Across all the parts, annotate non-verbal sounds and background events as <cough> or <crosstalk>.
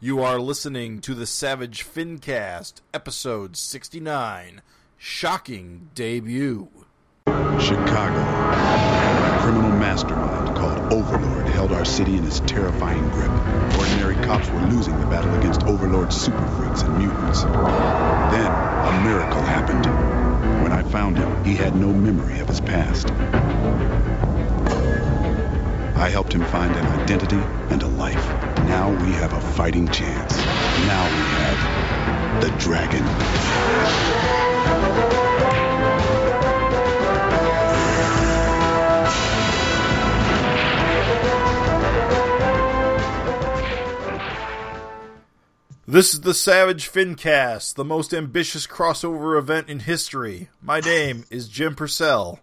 You are listening to the Savage Fincast, episode 69 Shocking Debut. Chicago. A criminal mastermind called Overlord held our city in his terrifying grip. Ordinary cops were losing the battle against Overlord's super freaks and mutants. Then, a miracle happened. When I found him, he had no memory of his past. I helped him find an identity and a life. Now we have a fighting chance. Now we have the dragon. This is the Savage Fincast, the most ambitious crossover event in history. My name is Jim Purcell,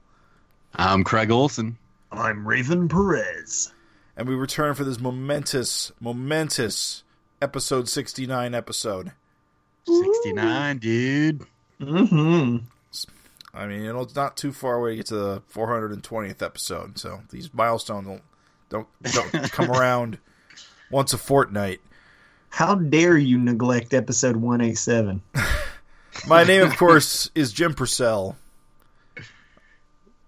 I'm Craig Olson. I'm Raven Perez. and we return for this momentous, momentous episode 69 episode. 69, dude. Mm-hmm. I mean, you know, it's not too far away to get to the 420th episode, so these milestones don't don't, don't <laughs> come around once a fortnight. How dare you neglect episode 187? My name, of course, is Jim Purcell.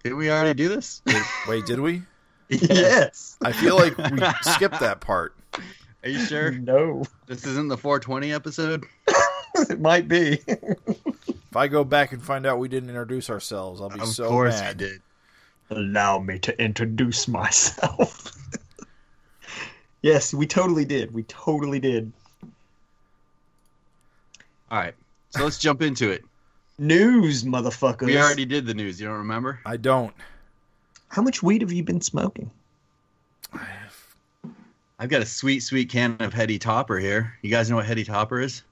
Did we already <laughs> do this? Wait, did we? yes. I feel like we skipped that part. Are you sure? No. <laughs> This isn't the 420 episode? it might be. If I go back and find out we didn't introduce ourselves, I'll be so mad. did. Allow me to introduce myself. yes, we totally did. We totally did. All right. So let's jump into it. News, motherfuckers. We already did the news. You don't remember? I don't. How much weed have you been smoking? I've got a sweet, sweet can of Hetty Topper here. You guys know what Hetty Topper is?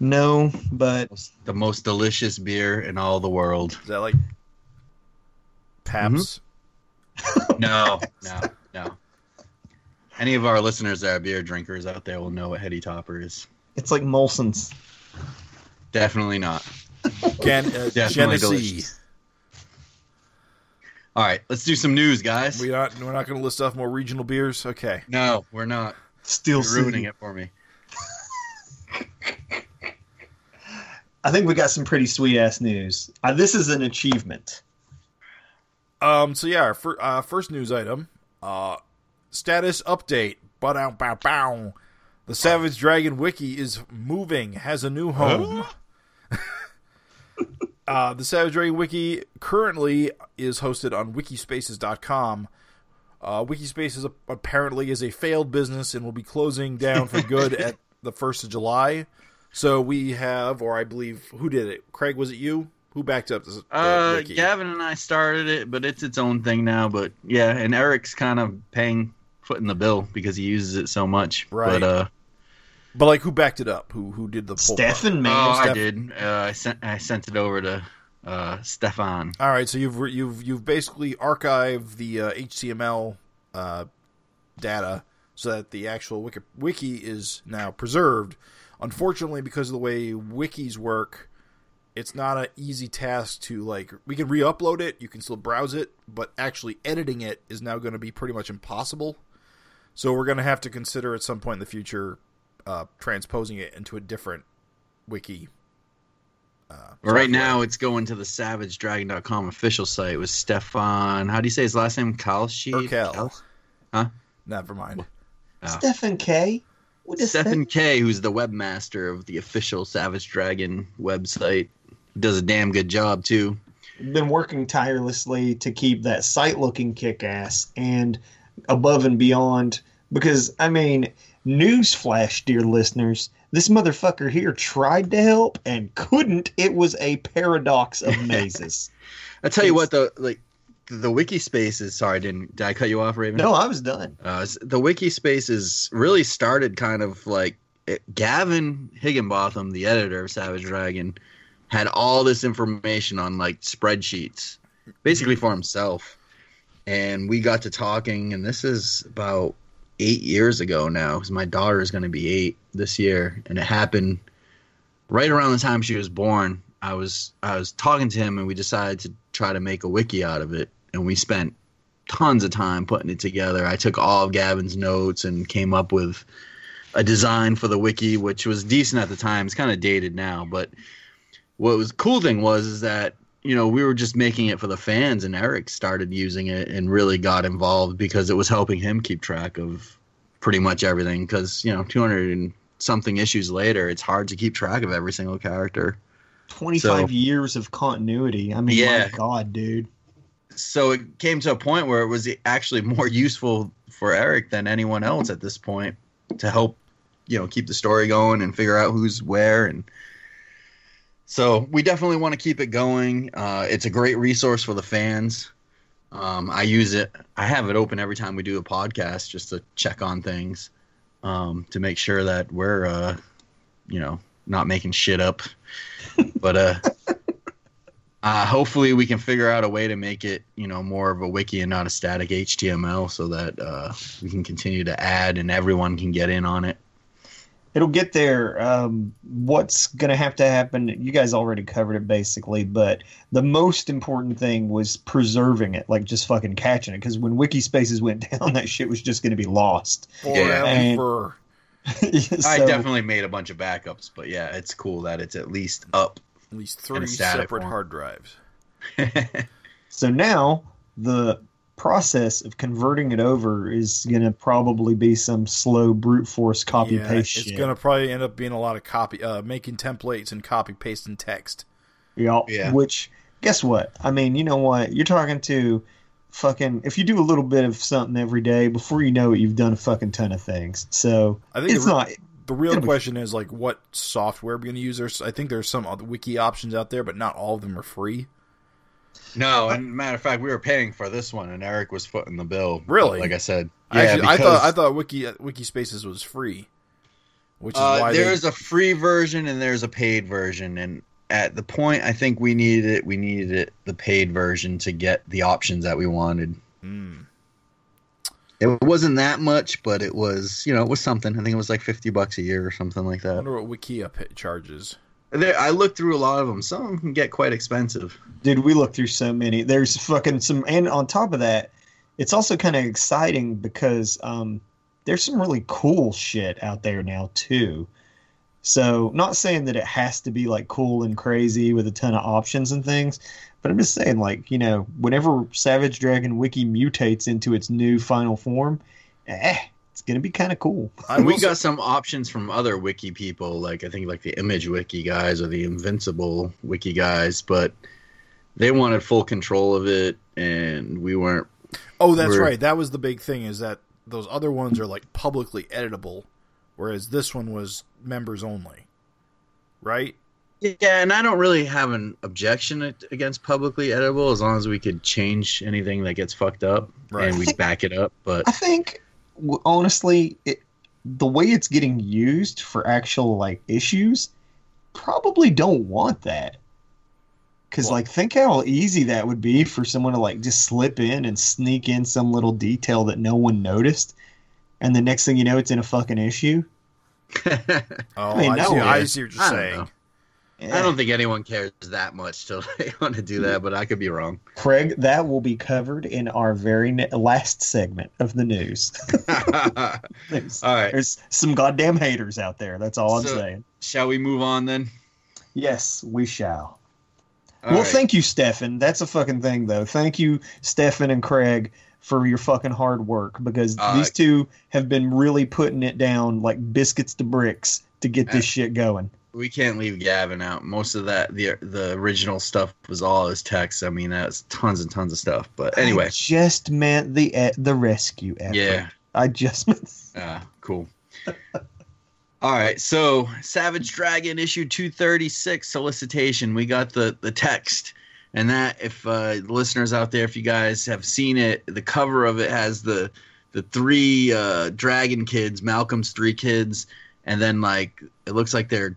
No, but The most delicious beer in all the world. <laughs> Is that like Paps? No, no, no. Any of our listeners that are beer drinkers out there will know what Hetty Topper is. it's like Molson's. Definitely not. Gen- uh, Mm-hmm. Definitely Genesee. delicious. All right. Let's do some news, guys. We not we're not going to list off more regional beers. Okay. No, we're not. Still You're ruining it for me. I think we got some pretty sweet ass news. Uh, this is an achievement. Um. So yeah, our fir- uh, first news item. Uh, status update. But out, bow, bow. The Savage Dragon Wiki is moving, has a new home. <laughs> uh, the Savage Dragon Wiki currently is hosted on wikispaces.com. Uh, Wikispaces ap- apparently is a failed business and will be closing down for good at the 1st of July. So we have, or I believe, who did it? Craig, was it you? Who backed up this? the Uh, wiki? Gavin and I started it, but it's its own thing now. But yeah, and Eric's kind of paying footing the bill because he uses it so much. Right. But uh, But like, who backed it up? Who who did the poll? Stefan, man. oh, I Steph- did. Uh, I sent I sent it over to uh Stefan. All right, so you've re- you've you've basically archived the uh, HTML uh, data so that the actual wiki, wiki is now preserved. Unfortunately, because of the way wikis work, it's not an easy task to like. We can re-upload it, you can still browse it, but actually editing it is now going to be pretty much impossible. So we're going to have to consider at some point in the future uh, transposing it into a different wiki. uh, But right now, it's going to the SavageDragon.com official site with Stefan. How do you say his last name? Kalshi. Urkel. Kal- Never mind. Stefan K. What is Stefan K, who's the webmaster of the official Savage Dragon website, does a damn good job too. that? Been working tirelessly to keep that site looking kick ass and above and beyond. Because I mean, newsflash, dear listeners, this motherfucker here tried to help and couldn't. It was a paradox of mazes. I tell you what, though, like the wiki space is. Sorry, didn't did I cut you off, Raven? no, I was done. Uh, s- the wiki space is really started kind of like it, Gavin Higginbotham, the editor of Savage Dragon, had all this information on like spreadsheets, basically for himself. And we got to talking, and this is about eight years ago now, because my daughter is going to be eight this year, and it happened right around the time she was born. I was I was talking to him, and we decided to try to make a wiki out of it, and we spent tons of time putting it together. I took all of Gavin's notes and came up with a design for the wiki, which was decent at the time. It's kind of dated now, but what was cool thing was is that you know we were just making it for the fans, and Eric started using it and really got involved because it was helping him keep track of pretty much everything. Because you know, 200 and something issues later, it's hard to keep track of every single character. 25 years of continuity. I mean, Yeah. my God, dude. so it came to a point where it was actually more useful for Eric than anyone else at this point to help, you know, keep the story going and figure out who's where. And so we definitely want to keep it going. Uh, it's a great resource for the fans. Um, I use it. I have it open every time we do a podcast just to check on things, um, to make sure that we're, uh, you know, not making shit up. <laughs> But uh, uh, hopefully, we can figure out a way to make it, you know, more of a wiki and not a static HTML, so that uh, we can continue to add and everyone can get in on it. It'll get there. Um, what's going to have to happen? You guys already covered it basically, but the most important thing was preserving it, like just fucking catching it. Because when Wiki Spaces went <laughs> down, that shit was just going to be lost. <laughs> Yeah. Forever. I definitely made a bunch of backups, but yeah, it's cool that it's at least up. <laughs> At least three static separate one. hard drives. So now the process of converting it over is going to probably be some slow brute force copy Yeah, paste it's shit. gonna probably end up being a lot of copy, uh, making templates and copy pasting text. Yeah. Yeah. Which, guess what? I mean, you know what? You're talking to fucking. If you do a little bit of something every day, before you know it, you've done a fucking ton of things. So I think it's the, re- not. the real it'll be- question is like what software we're gonna use. There's, I think there's some other wiki options out there, but not all of them are free. no, and matter of fact, we were paying for this one, and Eric was footing the bill. Really? Like I said, I Actually, I thought I thought wiki uh, wiki spaces was free, which is Uh, why they- there's a free version and there's a paid version, and at the point I think we needed it, we needed it the paid version to get the options that we wanted. Mm. It wasn't that much, but it was you know it was something. I think it was like fifty bucks a year or something like I that. wonder what Wikia p- charges. There, I looked through a lot of them. Some of 'em can get quite expensive. Dude, we looked through so many. There's fucking some. And on top of that, it's also kind of exciting because um, there's some really cool shit out there now, too. So, not saying that it has to be like cool and crazy with a ton of options and things, but I'm just saying, like, you know, whenever Savage Dragon Wiki mutates into its new final form, eh, it's going to be kind of cool. I we will got some options from other wiki people, like I think like the Image Wiki guys or the Invincible Wiki guys, but they wanted full control of it, and we weren't Oh, that's Where- right. That was the big thing is that those other ones are like publicly editable, whereas this one was members only. Right? Yeah, and I don't really have an objection at- against publicly editable as long as we could change anything that gets fucked up Right. and we back it up. But <laughs> <laughs> I think, w- honestly, it, the way it's getting used for actual like issues, probably don't want that. Because Well- like, think how easy that would be for someone to like just slip in and sneak in some little detail that no one noticed, and the next thing you know, it's in a fucking issue. I Oh, I, I mean, that see, one- I see what you're I don't saying. know. don't think anyone cares that much till <laughs> they want to do that, but I could be wrong. <laughs> Eh, Craig, that will be covered in our very ne- last segment of the news. <laughs> all there's, right. there's some goddamn haters out there. That's all I'm So- saying. Shall we move on then? Yes, we shall. All well, right. thank you, Stefan. That's a fucking thing, though. Thank you, Stefan and Craig, for your fucking hard work because Uh, these two have been really putting it down like biscuits to bricks to get Yeah. this shit going. we can't leave Gavin out. Most of that the the original stuff was all his text. I mean, that's tons and tons of stuff. But I anyway, just meant the e- the rescue effort. yeah. I just <laughs> meant. Ah, cool. <laughs> All right, so Savage Dragon issue 236 solicitation. We got the the text. And that if uh listeners out there if you guys have seen it, the cover of it has the the three uh dragon kids, Malcolm's three kids, and then like it looks like they're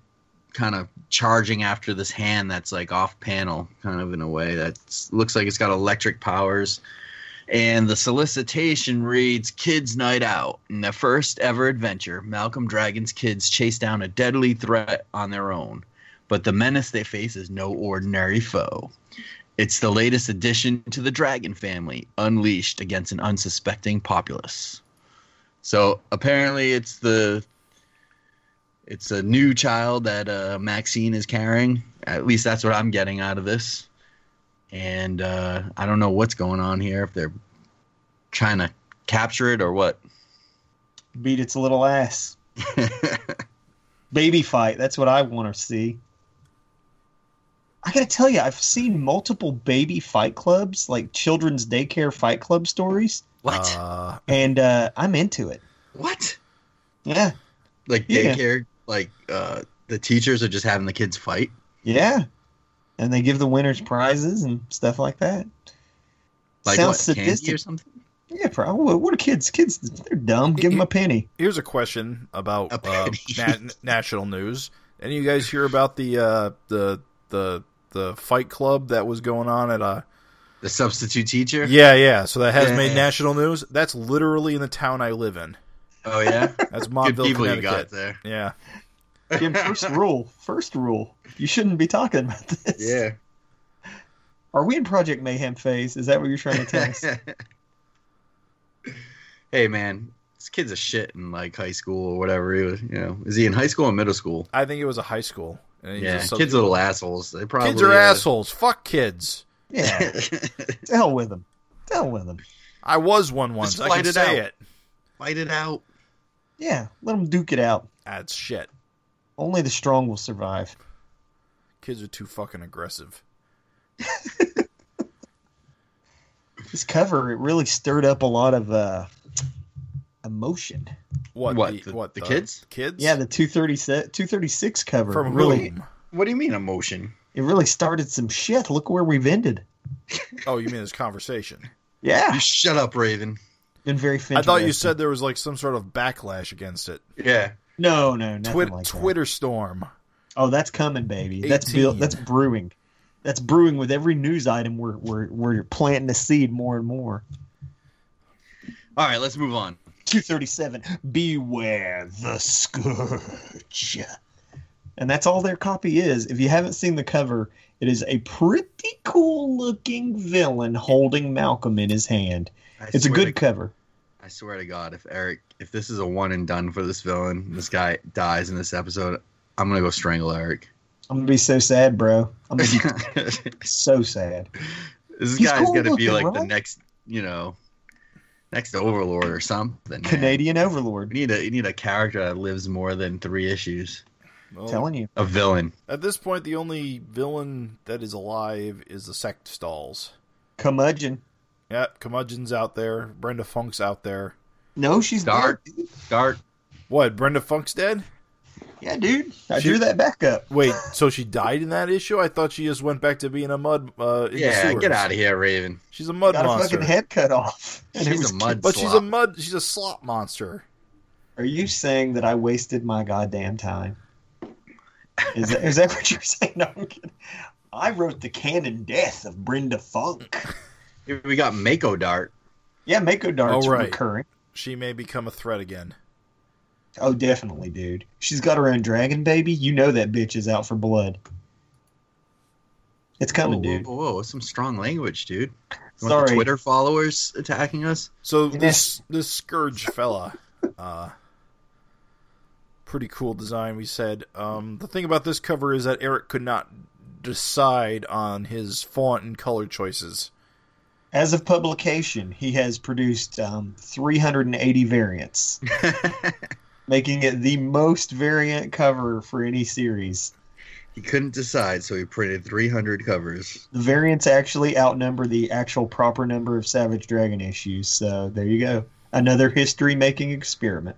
kind of charging after this hand that's like off panel kind of in a way that looks like it's got electric powers and the solicitation reads Kids Night Out. In their first ever adventure, Malcolm Dragon's kids chase down a deadly threat on their own. But the menace they face is no ordinary foe. It's the latest addition to the Dragon family, unleashed against an unsuspecting populace. So apparently, it's the It's a new child that uh, Maxine is carrying. At least that's what I'm getting out of this. And uh, I don't know what's going on here. If they're trying to capture it or what. <laughs> Beat its little ass. Baby fight. That's what I want to see. I gotta tell you, I've seen multiple baby fight clubs, like children's daycare fight club stories, what? Uh, and uh, I'm into it. what? Yeah, Like yeah. daycare? Like uh, the teachers are just having the kids fight? yeah. And they give the winners prizes and stuff like that. Like Sounds what? Candy or sadistic. something? Yeah, probably. What are kids? Kids, they're dumb. Give them a penny. here's a question about A uh, <laughs> penny. <laughs> nat- national news. Any of you guys hear about the uh, the the the Fight Club that was going on at uh The substitute teacher? yeah yeah so that has Yeah. made national news. That's literally in the town I live in. <laughs> Oh, yeah? That's <laughs> Good Montville, people you Connecticut. got there. Yeah, Jim, first rule. First rule. You shouldn't be talking about this. Yeah. Are we in Project Mayhem phase? Is that what you're trying to tell <laughs> us? hey man, this kid's a shit in like high school or whatever. He was, you know, is he in high school or middle school? I think it was a high school. And he's yeah, just some- kids are little assholes. They probably kids are uh, assholes. Fuck kids. Yeah. to hell with them. To hell with them. I was one once. I fight can it say out. it. <laughs> Fight it out. Yeah, let them duke it out. That's shit. Only the strong will survive. Kids are too fucking aggressive. This cover it really stirred up a lot of uh, emotion. What? What, The, the- what? the kids? Kids? Yeah, the 230 236 cover From really whom? What do you <laughs> mean emotion? it really started some shit. Look where we've ended. Oh, you mean this <laughs> conversation? Yeah, You shut up, Raven. been very. I thought you Finch-esque. said there was like some sort of backlash against it. Yeah. no, no, nothing Twit- like that. Twitter storm. Oh, that's coming, baby. That's built. 18. That's brewing. That's brewing with every news item. We're we're we're planting a seed more and more. All right, let's move on. 237 beware the scourge and that's all their copy is if you haven't seen the cover it is a pretty cool looking villain holding malcolm in his hand I it's a swear good To, cover I swear to God, if Eric, if this is a one and done for this villain, this guy dies in this episode, I'm gonna go strangle Eric. <laughs> i'm gonna be so sad bro i'm gonna be this <laughs> so sad He's guy's cool gonna be looking, like the right? next, you know, next overlord or something. man. canadian overlord You need a you need a character that lives more than three issues. Well, telling you A villain. At this point, the only villain that is alive is the sect stalls. curmudgeon Yeah, curmudgeon's out there. Brenda Funk's out there. no she's Dark. dead, dude. Dart. What? Brenda Funk's dead? yeah dude i She- drew that back up Wait, so she died in that issue? I thought she just went back to being a mud. Uh, in the Yeah, sewers. get out of here, Raven. She's a mud got a monster. fucking head cut off And it She's was- a mud But she's a slop. mud. She's a slop monster. Are you saying that I wasted my goddamn time? Is that, is that what you're saying? <laughs> No, I'm kidding. I wrote the canon death of Brenda Funk. We got Mako Dart. Yeah, Mako Dart's Oh, right. recurring. She may become a threat again. Oh, definitely, dude. She's got her own dragon baby. You know that bitch is out for blood. It's Whoa, coming, whoa, dude. whoa, whoa, some strong language, dude. You want the Sorry. Twitter followers attacking us? So Yeah. this this scourge fella, uh, pretty cool design. We said um, the thing about this cover is that Eric could not decide on his font and color choices. As of publication, he has produced um, 380 variants, making it the most variant cover for any series. he couldn't decide, so he printed 300 covers. The variants actually outnumber the actual proper number of Savage Dragon issues, so there you go. Another history making experiment.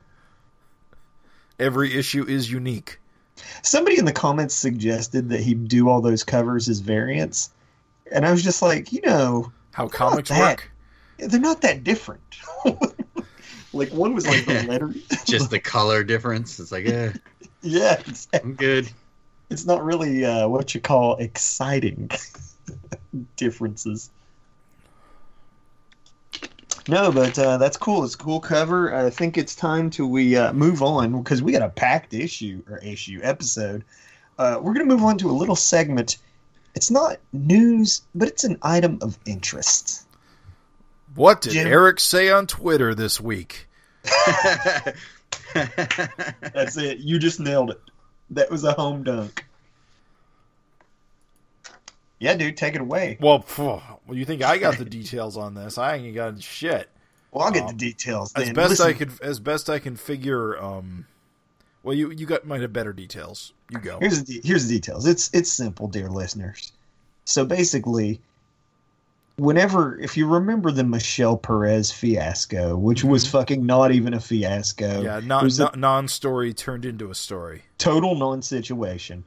Every issue is unique. Somebody in the comments suggested that he do all those covers as variants, and I was just like, you know, How comics that. work. they're not that different. <laughs> like one was like the letter. <laughs> Just the color difference. It's like, yeah, yeah, it's, I'm <laughs> good. it's not really uh, what you call exciting <laughs> differences. No, but uh, that's cool. It's a cool cover. I think it's time to we uh, move on because we got a packed issue or issue episode. Uh, we're going to move on to a little segment. It's not news, but it's an item of interest. What did Jim- Eric say on Twitter this week? That's it. You just nailed it. That was a home dunk. Yeah, dude, take it away. Well, phew, well, you think I got <laughs> the details on this? I ain't got shit. Well, I'll get the Um, details then. As best Listen, I could, as best I can figure. Um, well, you you got might have better details. You go. Here's the, de- here's the details. It's it's simple, dear listeners. So basically, whenever if you remember the Michelle Perez fiasco, which was fucking not even a fiasco, Yeah, It non, was a- non non-story turned into a story. total non-situation.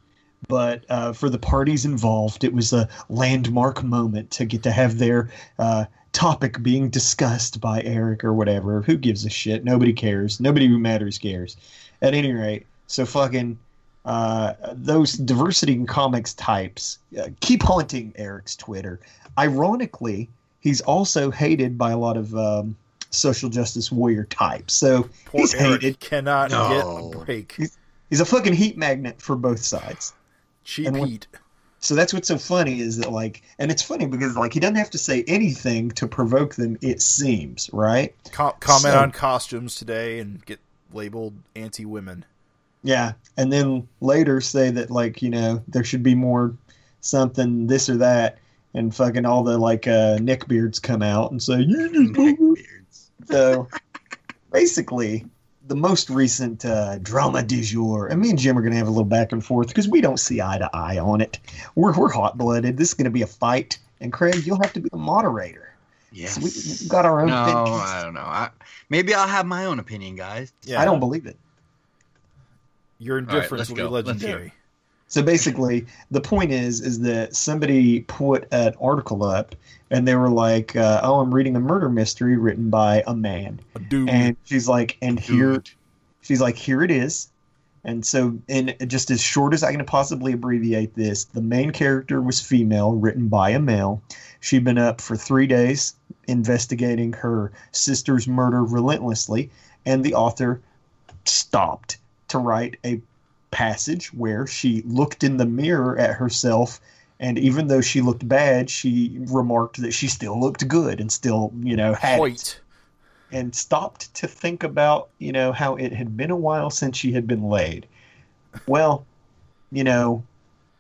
But uh, for the parties involved, it was a landmark moment to get to have their uh, topic being discussed by Eric or whatever. Who gives a shit? Nobody cares. Nobody who matters cares. At any rate, so fucking uh, those diversity in comics types uh, keep haunting Eric's Twitter. Ironically, he's also hated by a lot of um, social justice warrior types. So Poor he's Eric hated. cannot No. get a break. He's- He's a fucking heat magnet for both sides. Cheap and what- heat. So that's what's so funny is that like, and it's funny because like he doesn't have to say anything to provoke them. It seems right. Com- comment So- on costumes today and get labeled anti-women. Yeah, and then later say that like you know there should be more something this or that, and fucking all the like uh, neckbeards come out and say <laughs> you just don't know." Neckbeards. so. Basically, the most recent uh, drama du jour, and me and Jim are gonna have a little back and forth because we don't see eye to eye on it. We're we're hot blooded. This is gonna be a fight, and Craig, you'll have to be the moderator. Yes. So we- we've got our own no, opinions. I don't know. I, maybe I'll have my own opinion, guys. Yeah, I don't believe it. Your right, indifference let's will go. be Let's do it. legendary. So basically, the point is, is that somebody put an article up, and they were like, uh, "Oh, I'm reading a murder mystery written by a man," A dude. and she's like, "And here, Dude. she's like, here it is." And so, in just as short as I can possibly abbreviate this, the main character was female, written by a male. She'd been up for three days investigating her sister's murder relentlessly, and the author stopped to write a passage where she looked in the mirror at herself. And even though she looked bad, she remarked that she still looked good and still, you know, had it Hoyt. and stopped to think about, you know, how it had been a while since she had been laid. Well, you know,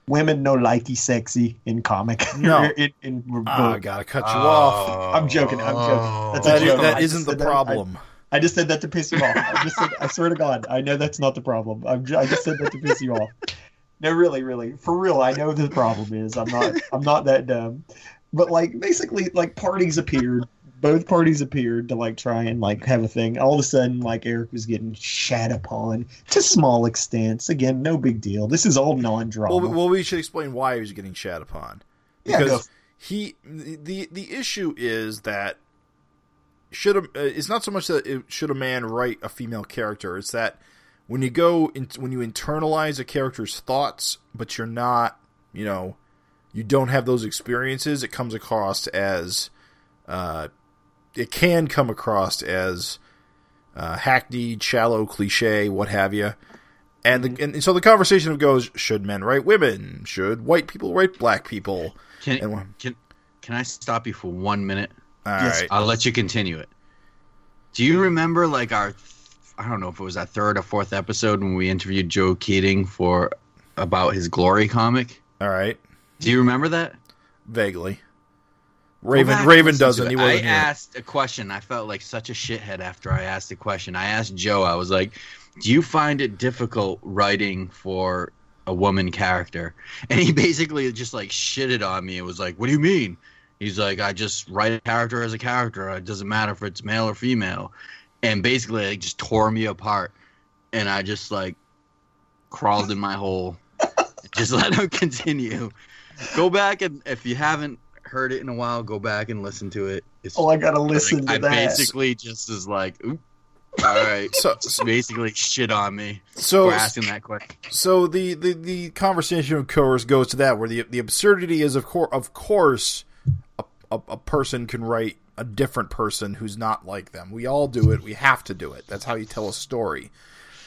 women no likey sexy in comic. No. <laughs> in, in, Ah, I gotta cut you Oh. off. I'm joking, I'm joking. That's That, a is, joke. that I isn't just the said that- I- problem. I just said that to piss you off. I just said, I swear to God, I know that's not the problem. I'm ju- I just said that to piss you off. No, really, really, for real. I know the problem is. I'm not. I'm not that dumb. But like, basically, like parties appeared. Both parties appeared to like try and like have a thing. All of a sudden, like Eric was getting shat upon to small extents. Again, no big deal. This is all non-drama. well, well, we should explain why he was getting shat upon. Yeah, Because go. he the the issue is that should a, uh, it's not so much that it, should a man write a female character. It's that when you go in, when you internalize a character's thoughts, but you're not you know you don't have those experiences, it comes across as uh, it can come across as uh, hackneyed, shallow, cliche, what have you. And, the, and so the conversation goes: Should men write women? Should white people write black people? And Can, one- can, can I stop you for one minute? All Yes. right. I'll let you continue it. Do you remember, like, our, I don't know if it was our third or fourth episode when we interviewed Joe Keating for about his Glory comic? All right. Do you remember that? Vaguely. Go Raven back and Raven listen to doesn't. it. He wasn't I here. asked a question. I felt like such a shithead after I asked the question. I asked Joe. I was like, "Do you find it difficult writing for a woman character?" And he basically just like shitted on me. It was like, "What do you mean?" He's like, "I just write a character as a character. It doesn't matter if it's male or female." And basically, like, just tore me apart. And I just like crawled in my hole. <laughs> just let him continue. Go back and if you haven't heard it in a while, go back and listen to it. It's oh, I gotta listen like, to that. I basically just is like, Oop, all right. So Just <laughs> basically shit on me so for asking that question. so the, the the conversation of course goes to that where the the absurdity is of course of course a, a, a person can write a different person who's not like them. We all do it. We have to do it. That's how you tell a story.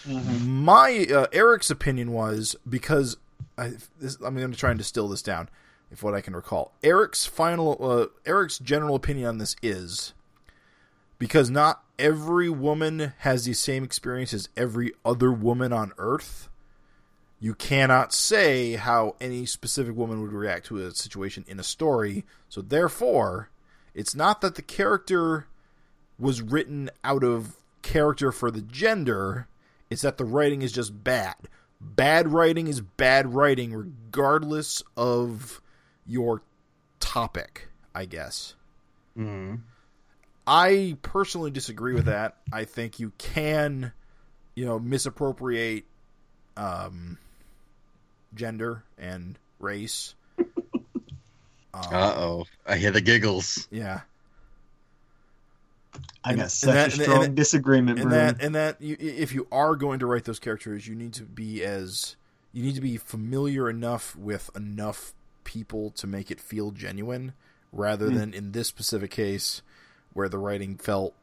My uh, Eric's opinion was because I this, I'm going to try and distill this down, if what I can recall. Eric's final uh, Eric's general opinion on this is because not every woman has the same experience as every other woman on Earth. You cannot say how any specific woman would react to a situation in a story. So, therefore, it's not that the character was written out of character for the gender, it's that the writing is just bad. Bad writing is bad writing, regardless of your topic, I guess. Mm. I personally disagree with that. I think you can, you know, misappropriate um, gender and race. Um, Uh oh. I hear the giggles. yeah, I And- got and such that- a and- strong and- disagreement, and Bruin. that and that you, i- if you are going to write those characters, you need to be as you need to be familiar enough with enough people to make it feel genuine, rather Hmm. than in this specific case where the writing felt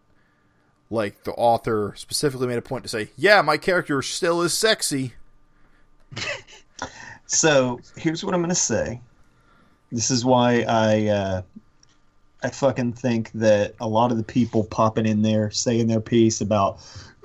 like the author specifically made a point to say, "Yeah, my character still is sexy." So here's what I'm gonna say. This is why I uh, I fucking think that a lot of the people popping in there saying their piece about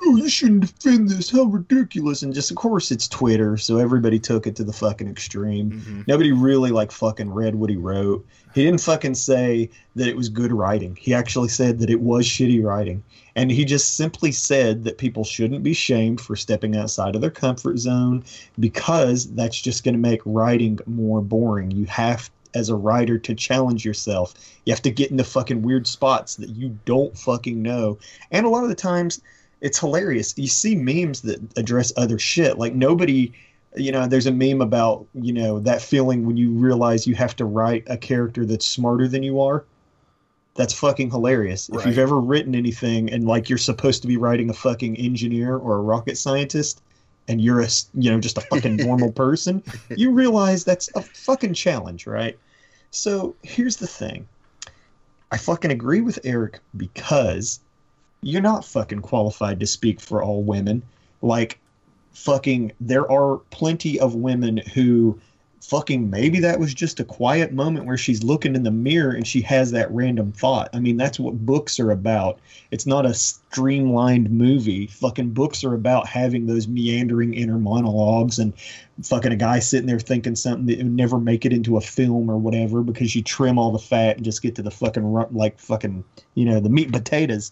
oh you shouldn't defend this how ridiculous and just of course it's Twitter so everybody took it to the fucking extreme. Mm-hmm. Nobody really like fucking read what he wrote. He didn't fucking say that it was good writing. He actually said that it was shitty writing. And he just simply said that people shouldn't be shamed for stepping outside of their comfort zone because that's just going to make writing more boring. You have as a writer to challenge yourself. You have to get into fucking weird spots that you don't fucking know. And a lot of the times it's hilarious. You see memes that address other shit. Like nobody you know there's a meme about you know that feeling when you realize you have to write a character that's smarter than you are that's fucking hilarious if Right. you've ever written anything and like you're supposed to be writing a fucking engineer or a rocket scientist and you're a s- you know just a fucking normal person you realize that's a fucking challenge right so here's the thing i fucking agree with eric because you're not fucking qualified to speak for all women like fucking there are plenty of women who fucking maybe that was just a quiet moment where she's looking in the mirror and she has that random thought. I mean, that's what books are about. It's not a streamlined movie. Fucking books are about having those meandering inner monologues and fucking a guy sitting there thinking something that would never make it into a film or whatever because you trim all the fat and just get to the fucking ru- like fucking, you know, the meat and potatoes.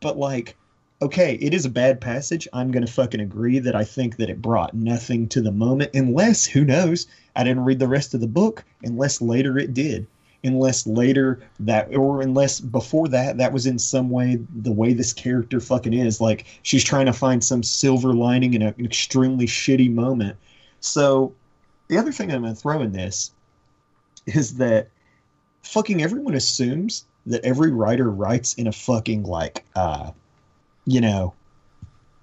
But like okay, it is a bad passage. I'm going to fucking agree that I think that it brought nothing to the moment, unless, who knows, I didn't read the rest of the book, unless later it did. Unless later that, or unless before that, that was in some way the way this character fucking is. Like, she's trying to find some silver lining in a- an extremely shitty moment. So, the other thing I'm going to throw in this is that fucking everyone assumes that every writer writes in a fucking, like, uh, you know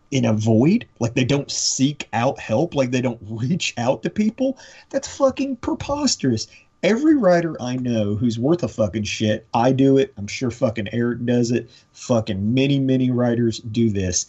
in a void like they don't seek out help like they don't reach out to people that's fucking preposterous every writer i know who's worth a fucking shit i do it i'm sure fucking eric does it fucking many many writers do this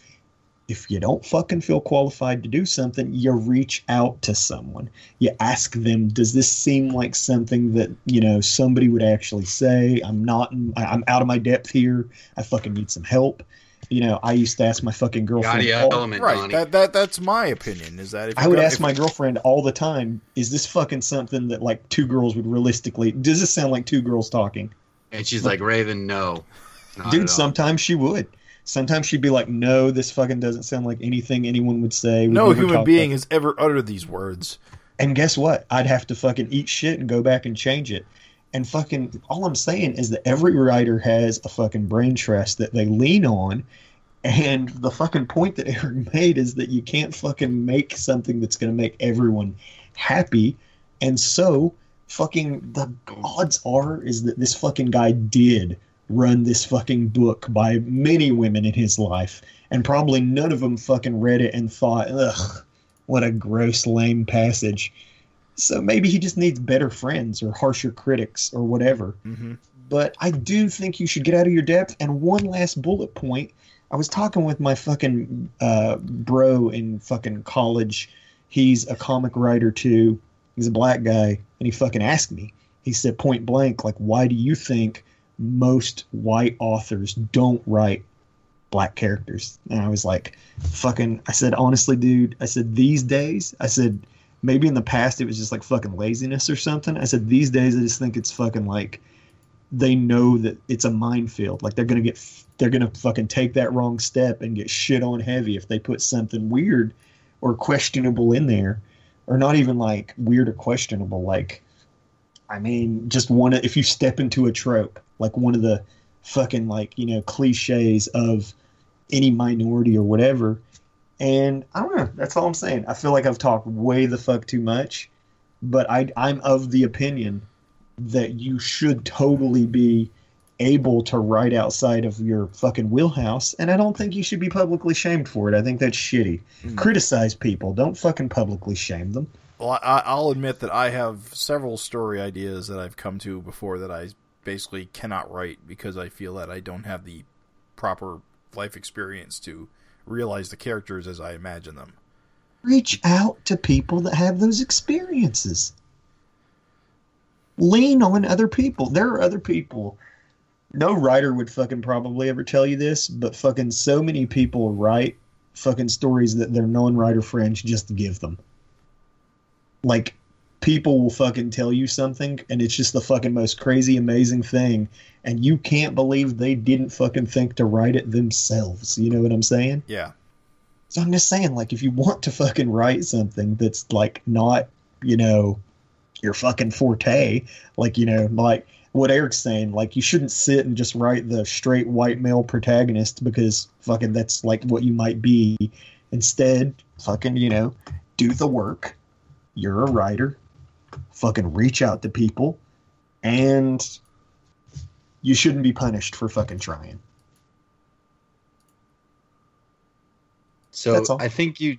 if you don't fucking feel qualified to do something you reach out to someone you ask them does this seem like something that you know somebody would actually say i'm not in, I- i'm out of my depth here i fucking need some help you know, I used to ask my fucking girlfriend. Gaudy all- element, Right. Donnie. That, that that's my opinion. Is that if I you would go- ask if- my girlfriend all the time, "Is this fucking something that like two girls would realistically? Does this sound like two girls talking?" and she's like, Raven, no. Not at all. Dude, sometimes she would. Sometimes she'd be like, "No, this fucking doesn't sound like anything anyone would say." We'd no never human talk being like-" has ever uttered these words. And guess what? I'd have to fucking eat shit and go back and change it. And fucking all I'm saying is that every writer has a fucking brain trust that they lean on. And the fucking point that <laughs> Eric made is that you can't fucking make something that's going to make everyone happy. And so, fucking, the odds are is that this fucking guy did run this fucking book by many women in his life. And probably none of them fucking read it and thought, ugh, what a gross, lame passage. So maybe he just needs better friends or harsher critics or whatever Mm-hmm. but I do think you should get out of your depth. And one last bullet point. I was talking with my fucking uh, bro in fucking college. He's a comic writer too. He's a black guy. And he fucking asked me, he said point blank, like, why do you think most white authors don't write black characters. And I was like, fucking, I said, honestly, dude, I said, these days, I said, maybe in the past it was just like fucking laziness or something. I said, these days, I just think it's fucking like they know that it's a minefield. Like they're going to get, they're going to fucking take that wrong step and get shit on heavy if they put something weird or questionable in there. Or not even like weird or questionable. Like, I mean, just one, of- if you step into a trope, like one of the, fucking like you know cliches of any minority or whatever and i don't know that's all i'm saying i feel like i've talked way the fuck too much but I, i'm of the opinion that you should totally be able to write outside of your fucking wheelhouse and i don't think you should be publicly shamed for it i think that's shitty Mm. criticize people don't fucking publicly shame them Well, I, I'll admit that I have several story ideas that I've come to before that I basically cannot write because I feel that I don't have the proper life experience to realize the characters as I imagine them. reach out to people that have those experiences. Lean on other people. There are other people. No writer would fucking probably ever tell you this, but fucking so many people write fucking stories that their non writer friends just give them. Like, people will fucking tell you something, and it's just the fucking most crazy, amazing thing, and you can't believe they didn't fucking think to write it themselves. You know what I'm saying? Yeah. So I'm just saying, like, if you want to fucking write something that's like not, you know, your fucking forte, like, you know, like what Eric's saying, like, you shouldn't sit and just write the straight white male protagonist because fucking that's like what you might be. Instead, fucking, you know, do the work. You're a writer. Fucking reach out to people. And you shouldn't be punished for fucking trying. So That's all. I think you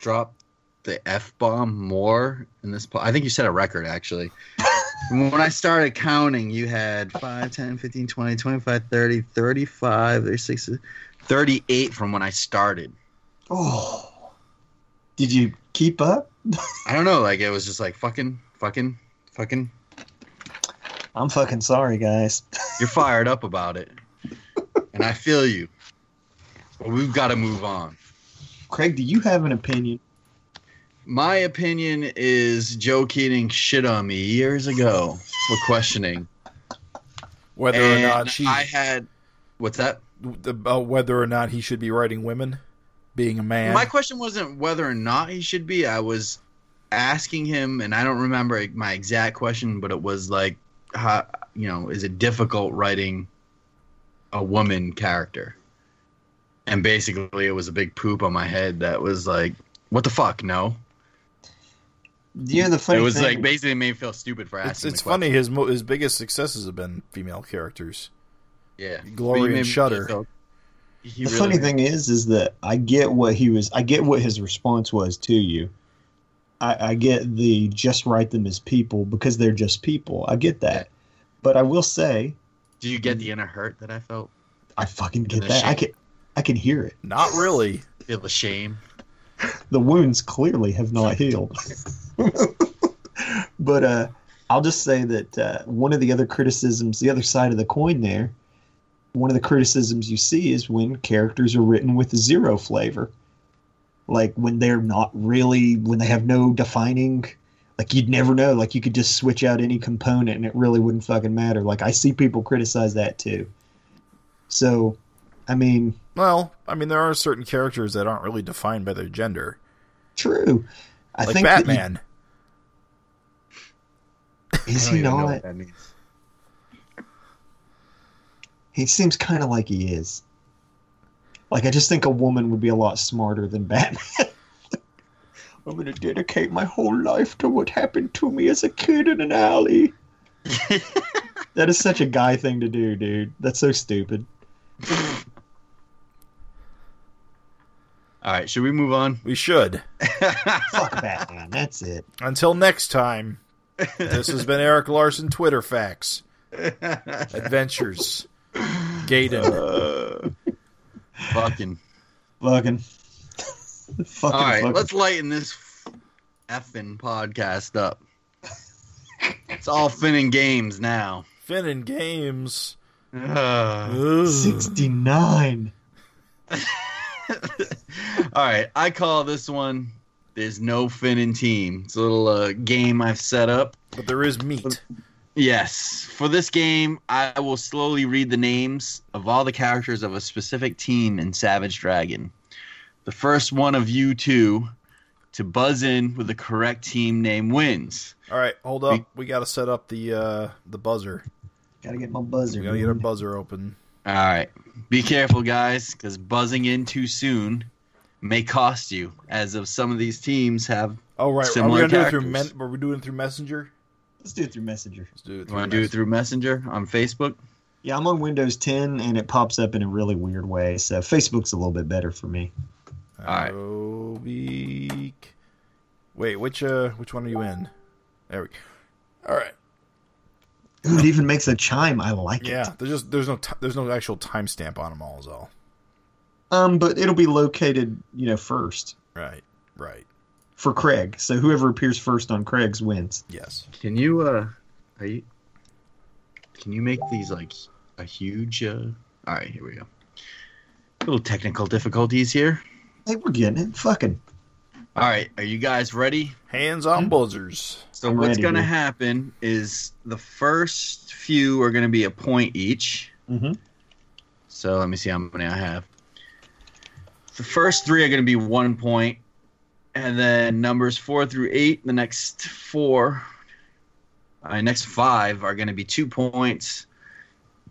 dropped the f bomb more in this. Po- I think you set a record <laughs> actually. when I started counting, you had 5, 10, 15, 20, 25, 30, 35, 36, 38 from when I started. Oh. Did you keep up? I don't know. Like it was just like fucking, fucking, fucking. I'm fucking sorry, guys. <laughs> You're fired up about it, and I feel you. But we've got to move on. Craig, do you have an opinion? My opinion is Joe Keating shit on me years ago for questioning. Whether And or not she, I had what's that? about whether or not he should be writing women, being a man. My question wasn't whether or not he should be. I was asking him, and I don't remember my exact question, but it was like, how, you know, is it difficult writing a woman character? And basically, it was a big poop on my head that was like, what the fuck? No, You know the funny it was thing. like basically made me feel stupid for asking. it's the it's question. funny his mo- his biggest successes have been female characters. yeah. Glory But he and made me Shudder. feel- he the really- funny thing is, is that I get what he was. I get what his response was to you. I, I get the just write them as people because they're just people. I get that, but I will say Do you get the inner hurt that I felt? I fucking get the that. I shame. can, I can hear it. Not really. Feel the shame. the wounds clearly have not healed. <laughs> but uh, I'll just say that uh, one of the other criticisms, the other side of the coin there, one of the criticisms you see is when characters are written with zero flavor. Like when they're not really, when they have no defining, like you'd never know. Like you could just switch out any component and it really wouldn't fucking matter. Like I see people criticize that too. So, I mean, Well, I mean, there are certain characters that aren't really defined by their gender, true. I like think that you- Batman. is I don't he even know not? what that means. He seems kind of like he is. Like I just think a woman would be a lot smarter than Batman. <laughs> I'm gonna dedicate my whole life to what happened to me as a kid in <laughs> an alley. that is such a guy thing to do, dude. That's so stupid. All right, should we <laughs> move on? We should. Fuck Batman. <laughs> That's it. Until next time, this has been Eric Larson Twitter Facts Adventures. Gaiden. Uh, Fucking. fucking. fucking. All right, fucking. let's lighten this effing podcast up. It's all fin and games now. Finnan Games. Ugh. Ugh. 69. All right, I call this one. There's no Finn and team. It's a little uh, game I've set up. But there is meat. Yes. For this game, I will slowly read the names of all the characters of a specific team in Savage Dragon. The first one of you two to buzz in with the correct team name wins. All right, hold up. We got to set up the uh, the buzzer. Gotta get my buzzer. We got to get our going. buzzer open. All right. Be careful, guys, because buzzing in too soon may cost you, as of some of these teams have. Oh right, are we Similar gonna do it through? Men- characters. are we doing it through Messenger? Let's do it through Messenger. Let's do it. You want to do it Messenger. through Messenger on Facebook? Yeah, I'm on Windows 10 and it pops up in a really weird way. So Facebook's a little bit better for me. Alright. Obeek. Wait, which uh, which one are you in? There we. All right. Ooh, it even makes a chime. I like Yeah. it. There's just there's no ti there's no actual timestamp on them all. Is all. Um, but it'll be located, you know, first Right. Right. for Craig. So whoever appears first on Craig's wins. Yes. Can you uh, are you, can you make these like a huge? Uh... All right, here we go. Little technical difficulties here. Hey, we're getting it. Fucking. All right, are you guys ready? Hands on buzzers. So I'm what's ready, going to dude. happen is the first few are going to be a point each. Mm-hmm. So let me see how many I have. The first three are going to be one point, and then numbers four through eight, the next four, uh, next five are going to be two points.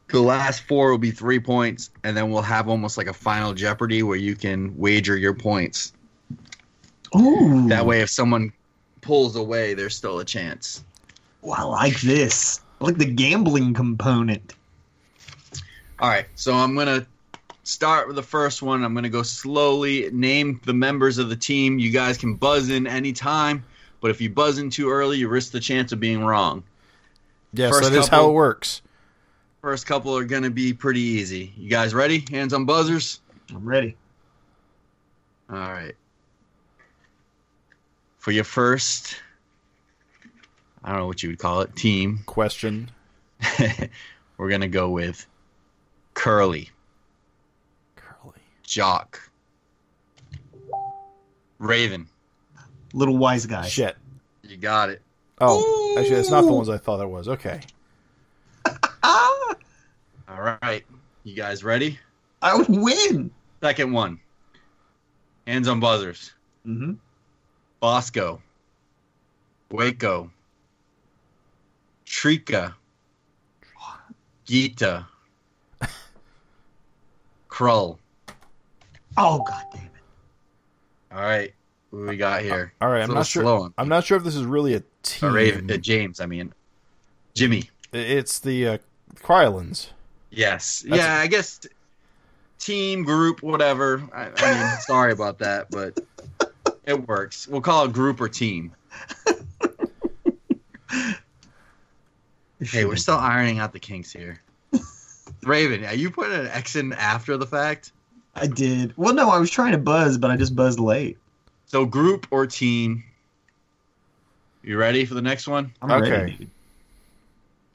The last four will be three points, and then we'll have almost like a final Jeopardy where you can wager your points. Ooh. That way, if someone pulls away, there's still a chance. Ooh, I like this. I like the gambling component. All right, so I'm gonna start with the first one. I'm gonna go slowly. Name the members of the team. You guys can buzz in any time, but if you buzz in too early, you risk the chance of being wrong. Yes, First that is couple- how it works. First couple are gonna be pretty easy. You guys ready? Hands on buzzers. I'm ready. All right. For your first, I don't know what you would call it, team. <laughs> Question. We're gonna go with Curly, Curly. Jock, Raven. Little wise guy. Shit. You got it. Oh, actually, that's not the ones I thought it was. Okay. Ah, All right. You guys ready? I would win. Second one. Hands on buzzers. Mm-hmm. Bosco. Waco. Trika. Gita. <laughs> Krull. Oh, God damn it. All right. What do we got here? All right. It's a I'm little not sure. slow on- I'm not sure if this is really a Uh, team. Raven, uh, James, I mean. Jimmy. It's the uh, Krylons. Yes. That's- yeah, I guess t- team, group, whatever. I, I mean, <laughs> sorry about that, but it works. We'll call it group or team. Hey, we're still ironing out the kinks <laughs> here. Raven, are you putting an X in after the fact? I did. Well, no, I was trying to buzz, but I just buzzed late. So group or team? You ready for the next one? I'm Okay. ready. Dude.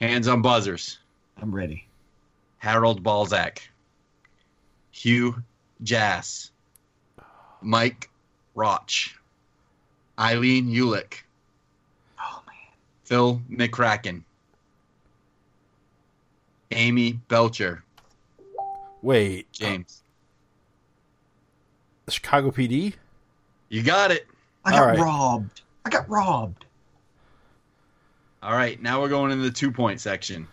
Hands on buzzers. I'm ready. Harold Balzac. Hugh Jass. Mike Roch. Eileen Ulick. Oh man. Phil McCracken. Amy Belcher. Wait. James. Chicago PD. You got it. I got All right. robbed. I got robbed. All right, now we're going into the two point section.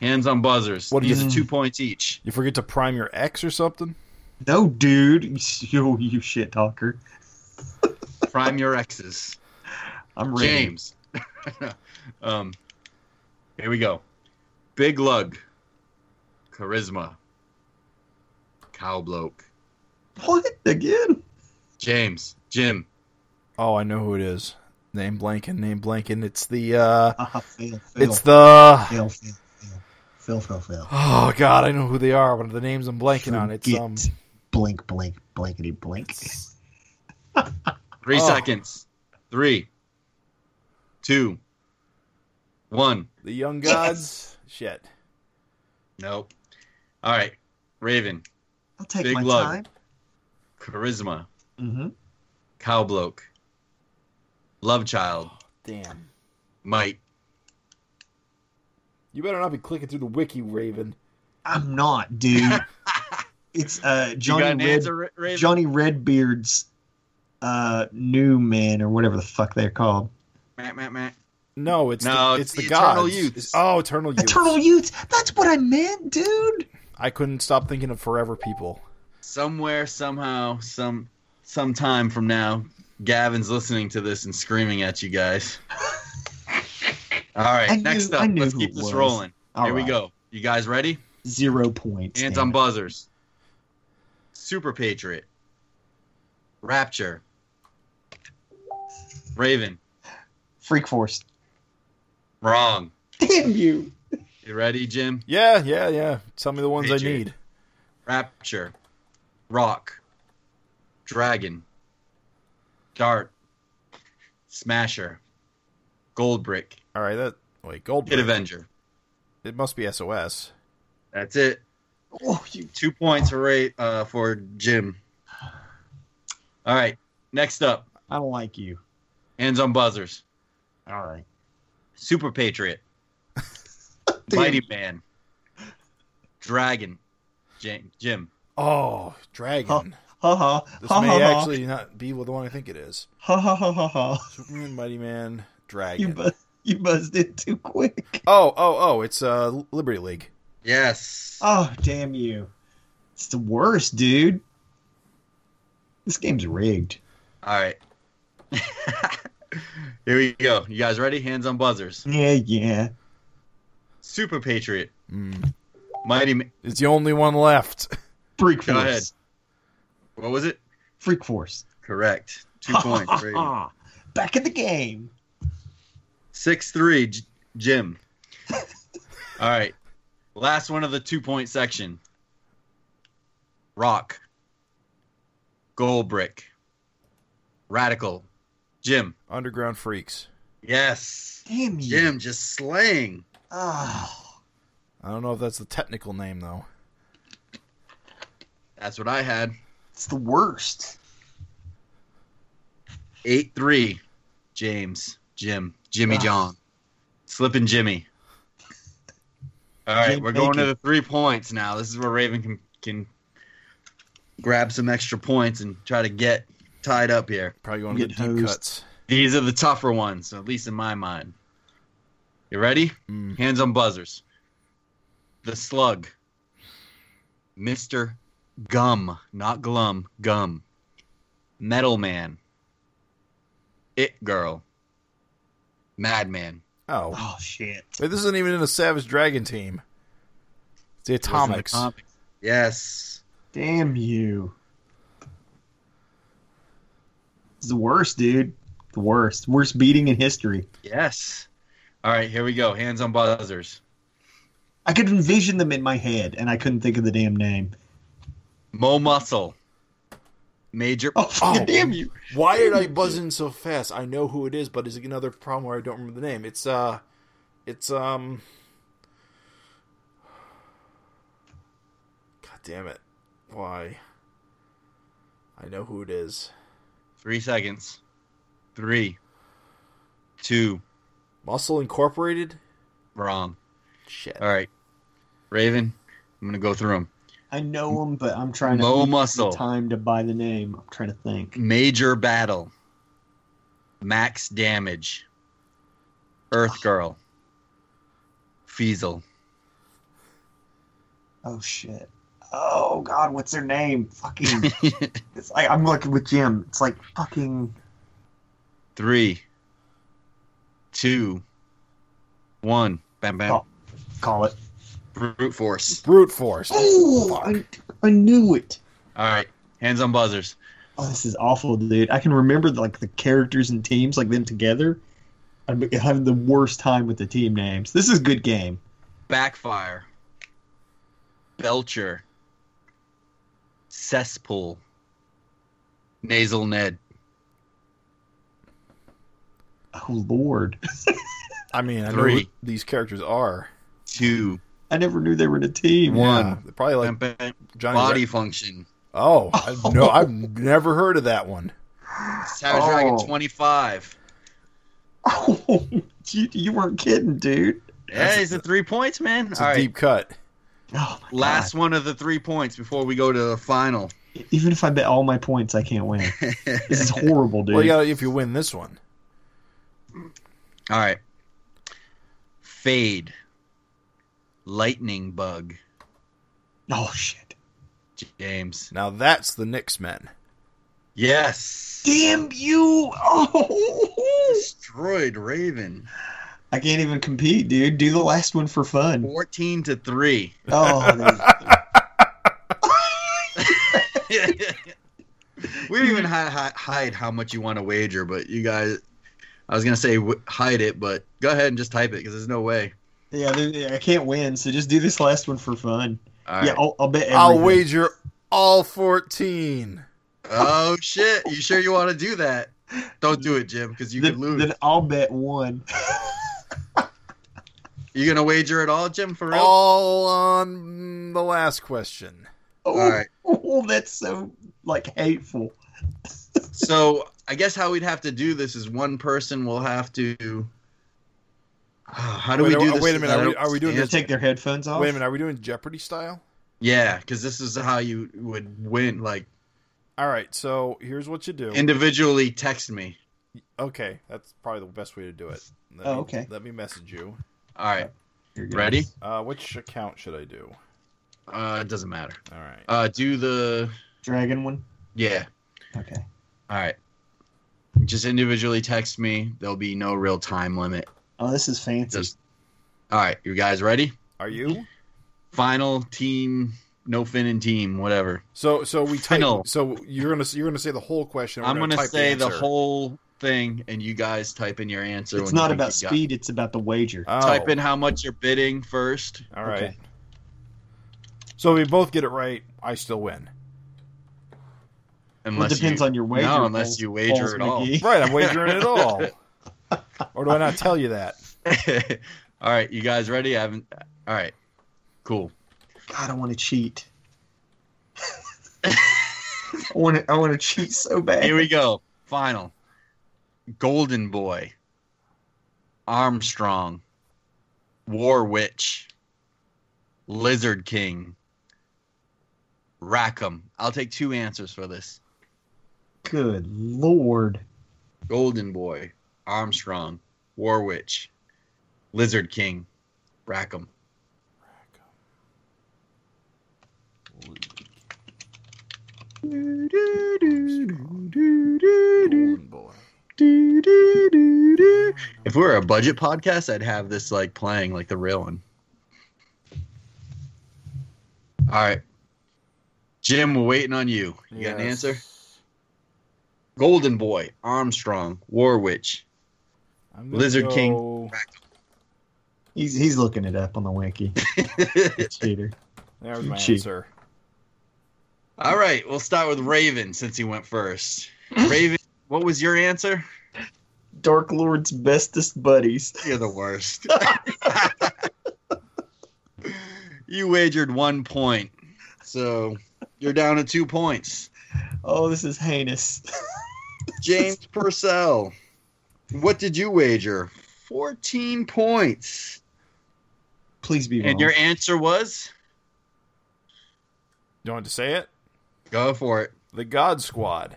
Hands on buzzers. What do you- These are two points each. You forget to prime your X or something. No, dude. <laughs> You, you shit talker. Prime <laughs> your X's. I'm ready. James. <laughs> um, here we go. Big Lug. Charisma. Cow Bloke. What again? James. Jim. Oh, I know who it is. Name blanking. Name blanking. It's the. uh Ah, fail, fail, It's the. fail, fail, fail, fail, fail, fail. Oh God, I know who they are. But the names I'm blanking on. It's Forget. um. blink, blink, blankety blink. Three Oh. seconds. Three. Two. One. The Young Gods. Shit. Nope. All right, Raven, I'll take Big my lug. time. charisma, Mm-hmm. cow bloke, love child, Damn. might. You better not be clicking through the wiki, Raven. I'm <laughs> not, dude. it's uh You got an Johnny Red, answer, Ra- Raven? Johnny Redbeard's uh new man or whatever the fuck they're called. Meh, meh, meh. No, it's No, the, it's it's the, the gods. Eternal Youth. It's- oh, eternal youth. Eternal Youths. That's what I meant, dude. I couldn't stop thinking of forever people. Somewhere, somehow, some sometime from now, Gavin's listening to this and screaming at you guys. All right, I next knew- I up, knew let's who keep it this was. rolling. All Here we right. go. You guys ready? Zero points. Hands damn on it. buzzers. Super Patriot. Rapture. Raven. Freak Force. Wrong. Damn you. You ready, Jim? Yeah, yeah, yeah. Tell me the ones I Patriot. need. Rapture. Rock. Dragon. Dart. Smasher. Gold brick. All right, that wait, gold. Kid Avenger. It must be SOS. That's it. Oh, you. Two points for Ra- uh, for Jim. All right. Next up, I don't like you. hands on buzzers. All right. Super Patriot. Damn. Mighty Man. Dragon. Jim. Jim. Oh, dragon. Ha ha. This ha, may ha, ha. actually not be the one I think it is. Ha ha ha ha ha. Superman, Mighty Man, You Dragon. bu- you buzzed it too quick. oh, oh, oh! It's uh, Liberty League. Yes. Oh, damn you. It's the worst, dude. This game's rigged. All right. <laughs> Here we go. You guys ready? Hands on buzzers. Yeah, yeah. Super Patriot. Mm. Mighty. Ma- It's the only one left. <laughs> Freak Go Force. ahead. What was it? Freak Force. Correct. Two <laughs> points. Raven. Back in the game. Six three. J- Jim. <laughs> All right. Last one of the two point section. Rock. Gold brick. Radical. Jim. Underground freaks. Yes. Damn you. Jim just slaying. Oh. I don't know if that's the technical name though. That's what I had. It's the worst. Eight three, James, Jim, Jimmy Wow. John, slipping Jimmy. All right, Jim we're going to Bacon. the three points now. This is where Raven can can grab some extra points and try to get tied up here. Probably going to Get the deep hosed. cuts. These are the tougher ones, at least in my mind. You ready? Mm. Hands on buzzers. The slug. Mr. Gum, not glum, gum. Metal Man. It Girl. Madman. Oh, Oh, shit. Wait, this isn't even in a Savage Dragon team. It's the Atomics. Atomics. Yes. Damn you. It's the worst, dude. The worst. Worst beating in history. Yes. All right, here we go. Hands on buzzers. I could envision them in my head, and I couldn't think of the damn name. <laughs> Mo Muscle. Major. Oh, <laughs> Oh. damn you. Why did I buzz in so fast? I know who it is, but is another problem where I don't remember the name. It's uh, it's um. God damn it! Why? I know who it is. Three seconds. Three. Two. Muscle Incorporated. Wrong. Shit. All right. Raven, I'm going to go through them. I know them, but I'm trying to Mo think of Muscle. the time to buy the name. I'm trying to think. Major Battle. Max Damage. Earth Girl. Feasel. Oh shit. Oh god, what's their name? Fucking. <laughs> it's like I'm looking with Jim. It's like fucking. <laughs> Three. Two. One. Bam bam. Oh. Call it. Brute force. Brute Force. Oh, I, I knew it. All right. Hands on buzzers. Oh, this is awful, dude. I can remember like the characters and teams, like them together. I'm having the worst time with the team names. This is a good game. Backfire. Belcher. Cesspool. Nasal Ned. Oh lord. I mean, I know Oh, Three. who these characters are. two. <laughs> I never knew they were in a team. One. Probably like Johnny. Body Ra- function. oh, I, no, I've never heard of that one. Savage Oh. Dragon 25. Oh, <laughs> you, you weren't kidding, dude. Yeah, it's the three points, man. It's a All right. deep cut. Oh my Last one of the three points before we go to the final. <laughs> God. Even if I bet all my points, I can't win. This is horrible, dude. Well, you gotta if you win this one. All right. Fade. Lightning bug. Oh shit! James. Now that's the Knicks men. Yes. Damn you! Oh, <laughs> Destroyed Raven. I can't even compete, dude. Do the last one for fun. 14 to <laughs> 3. Oh, dude. we don't even hi- hi- hide how much you want to wager, but you guys, I was gonna say w- hide it, but go ahead and just type it because there's no way. yeah, dude, yeah, I can't win. So just do this last one for fun. All right. Yeah, I'll, I'll bet. Everything. I'll wager all fourteen. Oh shit! You sure you want to do that? Don't do it, Jim, because you then, could lose. then I'll bet one. you gonna wager it all, Jim? For real? All on the last question. Oh, All right. <laughs> oh, that's so like hateful. so I guess how we'd have to do this is one person will have to. uh, How do Wait, we do are- this? wait a minute, I are we- don't are we doing You stand- this- take their headphones off. Wait a minute, are we doing Jeopardy style? Yeah, because this is how you would win. Like All right, so here's what you do. individually, text me. okay, that's probably the best way to do it. Let Oh, me- okay. Let me message you. All right, Here goes. ready? Uh, which account should I do? Uh, it doesn't matter. All right. Uh, do the Dragon one. yeah. Okay. All right. Just individually text me. There'll be no real time limit. Oh, this is fancy. Just all right. You guys ready? Are you? Final team. No fin and team. Whatever. So so we type. Final. So you're gonna you're gonna say the whole question. and I'm we're gonna type say the answer. whole thing, and you guys type in your answer. it's when you not think about you got Uh, speed. It's about the wager. Oh, it. Type in how much you're bidding first. All right. Okay. So if we both get it right, I still win. Well, it Unless depends you, on your wager. No, unless you wager Balls at all. McGee. Right, I'm wagering it all. Or do I not tell you <laughs> that? all right, you guys ready? I haven't. All right. Cool. God, I want to cheat. I want to. I want to cheat so bad. Here we go. Final. Golden Boy. Armstrong. War Witch. Lizard King. Rackham. I'll take two answers for this. Good lord. Golden Boy. Armstrong. War Witch. Lizard King. Rackham. If we were a budget podcast, I'd have this like playing like the real one. All right. Jim, we're waiting on you. You got an Yes. answer? Golden Boy, Armstrong, War Witch. <laughs> I'm gonna Lizard King. go- He's he's looking it up on the wiki. <laughs> Cheater. There's my Cheat. answer. All right, we'll start with Raven since he went <clears throat> first. Raven, what was your answer? Dark Lord's bestest buddies. You're the worst. <laughs> you wagered one point, so you're down to two points. Oh, this is heinous. James Purcell, what did you wager? 14 points. Please be wrong. And your answer was? You want to say it? Go for it. The God Squad.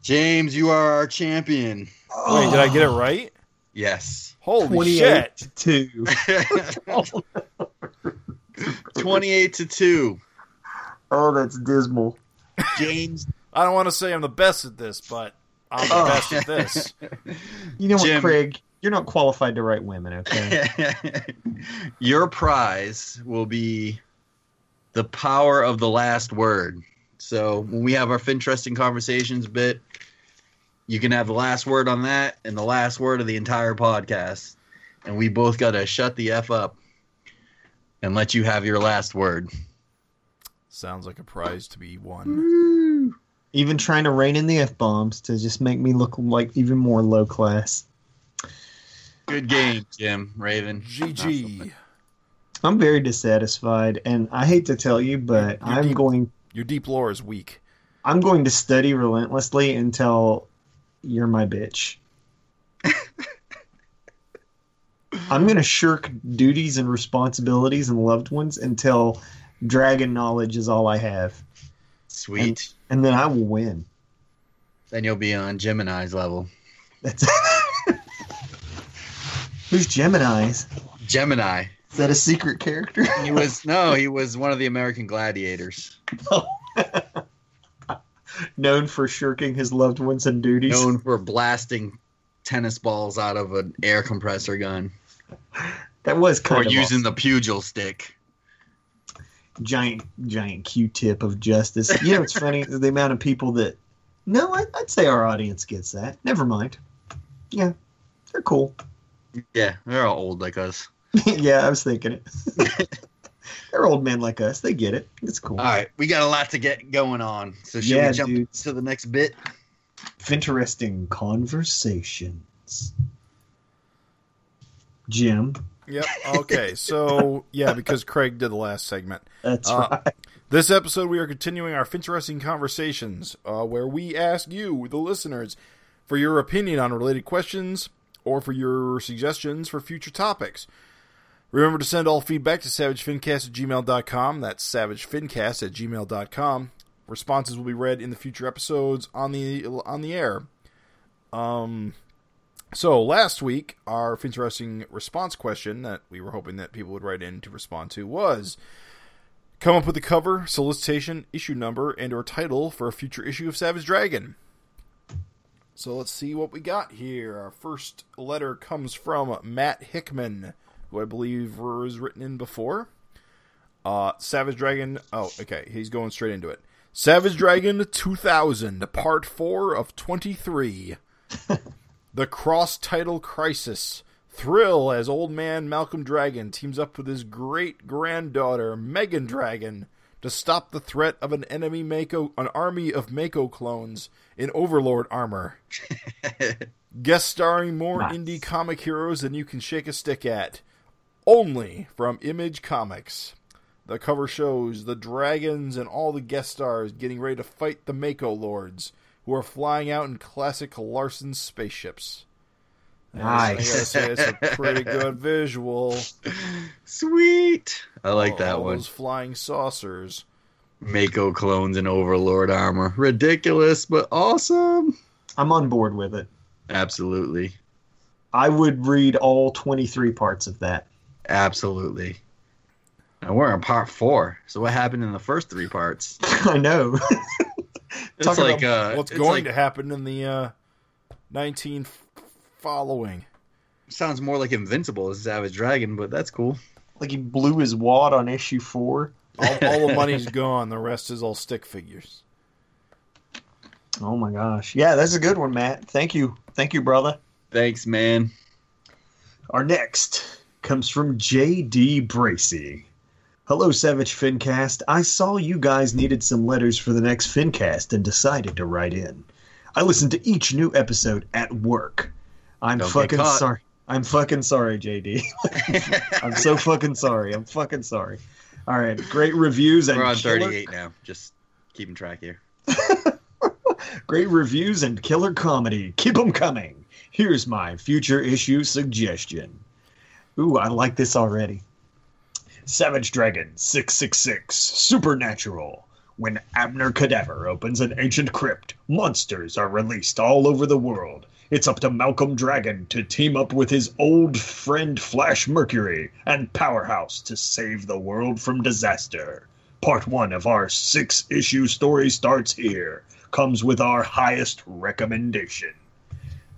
James, you are our champion. Oh. Wait, did I get it right? <laughs> Yes. Holy 28 shit! Oh, to two. 28 to 2. Oh, that's dismal. James, I don't want to say I'm the best at this, but I'm the Oh. best at this. You know Jim. what, Craig? You're not qualified to write women, okay? <laughs> your prize will be the power of the last word. So when we have our Finteresting Conversations bit, you can have the last word on that and the last word of the entire podcast. And we both got to shut the F up and let you have your last word. Sounds like a prize to be won. even trying to rein in the f bombs to just make me look like even more low class. Good game, Jim Raven. GG. I'm very dissatisfied, and I hate to tell you, but You're I'm deep. going Your deep lore is weak. I'm going to study relentlessly until you're my bitch. I'm going to shirk duties and responsibilities and loved ones until dragon knowledge is all I have, Sweet. and then I will win. Then you'll be on Gemini's level. That's <laughs> Who's Gemini's? Gemini. Is that a secret character? He was no, he was one of the American gladiators, Known for shirking his loved ones and duties. known for blasting tennis balls out of an air compressor gun That was or kind of using the pugil stick. giant giant q-tip of justice you know it's funny <laughs> the amount of people that no I, i'd say our audience gets that never mind yeah they're cool <laughs> Yeah, they're all old like us. yeah i was thinking it <laughs> they're old men like us they get it it's cool All right, we got a lot to get going on. So should Yeah, we jump dude. to the next bit? <laughs> interesting conversations jim Yep. Okay. so yeah, because Craig did the last segment. that's Uh, right This episode, we are continuing our interesting conversations, uh, where we ask you, the listeners, for your opinion on related questions or for your suggestions for future topics. Remember to send all feedback to savagefincast at gmail.com. That's savagefincast at gmail.com. Responses will be read in the future episodes on the on the air. Um, so last week, our interesting response question that we were hoping that people would write in to respond to was Come up with a cover, solicitation, issue number, and or title for a future issue of Savage Dragon. So let's see what we got here. Our first letter comes from Matt Hickman, who I believe was written in before. Uh, Savage Dragon. Oh, okay. He's going straight into it. Savage Dragon 2000, Part 4 of 23. the Cross Title Crisis. Thrill as old man Malcolm Dragon teams up with his great granddaughter, Megan Dragon, to stop the threat of an enemy Mako, an army of Mako clones in Overlord armor. Guest starring more Nice. indie comic heroes than you can shake a stick at. Only from Image Comics. The cover shows the dragons and all the guest stars getting ready to fight the Mako lords, who are flying out in classic Larson spaceships. nice I gotta say, <laughs> it's a pretty good visual. Sweet. I like All- that all one. Those flying saucers. Mako clones and Overlord armor. Ridiculous, but awesome. i'm on board with it Absolutely. i would read all 23 parts of that <laughs> Absolutely. Now we're on part four. So what happened in the first three parts? i know It's Talking like uh, What's it's going like- to happen in the uh, 19 f- <laughs> following? sounds more like Invincible as Savage Dragon, but that's cool. like he blew his wad on issue four. All, all the money's gone. The rest is all stick figures. Oh my gosh. Yeah, that's a good one, Matt. Thank you. Thank you, brother. Thanks, <laughs> man. Our next comes from J.D. Bracy. Hello, Savage Fincast. I saw you guys needed some letters for the next Fincast and decided to write in. I listened to each new episode at work. I'm Don't get fucking caught. sorry. I'm fucking sorry, JD. <laughs> I'm so fucking sorry. I'm fucking sorry. All right, great reviews and We're on killer- 38 now. Just keeping track here. Great reviews and killer comedy. Keep 'em coming. Here's my future issue suggestion. Ooh, I like this already. Savage Dragon 666 Supernatural. When Abner Cadaver opens an ancient crypt, monsters are released all over the world. It's up to Malcolm Dragon to team up with his old friend Flash Mercury and Powerhouse to save the world from disaster. Part one of our six issue story starts here comes with our highest recommendation.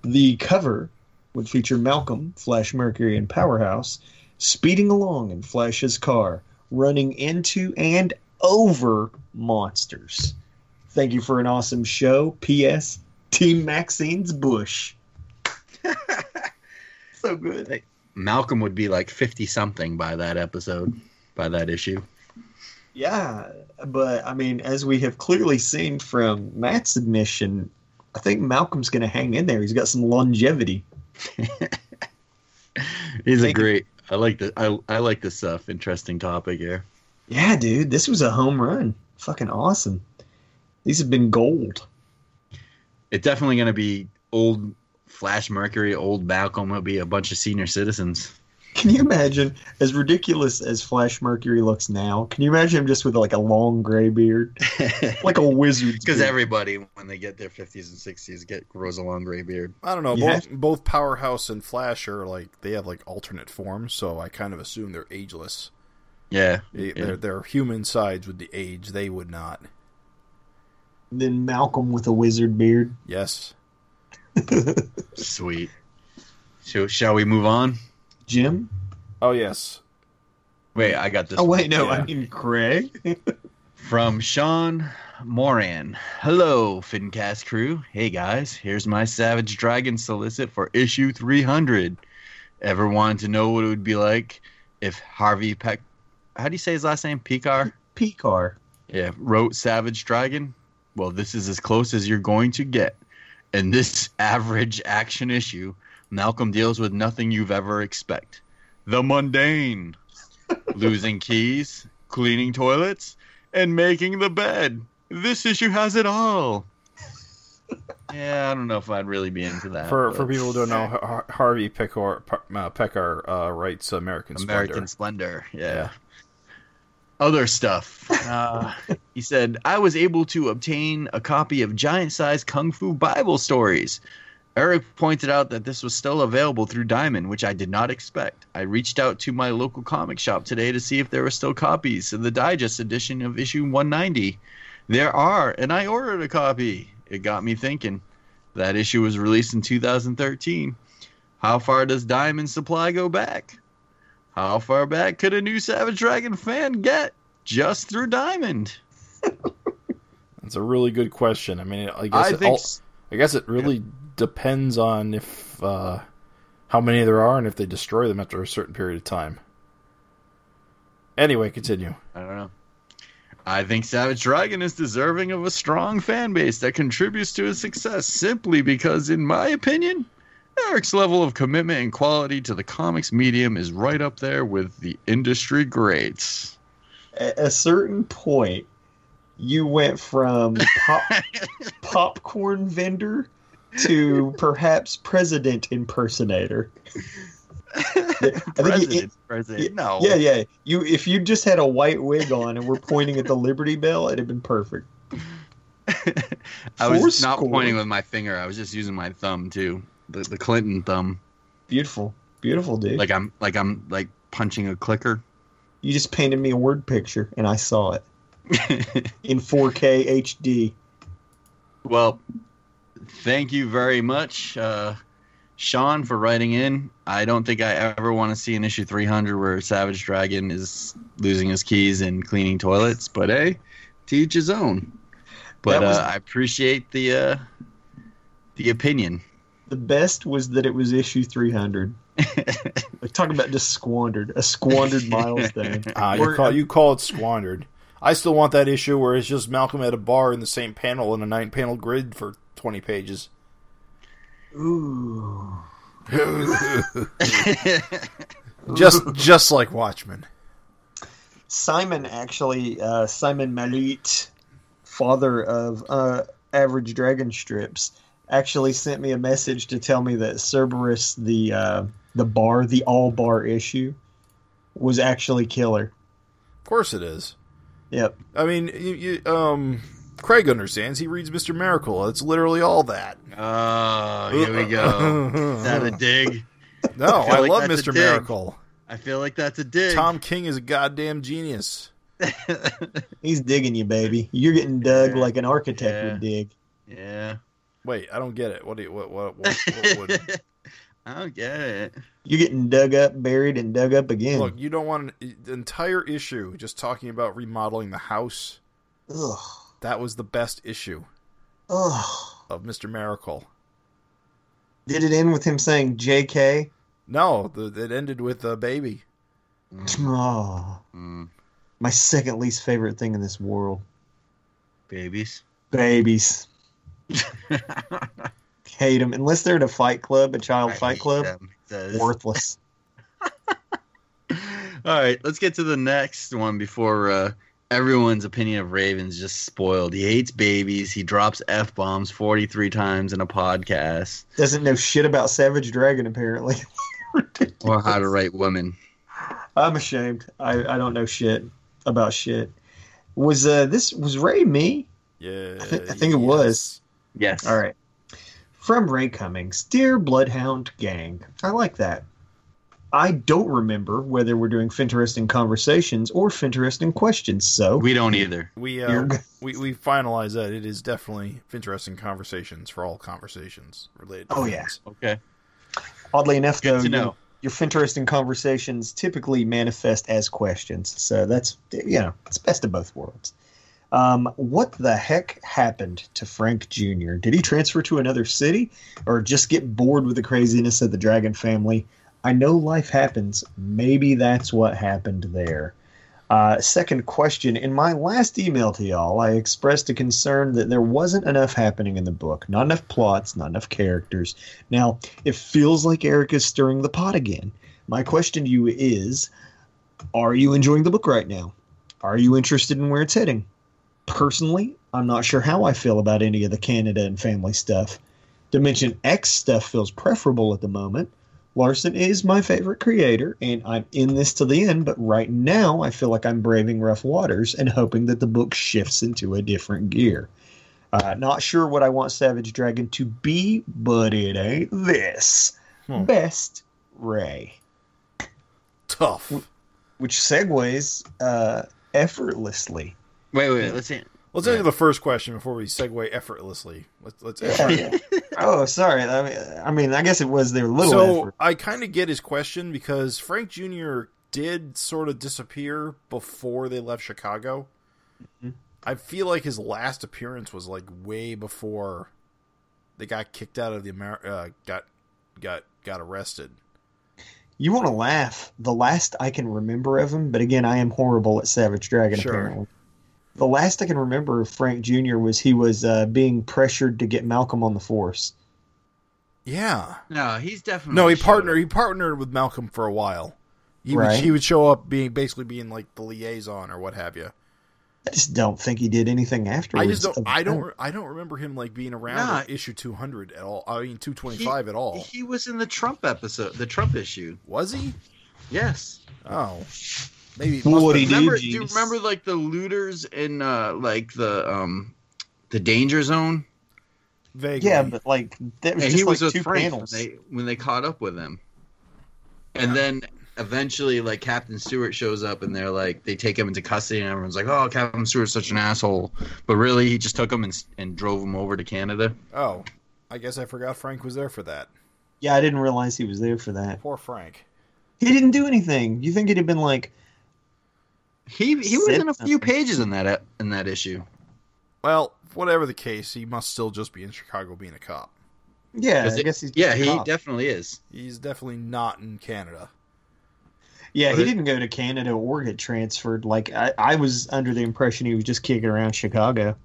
The cover would feature Malcolm, Flash Mercury, and Powerhouse speeding along in Flash's car, running into and over monsters. Thank you for an awesome show. P.S. Team Maxine's Bush. so good. Malcolm would be like 50 something by that episode, by that issue. Yeah, but I mean, as we have clearly seen from Matt's submission, I think Malcolm's going to hang in there. He's got some longevity. He's a Thank great I like the I, I like this stuff. Interesting topic here. Yeah, dude, this was a home run. Fucking awesome. These have been gold. It's definitely going to be old Flash Mercury, old Malcolm. It'll be a bunch of senior <laughs> citizens. Can you imagine, as ridiculous as Flash Mercury looks now, can you imagine him just with like a long gray beard? <laughs> Like a wizard. Because everybody, when they get their 50s and 60s, get grows a long gray beard. I don't know. Yeah. Both, both Powerhouse and Flash are like they have like alternate forms, so I kind of assume they're ageless. Yeah. They, Their their human sides with the age, they would not. Then Malcolm with a wizard beard. Yes. Sweet. So, shall we move on? Jim? Oh yes. Wait, I got this. Oh, wait, no, one. I mean Craig. From Sean Moran. Hello, Fincast crew. Hey, guys. Here's my Savage Dragon solicit for issue 300. Ever wanted to know what it would be like if Harvey Peck. How do you say his last name? Pekar? P-Car. Yeah, wrote Savage Dragon. Well, this is as close as you're going to get. In this average action issue, Malcolm deals with nothing you've ever expect. The mundane. Losing keys, cleaning toilets, and making the bed. This issue has it all. Yeah, I don't know if I'd really be into that. For but- for people who don't know, Har- Har- Harvey Pekar uh, Pekar uh, writes American American American. Splendor. Yeah. Yeah. Other stuff. <laughs> Uh, he said, I was able to obtain a copy of giant sized Kung Fu Bible stories. Eric pointed out that this was still available through Diamond, which I did not expect. I reached out to my local comic shop today to see if there were still copies of the digest edition of issue 190. There are, and I ordered a copy. It got me thinking. That issue was released in 2013. How far does Diamond Supply go back? How far back could a new Savage Dragon fan get just through Diamond? That's a really good question. I mean, I guess I it think all- I guess it really depends on if uh, how many there are and if they destroy them after a certain period of time. Anyway, continue. I don't know. I think Savage Dragon is deserving of a strong fan base that contributes to his success simply because, in my opinion, Eric's level of commitment and quality to the comics medium is right up there with the industry greats. At a certain point, you went from pop, popcorn vendor to perhaps president impersonator. I think you- President, president, no, Yeah, yeah. You if you just had a white wig on and we're pointing at the Liberty Bell, it'd have been perfect. <laughs> I was Four not score. pointing with my finger. I was just using my thumb too, the, the Clinton thumb. Beautiful, beautiful, dude. Like I'm, like I'm, like punching a clicker. you just painted me a word picture and I saw it in 4K HD. <laughs> Well, thank you very much, uh, Sean, for writing in. I don't think I ever want to see an issue 300 where Savage Dragon is losing his keys and cleaning toilets, but hey, to each his own. But That was- uh, I appreciate the uh, the opinion. <laughs> The best was that it was issue 300. like talking about just squandered, a <laughs> squandered milestone. Ah, you Or- call you call it squandered. I still want that issue where it's just Malcolm at a bar in the same panel in a nine panel grid for twenty pages. <laughs> Ooh. Just just like Watchmen. Simon actually, uh, Simon Malit, father of uh, Average Dragon Strips, actually sent me a message to tell me that Cerberus, the uh, the bar, the all bar issue, was actually killer. Of course it is. Yep. I mean, you, you, um, Craig understands. He reads Mister Miracle. It's literally all that. Oh, here <laughs> we go. Is that a dig? no, I, like love that's a Mister dig. Miracle. I feel like that's a dig. Tom King is a goddamn genius. He's digging you, baby. You're getting dug like an architect Yeah. would dig. <laughs> yeah. Wait, I don't get it. What do you, what what what, what <laughs> would I don't get it. You're getting dug up, buried, and dug up again. look? You don't want an, the entire issue just talking about remodeling the house. Ugh. That was the best issue Ugh. of Mister Miracle. Did it end with him saying "JK"? No, the, it ended with a baby. Oh, Mm, my second least favorite thing in this world. babies. Babies. Hate them. Unless they're at a fight club, a child I fight hate club. them. It says- Worthless. All right, let's get to the next one before uh, everyone's opinion of Raven's just spoiled. He hates babies. He drops f bombs forty three times in a podcast. Doesn't know shit about Savage Dragon apparently. <laughs> Or how to write women. I'm ashamed. I, I don't know shit about shit. Was uh this was Ray me? Yeah, I, think I think it was. Yes. All right. From Ray Cummings, dear Bloodhound Gang. I like that. I don't remember whether we're doing Finteresting conversations or Finteresting questions. So We don't either. We You're uh, good. we we finalize that. It is definitely interesting conversations for all conversations related. To Oh, things. yeah. Okay. oddly enough, Good though, to your- know. your Finteresting conversations typically manifest as questions. So that's you know it's best of both worlds. Um, what the heck happened to Frank Jr.? Did he transfer to another city, or just get bored with the craziness of the Dragon family? I know life happens. Maybe that's what happened there. Uh, second question. In my last email to y'all, I expressed a concern that there wasn't enough happening in the book. Not enough plots, not enough characters. Now, it feels like Eric is stirring the pot again. My question to you is Are you enjoying the book right now? Are you interested in where it's heading? Personally, I'm not sure how I feel about any of the Canada and family stuff. Dimension X stuff feels preferable at the moment. Larson is my favorite creator, and I'm in this to the end, but right now I feel like I'm braving rough waters and hoping that the book shifts into a different gear. Uh, not sure what I want Savage Dragon to be, but it ain't this. Hmm. Best Ray. Tough. Which segues uh, <laughs> effortlessly. Wait, wait. Let's see. Let's answer the first question before we segue effortlessly. Let's let's. oh, sorry. I mean, I mean, I guess it was their little so effort. I kind of get his question because Frank Jr. did sort of disappear before they left Chicago. Mhm. I feel like his last appearance was like way before they got kicked out of the Amer- uh, got got got arrested. You want to laugh. The last I can remember of him, but again, I am horrible at Savage Dragon, Sure. apparently. The last I can remember of Frank Jr. was he was uh, being pressured to get Malcolm on the force. Yeah. No, he's definitely Hmm. No, he showed partnered. He partnered with Malcolm for a while. He would, Right. he would show up being basically being like the liaison or what have you. I just don't think he did anything I afterwards. just don't. of I that. don't. re- I don't remember him like being around Nah. at issue two hundred at all. I mean two twenty five at all. He was in the Trump episode, the Trump issue. Was he? Yes. Oh, maybe. Well, what must he have- did- Remember? Do Genius. you remember like the looters in uh like the um the danger zone? Vaguely. Yeah, but like that was Yeah, just he was like with two Frank panels. When, they, when they caught up with him, and then eventually, like Captain Stewart shows up, and they're like, they take him into custody, and everyone's like, "Oh, Captain Stewart's such an asshole," but really, he just took him and and drove him over to Canada. Oh, I guess I forgot Frank was there for that. Yeah, I didn't realize he was there for that. Poor Frank. He didn't do anything. You think it'd have been like, He he was Said in a few pages in that e- in that issue. Well, whatever the case, he must still just be in Chicago being a cop. yeah, Is I it- guess he's Yeah, a he cop. definitely is. He's definitely not in Canada. yeah, he Right. didn't go to Canada or get transferred. Like I, I was under the impression he was just kicking around Chicago.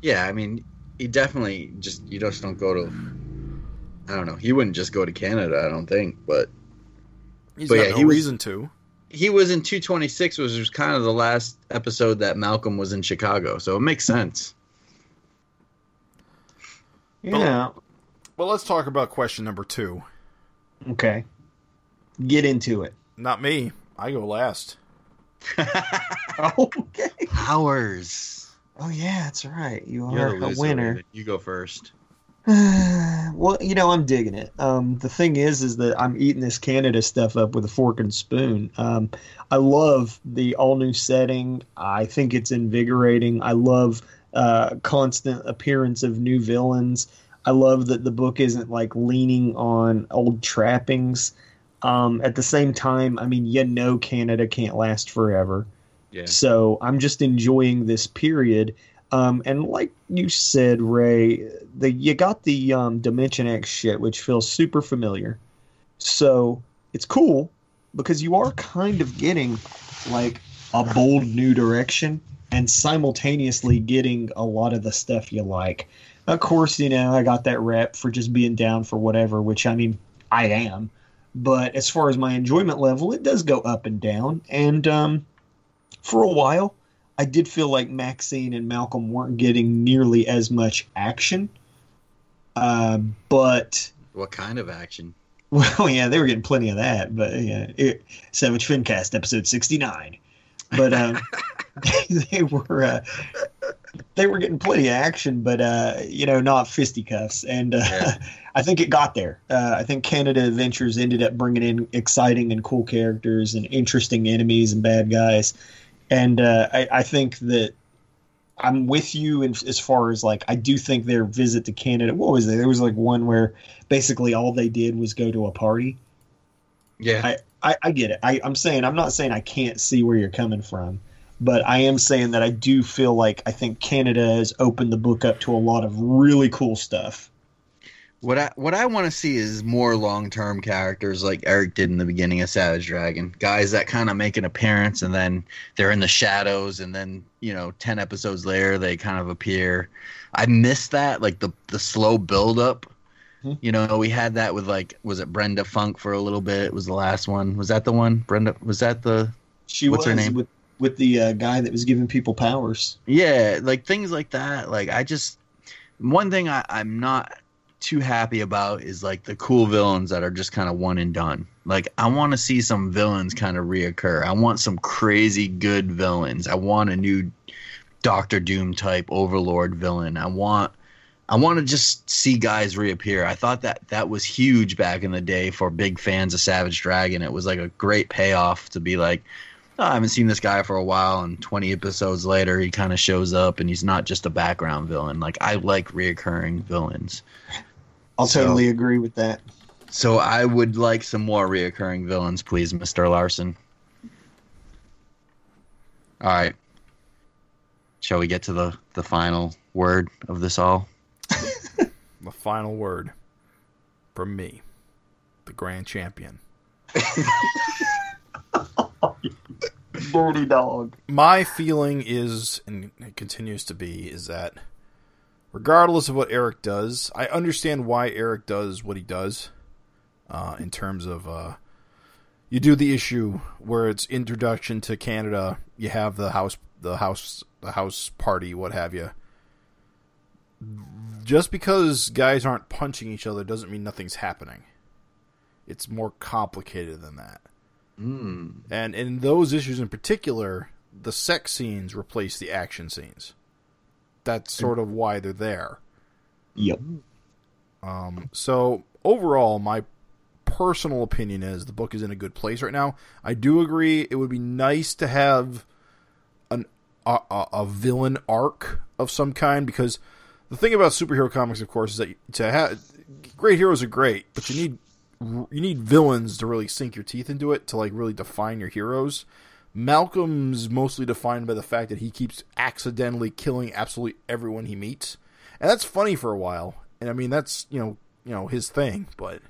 Yeah, I mean, he definitely just you just don't go to. I don't know. He wouldn't just go to Canada, I don't think, but He's But got yeah, no he was- reason to. he was in 226 which was kind of the last episode that malcolm was in chicago so it makes <laughs> sense Oh. Yeah. Well, let's talk about question number two. Okay. Get <laughs> into it. <laughs> Not me. I go last. Okay. powers Oh yeah, that's right. You You're are the a loser, winner. Raven. you go first <sighs> well, you know, I'm digging it. Um, the thing is, is that I'm eating this Canada stuff up with a fork and spoon. Um, I love the all new setting. I think it's invigorating. I love uh, constant appearance of new villains. I love that the book isn't like leaning on old trappings. Um, at the same time, I mean, you know, Canada can't last forever. yeah So I'm just enjoying this period. Um, and like you said, Ray, the you got the um, Dimension X shit, which feels super familiar. So it's cool because you are kind of getting like a bold new direction and simultaneously getting a lot of the stuff you like. Of course, you know, I got that rep for just being down for whatever, which I mean, I am. But as far as my enjoyment level, it does go up and down. And um, for a while, I did feel like Maxine and Malcolm weren't getting nearly as much action. Uh, but What kind of action? well, <laughs> yeah, they were getting plenty of that. But yeah, it, Savage Fincast episode sixty nine. But um, <laughs> they were uh, they were getting plenty of action, but uh, you know, not fisticuffs. And uh, Yeah. <laughs> I think it got there. Uh, I think Canada Adventures ended up bringing in exciting and cool characters and interesting enemies and bad guys. And uh, I, I think that I'm with you in, as far as like I do think their visit to Canada. What was it? There was like one where basically all they did was go to a party. Yeah. I, I get it. I, I'm saying I'm not saying I can't see where you're coming from, but I am saying that I do feel like I think Canada has opened the book up to a lot of really cool stuff. What I what I want to see is more long term characters like Eric did in the beginning of Savage Dragon. Guys that kind of make an appearance and then they're in the shadows and then, you know, 10 episodes later they kind of appear. I miss that like the the slow build up. Mhm. You know, we had that with like was it Brenda Funk for a little bit? Was the last one. Was that the one? Brenda was that the She What's her was name? with with the uh, guy that was giving people powers. Yeah, like things like that. Like I just one thing I, I'm not too happy about is like the cool villains that are just kind of one and done. Like I want to see some villains kind of reoccur. I want some crazy good villains. I want a new Doctor Doom type Overlord villain. I want I want to just see guys reappear. I thought that that was huge back in the day for big fans of Savage Dragon. It was like a great payoff to be like, "Oh, I haven't seen this guy for a while, and 20 episodes later, he kind of shows up and he's not just a background villain. Like, I like reoccurring villains. I'll So- totally agree with that. So I would like some more reoccurring villains, please, Mr. Larson. All right. Shall we get to the, the final word of this all? The final word from me, the grand champion. Dirty dog. my feeling is, and it continues to be, is that regardless of what Eric does, I understand why Eric does what he does. Uh, in terms of, uh, you do the issue where it's introduction to Canada. You have the house, the house, the house party, what have you. Just because guys aren't punching each other doesn't mean nothing's happening. It's more complicated than that. Mm. And in those issues in particular, the sex scenes replace the action scenes. That's sort of why they're there. Yep. Um, so overall, my personal opinion is the book is in a good place right now. I do agree it would be nice to have an a, a, a villain arc of some kind because the thing about superhero comics, of course, is that to have great heroes are great, but you need you need villains to really sink your teeth into it to like really define your heroes. Malcolm's mostly defined by the fact that he keeps accidentally killing absolutely everyone he meets, and that's funny for a while. And I mean, that's you know, you know, his thing. But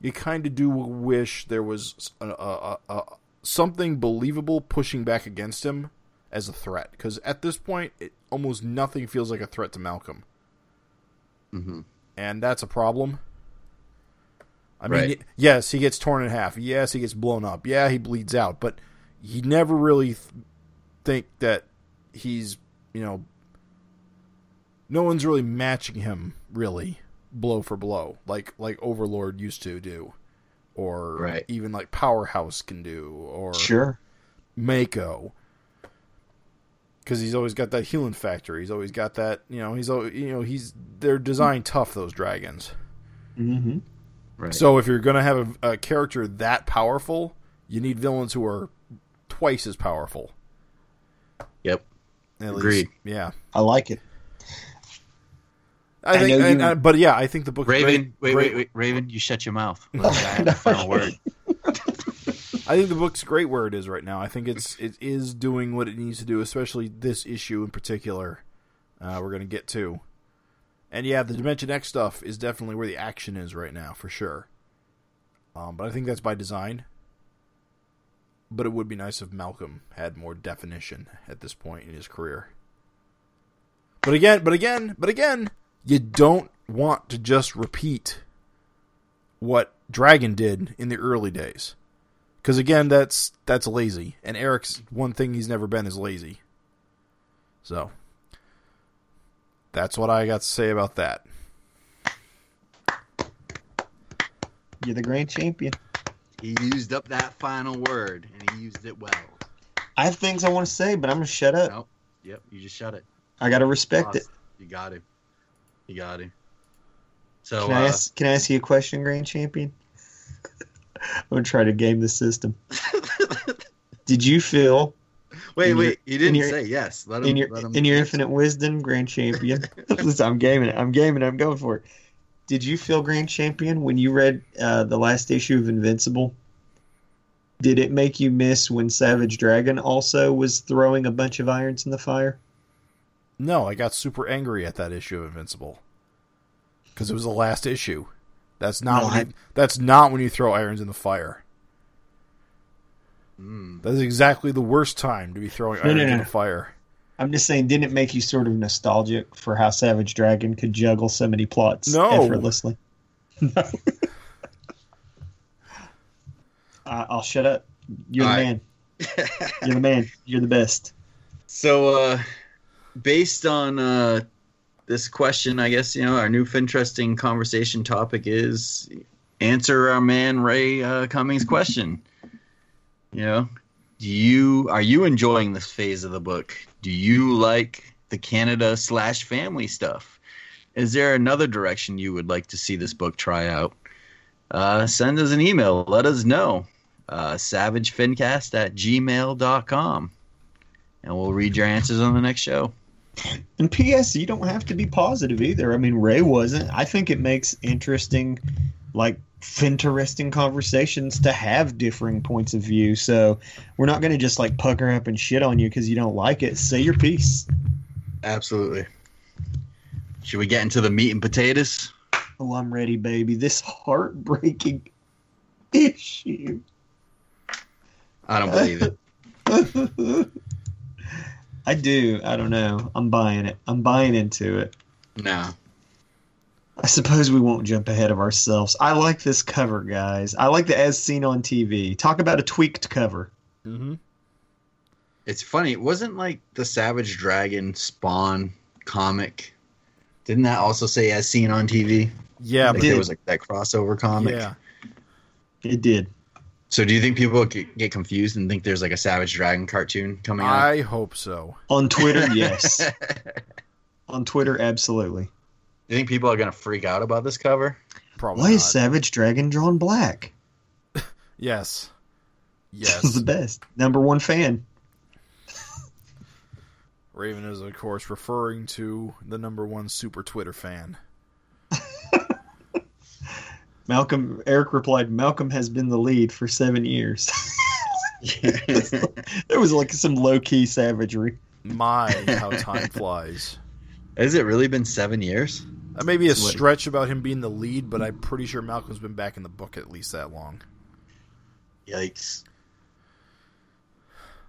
you kind of do wish there was a, a, a, a- something believable pushing back against him as a threat, because at this point, it, almost nothing feels like a threat to Malcolm, hmm and that's a problem. I mean, Right. y- yes, he gets torn in half. Yes, he gets blown up. Yeah, he bleeds out, but you never really th- think that he's, you know, no one's really matching him really blow for blow like like Overlord used to do or Right. even like Powerhouse can do or Sure. Mako cuz he's always got that healing factor. He's always got that, you know, he's al- you know, he's they're designed tough those dragons. Mm-hmm. Right. So if you're going to have a, a character that powerful, you need villains who are twice as powerful. Yep. At Agreed. least, yeah. I like it. I, I think, know and, you- uh, but yeah, I think the book. is Raven, great, wait, great- wait, wait, Raven, you shut <laughs> your mouth. Let the guy have the final word. I think the book's great where it is right now. I think it's it is doing what it needs to do, especially this issue in particular. Uh, we're gonna get to, and yeah, the Dimension X stuff is definitely where the action is right now for sure. Um, but I think that's by design. But it would be nice if Malcolm had more definition at this point in his career. But again, but again, but again, you don't want to just repeat what Dragon did in the early days. Because again, that's that's lazy, and Eric's one thing he's never been is lazy. So that's what I got to say about that. You're the grand champion. He used up that final word, and he used it well. I have things I want to say, but I'm gonna shut up. Nope. Yep, you just shut it. I gotta respect Lost. it. You got him. You got him. So Can I uh, ask? Can I ask you a question, Grand Champion? <laughs> I'm gonna try to game the system. Did you feel wait, in your- wait. He didn't your- say yes. Let him. in your let him in your answer. infinite wisdom, Grand Champion? <laughs> Listen, I'm gaming it. I'm gaming it. I'm going for it. Did you feel Grand Champion when you read uh, the last issue of Invincible? Did it make you miss when Savage Dragon also was throwing a bunch of irons in the fire? No, I got super angry at that issue of Invincible because it was the last issue. That's not No, when I- you, that's not when you throw irons in the fire. <laughs> Mm. That is exactly the worst time to be throwing No, no, irons in no. the fire. I'm just saying, didn't it make you sort of nostalgic for how Savage Dragon could juggle so many plots No. effortlessly? No. I I'll shut up. You're All the right. man. You're the man. You're the best. So, uh, based on uh, this question, I guess you know our new interesting conversation topic is answer our man Ray uh, Cummings question. <laughs> You know, do you are you enjoying this phase of the book? Do you like the Canada slash family stuff? Is there another direction you would like to see this book try out? Uh, send us an email. Let us know. Uh, savagefincast at gmail.com and we'll read your answers on the next show. And P.S. You don't have to be positive either. I mean, Ray wasn't. I think it makes interesting, like, interesting conversations to have differing points of view. So we're not going to just like pucker up and shit on you because you don't like it. Say your piece. Absolutely. Should we get into the meat and potatoes? Oh, I'm ready, baby. This heartbreaking <laughs> issue. <laughs> I don't believe <laughs> it. I do. I don't know. I'm buying it. I'm buying into it. No. I suppose we won't jump ahead of ourselves. I like this cover, guys. I like the as seen on TV. Talk about a tweaked cover. Mm-hmm. It's funny. It wasn't like the Savage Dragon Spawn comic. Didn't that also say as seen on TV? Yeah, but I think did. there was like that crossover comic. yeah. It did. So do you think people get get confused and think there's like a Savage Dragon cartoon coming <laughs> out? I hope so. On Twitter, yes. do on Twitter, absolutely. you think people are going to freak out about this cover? Probably. Why not. is Savage Dragon drawn black? <laughs> Yes. This is Yes. the best. Number one fan. Raven is, of course, referring to the number one super Twitter fan. Malcolm Eric replied, Malcolm has been the lead for seven years. <laughs> there was like some low key savagery. My, <laughs> how time flies. Has it really been seven years? That may be a It's like- stretch about him being the lead, but I'm pretty sure Malcolm's been back in the book at least that long. Yikes.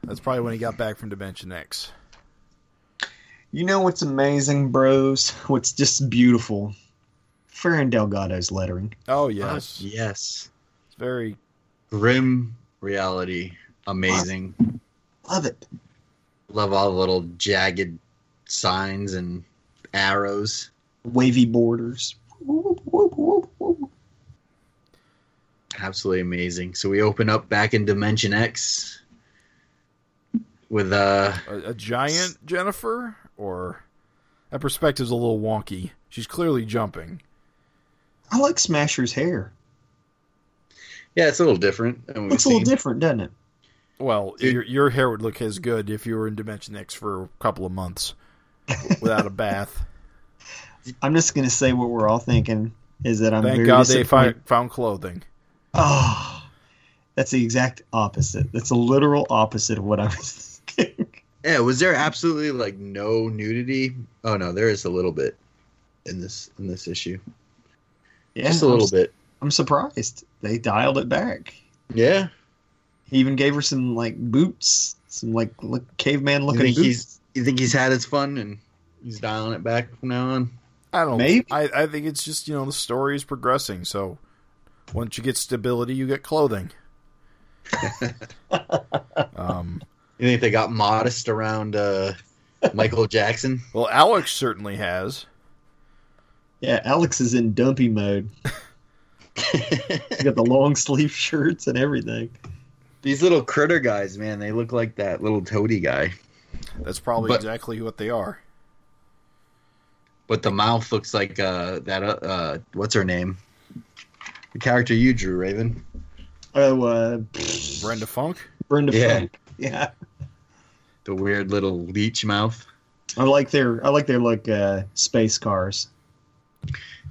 That's probably when he got back from Dimension X. You know what's amazing, bros? What's just beautiful? Farron Delgado's lettering. Oh yes, Yes. It's very grim reality amazing Love it. love all the little jagged signs and arrows Wavy borders. Whoop, whoop, whoop, whoop. absolutely amazing so we open up back in dimension x with uh a, a giant Jennifer, or that perspective's a little wonky. She's clearly jumping. I like Smasher's hair. yeah it's a little different than we've Looks a little seen different, doesn't it? Well, Dude. your your hair would look as good if you were in Dimension X for a couple of months without a bath. I'm just gonna say what we're all thinking is that <laughs> I'm Thank very God they disappointed. fi- found clothing. Oh, that's the exact opposite. That's a literal opposite of what I was <laughs> thinking. yeah was there absolutely like no nudity oh no there is a little bit in this in this issue Yeah, just a little bit I'm surprised they dialed it back. yeah He even gave her some like boots, some like look, caveman you looking think boots. he's you think he's had his fun and he's dialing it back from now on I don't. Maybe. I I think it's just you know the story is progressing, so Once you get stability, you get <laughs> clothing. um, You think they got modest around uh, Michael Jackson? well, Alex certainly has. Yeah, Alex is in dumpy mode. He's got the long sleeve shirts and everything. These little critter guys, man, they look like that little toady guy. That's probably But- exactly what they are. But the mouth looks like uh, that. Uh, uh, what's her name? The character you drew, Raven. Oh, uh, Brenda Funk. Brenda Yeah. Funk. Yeah, The weird little leech mouth. I like their I like their like uh, space cars.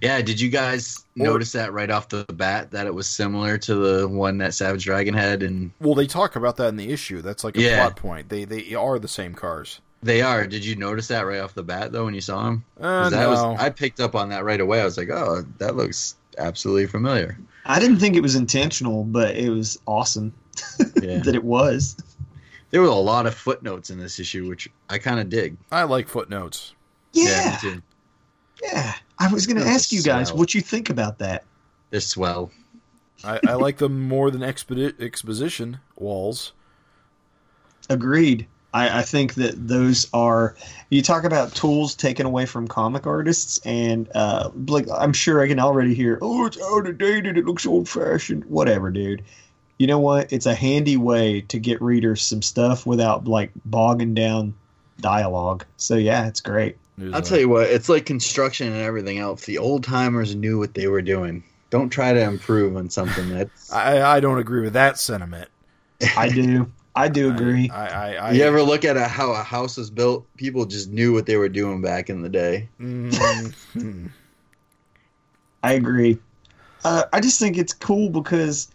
Yeah, did you guys Or- notice that right off the bat that it was similar to the one that Savage Dragon had? And Well, they talk about that in the issue. That's like a Yeah. plot point. They they are the same cars. they are. Did you notice that right off the bat though when you saw him? Uh, that no. was, I picked up on that right away. I was like, oh, that looks absolutely <laughs> familiar. I didn't think it was intentional, but it was awesome Yeah, that it was. there were a lot of footnotes in this issue, which I kind of dig. I like footnotes. Yeah, me too. yeah. I was going to That's ask you guys so- what you think about that. they're swell. I, I like them more than expedi- exposition walls. Agreed. I, I think that those are you talk about tools taken away from comic artists, and uh, like I'm sure I can already hear, oh, it's outdated, it looks old fashioned, whatever, dude. You know what? It's a handy way to get readers some stuff without like bogging down dialogue. So yeah, it's great. There's I'll a- tell you what, it's like construction and everything else. The old timers knew what they were doing. Don't try to improve on something <laughs> that's. I, I don't agree with that sentiment. I do, I <laughs> do I- agree. I, I, I, you ever look at a, how a house is built? People just knew what they were doing back in the day. Mm, hmm. I agree. Uh, I just think it's cool because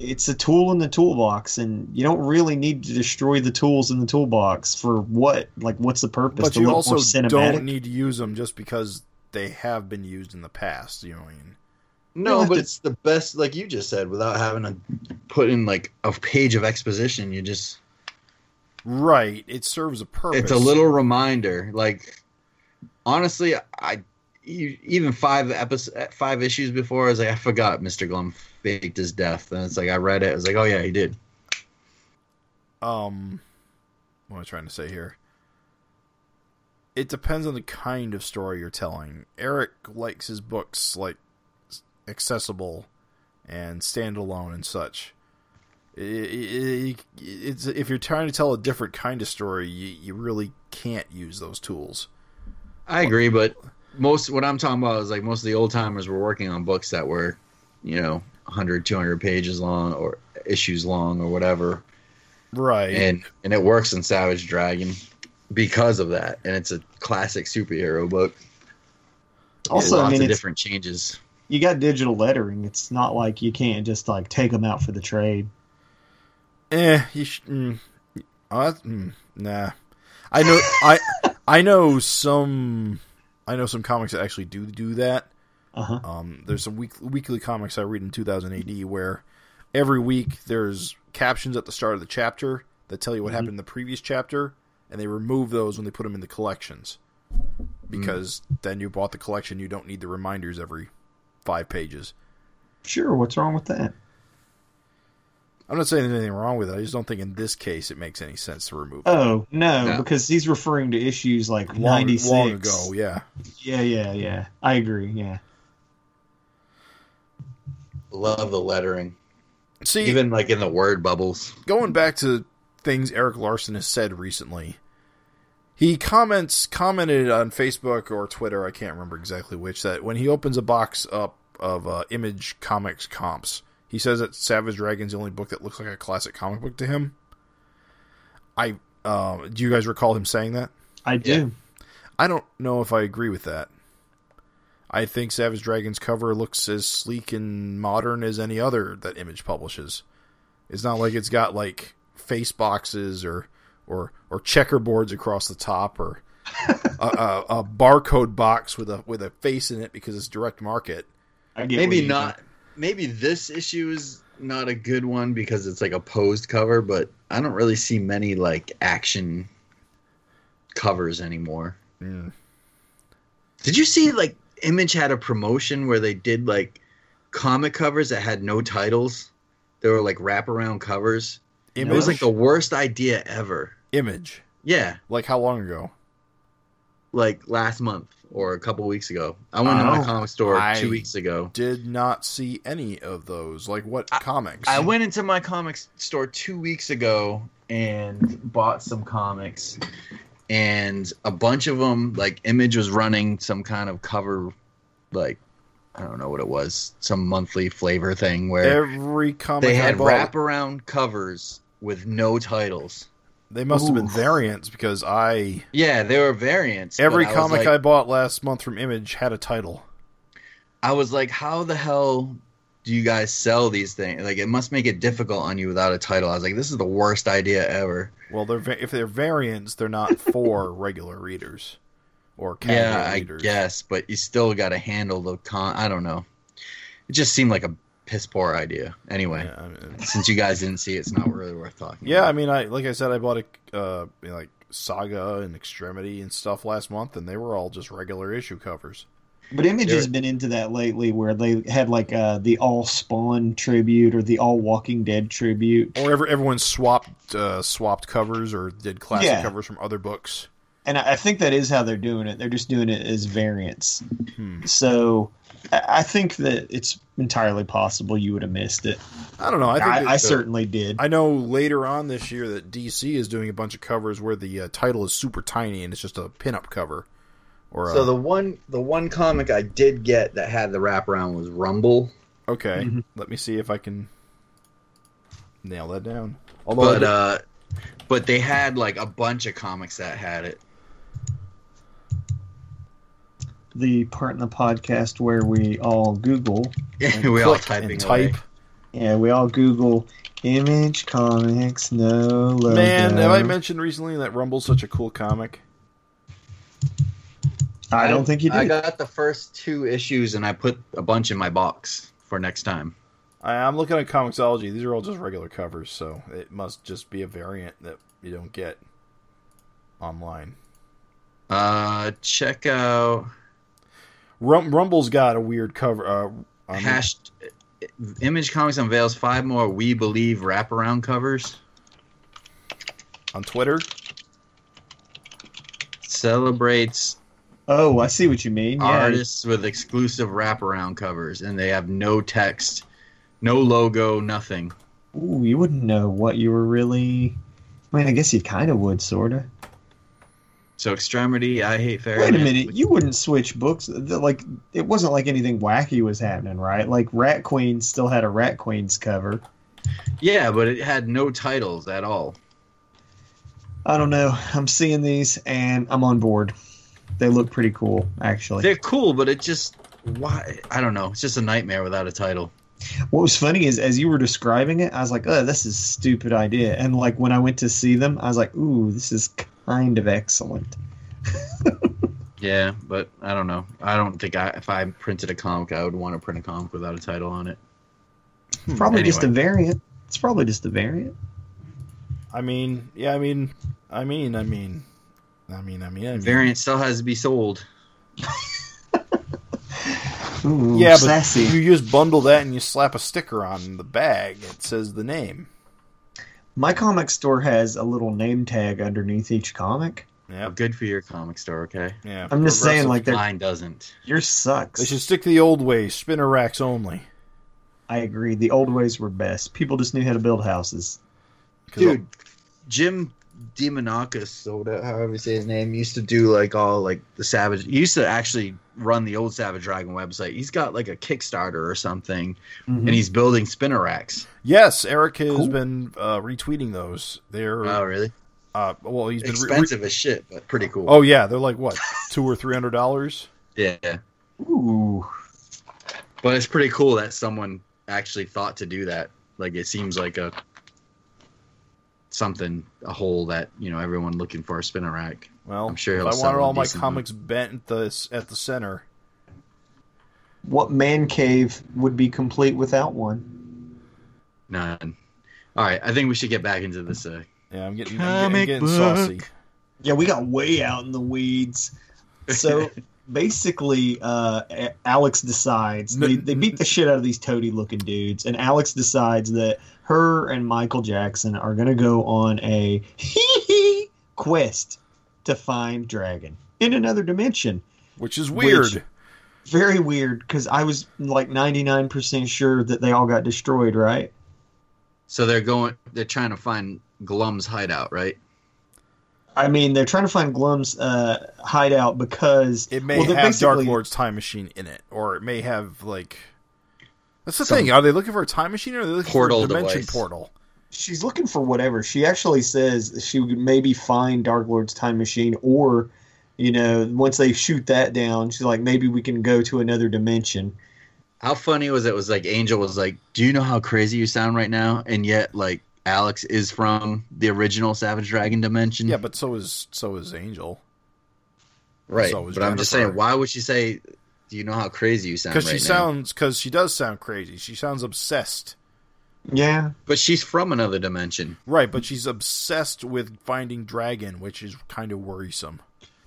it's a tool in the toolbox, and you don't really need to destroy the tools in the toolbox for what? Like, what's the purpose? but to you look also more cinematic? don't need to use them just because they have been used in the past. You know what I mean? You'll No, have but to- it's the best, like you just said, without having to put in like a page of exposition. You just, Right. It serves a purpose. it's a little reminder. Like, honestly, I e- even five episodes, five issues before, I was like, I forgot Mr. Glum faked his death. And it's like, I read it. I was like, oh yeah, he did. Um, what am I trying to say here? It depends on the kind of story you're telling. Eric likes his books like s- accessible and standalone and such. I- I- I- It's if you're trying to tell a different kind of story, you, you really can't use those tools. I agree, but most what I'm talking about is like most of the old timers were working on books that were, you know, 100, 200 pages long or issues long or whatever. Right. and and it works in Savage Dragon because of that, and it's a classic superhero book. Also, I lots mean, of it's, different changes. you got digital lettering. It's not like you can't just like take them out for the trade. Eh, you sh- mm, Oh, that's- mm, nah. I know I I know some I know some comics that actually do do that. Uh huh. Um, there's some week, weekly comics I read in 2000 AD where every week there's captions at the start of the chapter that tell you what happened in the previous chapter, and they remove those when they put them in the collections because then you bought the collection, you don't need the reminders every five pages. Sure. What's wrong with that? I'm not saying there's anything wrong with it. I just don't think in this case it makes any sense to remove it. Oh no, No. because he's referring to issues like long, ninety six. long ago. Yeah, Yeah, yeah, yeah. I agree. Yeah. Love the lettering, see, even like in the word bubbles. going back to things Eric Larson has said recently, he comments commented on Facebook or Twitter, I can't remember exactly which, that when he opens a box up of uh, Image Comics comps, he says that Savage Dragon's the only book that looks like a classic comic book to him. I uh, do you guys recall him saying that? I do. I don't know if I agree with that. I think Savage Dragon's cover looks as sleek and modern as any other that Image publishes. It's not like it's got like face boxes or or or checkerboards across the top <laughs> or a, a, a barcode box with a with a face in it because it's direct market. I get what Maybe you not. Maybe this issue is not a good one because it's like a posed cover, but I don't really see many like action covers anymore. Did you see like Image had a promotion where they did like comic covers that had no titles. They were like wraparound covers. Image, It was like the worst idea ever. image. Yeah, Like how long ago? like last month or a couple weeks ago. I went to Oh. my comic store I- two weeks ago. Did not see any of those. Like what comics? I went into my comics store two weeks ago and bought some comics, and a bunch of them, like Image was running some kind of cover, like I don't know what it was, some monthly flavor thing where Every comic they had I bought, wraparound covers with no titles. They must have been Ooh. variants because I Yeah, they were variants. but every I was comic like- I bought last month from Image had a title. I was like, how the hell do you guys sell these things? Like, it must make it difficult on you without a title. I was like, this is the worst idea ever. Well, they're va- if they're variants, they're <laughs> not for regular readers or casual yeah, I readers. guess, but you still got to handle the con. I don't know. It just seemed like a piss poor idea. Anyway, Yeah, I mean, since you guys didn't see it, it's not really worth talking. yeah, I about. mean, I like I said, I bought a uh, you know, like Saga and Extremity and stuff last month, and they were all just regular issue covers. But Image They're- has been into that lately, where they had like uh, the All Spawn tribute or the All Walking Dead tribute, Or ever, everyone swapped uh, swapped covers or did classic Yeah. covers from other books. and I I think that is how they're doing it. They're just doing it as variants. Hmm. So I I think that it's entirely possible you would have missed it. I don't know. I, think I, that- I, certainly did. I know later on this year that DC is doing a bunch of covers where the uh, title is super tiny and it's just a pinup cover. Or so a, the one the one comic I did get that had the wraparound was Rumble, uh, okay, Mhm. let me see if I can nail that down. Although I but did- uh, but they had like a bunch of comics that had it. <laughs> the part in the podcast where we all Google. we click all uh, typing and away. type. Yeah, we all Google Image Comics. No logo. Man, have I mentioned recently that Rumble's such a cool comic? I don't think you did. I got the first two issues and I put a bunch in my box for next time. I, I'm looking at Comixology. These are all just regular covers, so it must just be a variant that you don't get online. Uh, check out Rum, Rumble's got a weird cover. Uh, on the- hash Image Comics unveils five more We Believe wraparound covers. on Twitter. Celebrates oh, I see what you mean. Yeah. artists with exclusive wraparound covers, and they have no text, no logo, nothing. Ooh, you wouldn't know what you were really. I mean, I guess you kind of would, sort of. So Extremity, I Hate Fairy. Wait a minute, you wouldn't switch books. The- like, it wasn't like anything wacky was happening, right? Like, Rat Queen still had a Rat Queen's cover. Yeah, but it had no titles at all. I don't know. I'm seeing these and I'm on board. They look pretty cool, actually. They're cool, but it just why I don't know. It's just a nightmare without a title. What was funny is as you were describing it, I was like, "Oh, this is a stupid idea." And like when I went to see them, I was like, "Ooh, this is kind of excellent." Yeah, but I don't know. I don't think I if I printed a comic, I would want to print a comic without a title on it. Probably just a anyway. variant. It's probably just a variant. I mean, yeah, I mean, I mean, I mean, I mean, I mean, I mean. Variant still has to be sold. Ooh, Yeah, but sassy. you just bundle that and you slap a sticker on the bag. It says the name. My comic store has a little name tag underneath each comic. Yeah, Good for your comic store, okay? yeah. I'm just saying, like, they're Mine doesn't. yours sucks. They should stick to the old way. Spinner racks only. I agree. The old ways were best. People just knew how to build houses. 'Cause uh, Dude, Jim Demonakis, or whatever- however you say his name, used to do like all like the Savage. He used to actually run the old Savage Dragon website. He's got like a Kickstarter or something, Mm-hmm. and he's building spinner racks. all- yes, Eric has Cool. been uh, retweeting those. They're Oh, really? uh, well, he's been re- re- Expensive as shit, but pretty cool. oh yeah, they're like what <laughs> two or three hundred dollars. yeah. Ooh, But it's pretty cool that someone actually thought to do that. Like it seems like a something a hole that you know everyone looking for a spinner rack. Well, I'm sure if he'll I sell wanted a all my decent comics bent at the at the center. what man cave would be complete without one? None. All right, I think we should get back into this. Uh, Yeah, I'm getting, I'm Comic getting, getting book. saucy. <laughs> Yeah, we got way out in the weeds. So basically uh, A- Alex decides No- they, they beat the shit out of these toady looking dudes, and Alex decides that her and Michael Jackson are gonna go on a quest to find Dragon in another dimension. which is Which- weird. Very weird because I was like ninety nine percent sure that they all got destroyed. Right? So they're going. They're trying to find Glum's hideout, right? I mean, they're trying to find Glum's uh, hideout because it may well, they're have Dark basically- Lord's time machine in it, or it may have like. That's the Some thing. Are they looking for a time machine or are they looking portal for a dimension device. portal? She's looking for whatever. She actually says she would maybe find Dark Lord's time machine, or, you know, once they shoot that down, she's like, maybe we can go to another dimension. How funny was it? Was like Angel was like, "Do you know how crazy you sound right now?" And yet, like Alex is from the original Savage Dragon dimension. Yeah, but so is so is Angel right. so was but I'm just Jennifer. saying, why would she say, "Do you know how crazy you sound?" because Because she sounds because she does sound crazy. She sounds obsessed, Yeah. But she's from another dimension. right? But she's obsessed with finding Dragon, which is kind of worrisome.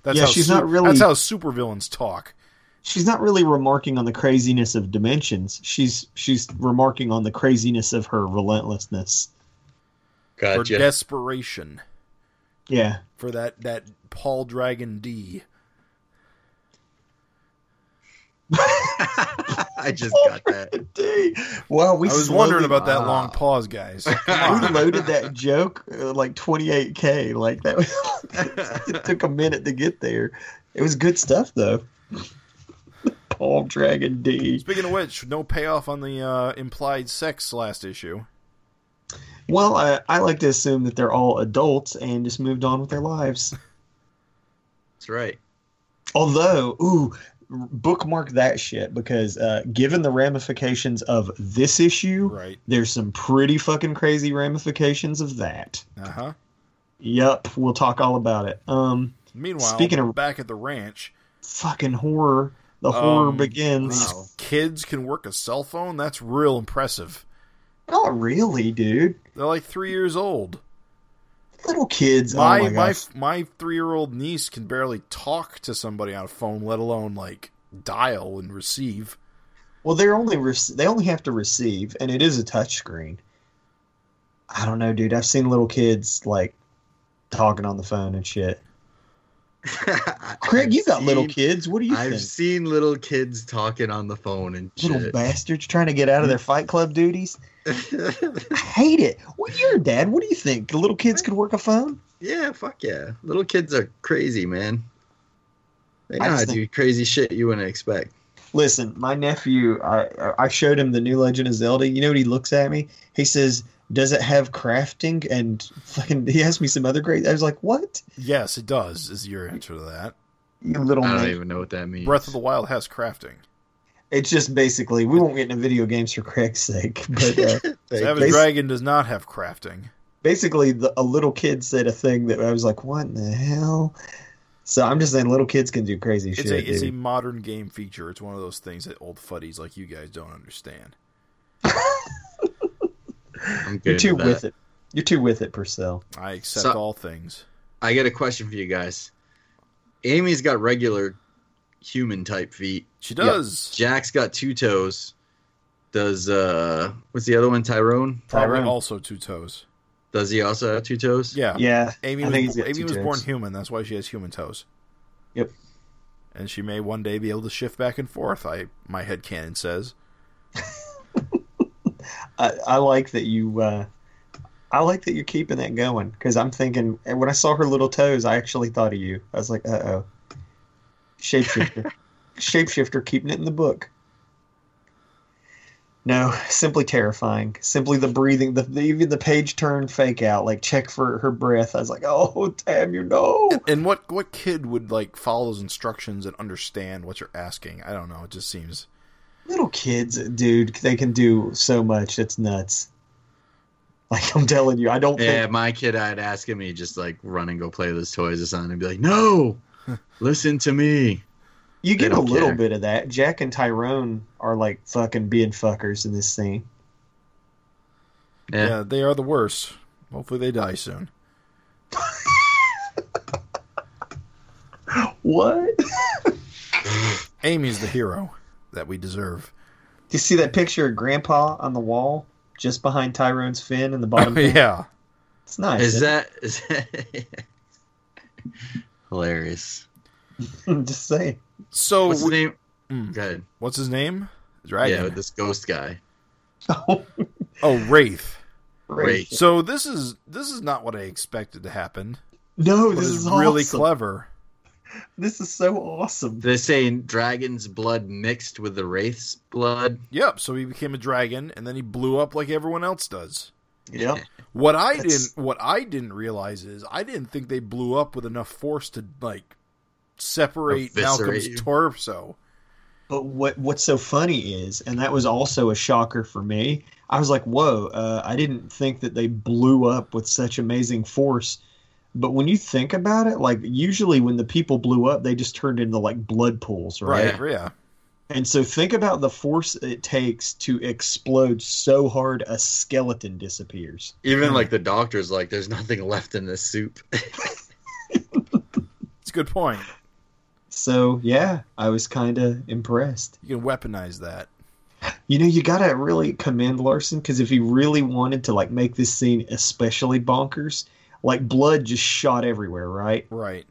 That's Yeah, how she's not really- That's how supervillains talk. She's not really remarking on the craziness of dimensions. She's she's remarking on the craziness of her relentlessness. Her desperation <laughs> Yeah. for that that Paul Dragon D. <laughs> I just Oh, got that. Indeed. Well, we I was slowly- Ah. wondering about that <laughs> Wow. long pause, guys. we loaded that joke uh, like 28k like that <laughs> it took a minute to get there it was good stuff though paul dragon d Speaking of which, no payoff on the uh, implied sex last issue. well I, I like to assume that they're all adults and just moved on with their lives That's right. although ooh bookmark that shit because uh, given the ramifications of this issue Right. there's some pretty fucking crazy ramifications of that Uh huh. Yup, we'll talk all about it um Meanwhile, Speaking of- back at the ranch, fucking horror the Um, horror begins these kids can work a cell phone. That's real impressive. Not really, dude. They're like three years old. Little kids. My oh my, my gosh. my three year old niece can barely talk to somebody on a phone, let alone like dial and receive. Well, they're only re- they only have to receive, and it is a touchscreen. I don't know, dude. I've seen little kids like talking on the phone and shit. <laughs> Craig, I've you got little seen- kids. What do you I've think? seen little kids talking on the phone and Little shit. bastards trying to get out of their Fight Club duties. I hate it. What you're a dad? What do you think? The Little kids could work a phone? <laughs> yeah, fuck yeah. Little kids are crazy, man. They know I how just to do crazy shit you wouldn't expect. Listen, my nephew. I I showed him the new Legend of Zelda. You know what he looks at me? He says, "Does it have crafting?" And fucking, <laughs> he asked me some other great. I was like, "What?" Yes, it does. Is your answer to that? You little I don't Oh, man. even know what that means. Breath of the Wild has crafting. It's just basically we won't get into video games for Craig's sake, but uh, Like, Savage bas- Dragon does not have crafting. basically the, a little kid said a thing that I was like, "What in the hell?" So I'm just saying, little kids can do crazy It's shit. a it's a dude. modern game feature. It's one of those things that old fuddies like you guys don't understand. I'm good You're too with that. with it. You're too with it, Purcell. I accept So- all things. I got a question for you guys. Amy's got regular human type feet. She does. Jack's got two toes. Does uh what's the other one? Tyrone? Probably Tyrone. also two toes. Does he also have two toes? Yeah. Yeah, Amy I think was, he's got Amy two was toes. born human. That's why she has human toes. Yep. And she may one day be able to shift back and forth. I my head canon says. I, I like that you. Uh, I like that you're keeping that going because I'm thinking and when I saw her little toes, I actually thought of you. I was like, "Uh oh, shapeshifter, shapeshifter, keeping it in the book." No, simply terrifying. Simply the breathing, the, the even the page turn fake out, like check for her breath. I was like, "Oh damn, you know." And what what kid would like follow those instructions and understand what you're asking? I don't know. It just seems Little kids, dude, they can do so much. It's nuts. Like I'm telling you, I don't think Yeah, my kid, I'd ask him, he'd just like run and go play with his toys or something. and be like, no, <laughs> listen to me. You They get a don't little care. bit of that. Jack and Tyrone are like fucking being fuckers in this scene. yeah. Yeah. they are the worst. Hopefully they die soon. <laughs> What? Amy's the hero that we deserve. Do you see that picture of Grandpa on the wall just behind Tyrone's fin in the bottom? pane? <laughs> yeah. It's nice. <laughs> Is that is that <laughs> hilarious? just say So What's his Oh, we- name? Mm. Go ahead. what's his name? Yeah, Dragon. with this ghost guy. <laughs> Oh, oh, Wraith. Great. So this is this is not what I expected to happen. Oh, No, But this it's is really really awesome. clever. This is so awesome. They're saying dragon's blood mixed with the wraith's blood. Yep. So he became a dragon, and then he blew up like everyone else does. Yep. What I That's- didn't what I didn't realize is I didn't think they blew up with enough force to like separate Eviscerate you. Malcolm's torso. But what what's so funny is, and that was also a shocker for me. I was like, "Whoa!" Uh, I didn't think that they blew up with such amazing force. But when you think about it, like usually when the people blew up, they just turned into like blood pools, right? Right. Yeah. Yeah. And so think about the force it takes to explode so hard a skeleton disappears. <laughs> Hmm. Even like the doctor's like, there's nothing left in this soup. <laughs> It's a good point. So yeah, I was kind of impressed. You can weaponize that. You know, you gotta really commend Larson because if he really wanted to like make this scene especially bonkers, like blood just shot everywhere, right? Right.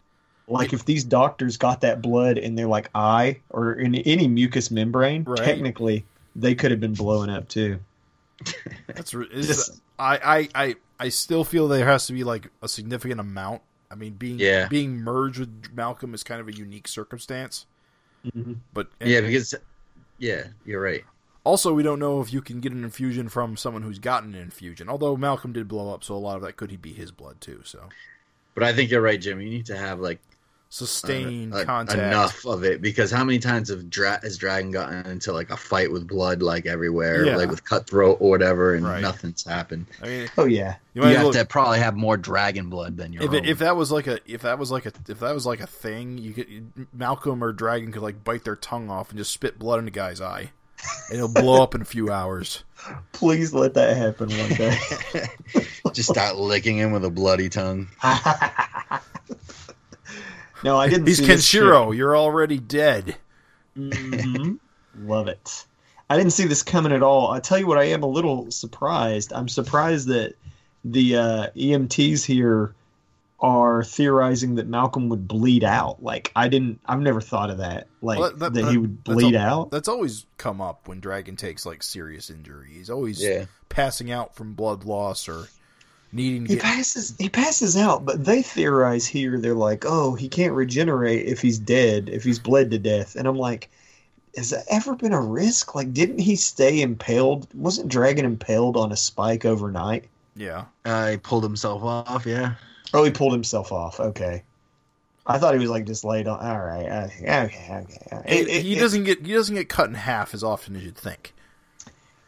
Like if these doctors got that blood in their like eye or in any mucous membrane, Right. technically they could have been blowing up too. That's re- is- Just- I, I I I still feel there has to be like a significant amount. I mean, being Yeah. being merged with Malcolm is kind of a unique circumstance. Mhm. But yeah, because yeah, you're right. also we don't know if you can get an infusion from someone who's gotten an infusion. Although Malcolm did blow up, so a lot of that could he be his blood too. So But I think you're right, Jim. You need to have like sustained en- contact. Uh, enough of it because how many times have dra- has Dragon gotten into like a fight with blood like everywhere, Yeah. like with cutthroat or whatever, and Right. nothing's happened. I mean, Oh yeah. you You, might as have well- to probably have more dragon blood than your if, own. it, if that was like a if that was like a if that was like a thing, you could Malcolm or Dragon could like bite their tongue off and just spit blood in the guy's eye, and it'll blow up in a few hours. Please let that happen one <laughs> day. <laughs> <laughs> Just start licking him with a bloody tongue. no, I didn't He's see this shit Kenshiro. You're already dead. Mhm. <laughs> Love it. I didn't see this coming at all. I tell you what, I am a little surprised. I'm surprised that the uh, EMTs here are theorizing that Malcolm would bleed out. Like I didn't. I've never thought of that. Like Well, that, that- he that- would that's bleed a- out. That's always come up when Dragon takes like serious injury. He's always Yeah. passing out from blood loss or needing to He get passes. He passes out. But they theorize here. They're like, oh, he can't regenerate if he's dead. If he's bled to death. And I'm like. Has that ever been a risk? Like, didn't he stay impaled? Wasn't Dragon impaled on a spike overnight? yeah. Uh, he pulled himself off. Yeah, Oh, he pulled himself off. Okay. I thought he was like just laid on. All right. uh, Okay. Okay. uh, it- He- it- he it- doesn't get he doesn't get cut in half as often as you'd think.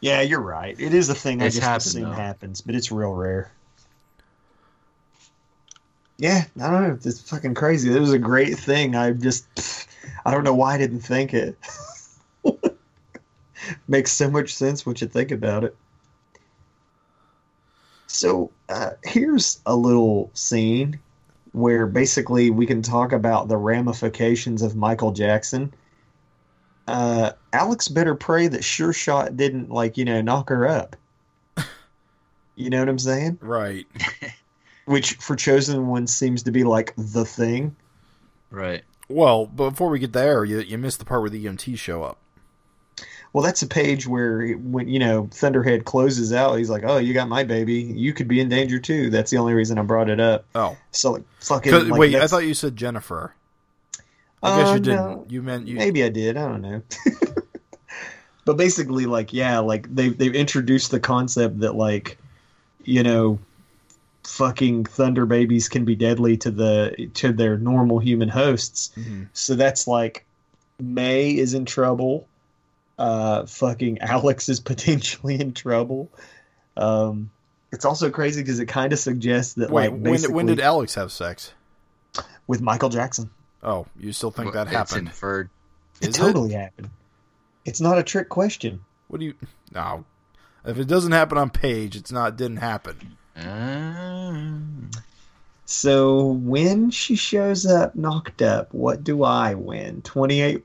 yeah, you're right. It is a thing I It's just happened, assume though. happens, but it's real rare. Yeah, I don't know. It's fucking crazy. It was a great thing. I just, I don't know why I didn't think it. <laughs> Makes so much sense when you think about it. So uh, here's a little scene where basically we can talk about the ramifications of Michael Jackson. Uh, Alex better pray that Sure Shot didn't like you know knock her <laughs> up. You know what I'm saying? Right. Which for Chosen One seems to be like the thing. right. Well, before we get there, you you missed the part where the EMT show up. Well, that's a page where when you know Thunderhead closes out, he's like, "Oh, you got my baby. You could be in danger too." That's the only reason I brought it up. Oh, So like, fucking 'Cause- like, wait! I that's- thought you said Jennifer. I guess Oh, you didn't. no. You meant you. Maybe I did. I don't know. <laughs> but basically, like, yeah, like they've they've introduced the concept that like, you know, fucking thunder babies can be deadly to the to their normal human hosts. Mhm. So that's like May is in trouble. Uh, fucking <laughs> Alex is potentially in trouble. Um, it's also crazy because it kind of suggests that Wait, like when, did- when did basically- Alex have sex? with Michael Jackson? Oh, you still think that It's happened? inferred. It Is it? totally happened. It's not a trick question. What do you? No, if it doesn't happen on page, it's not. It didn't happen. Ah. So when she shows up knocked up, what do I win? 28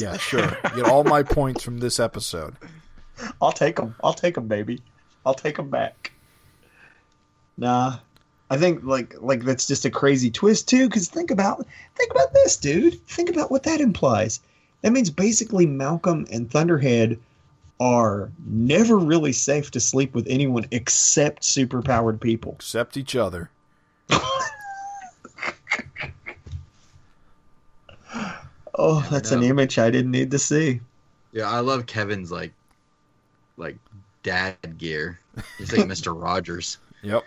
<laughs> Yeah, sure. Get all my points from this episode. I'll take them. I'll take them, baby. I'll take them back. Nah, I think like like that's just a crazy twist too. Because think about think about this, dude. Think about what that implies. That means basically Malcolm and Thunderhead are never really safe to sleep with anyone except superpowered people. Except each other. Oh, that's an know. image I didn't need to see. Yeah, I love Kevin's like, like dad gear. He's <laughs> like Mr. Rogers. Yep.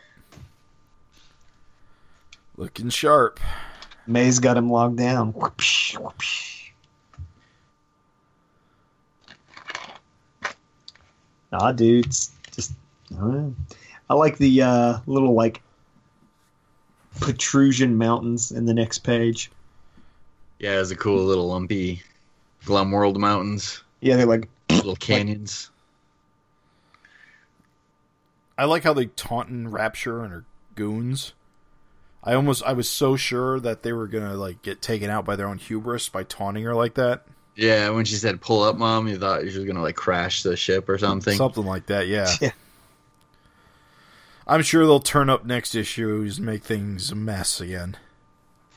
Looking sharp. May's got him logged down. Whoopsh, whoopsh. Nah, dude, it's just I, don't know. I like the uh, little like protrusion mountains in the next page. Yeah, it was a cool little lumpy, glum world mountains, Yeah, they're like little canyons. I like how they taunt and Rapture and her goons. I almost I was so sure that they were gonna like get taken out by their own hubris by taunting her like that. Yeah, when she said "pull up, mom," you thought she was gonna like crash the ship or something. Something like that, yeah. Yeah. I'm sure they'll turn up next issues and make things a mess again.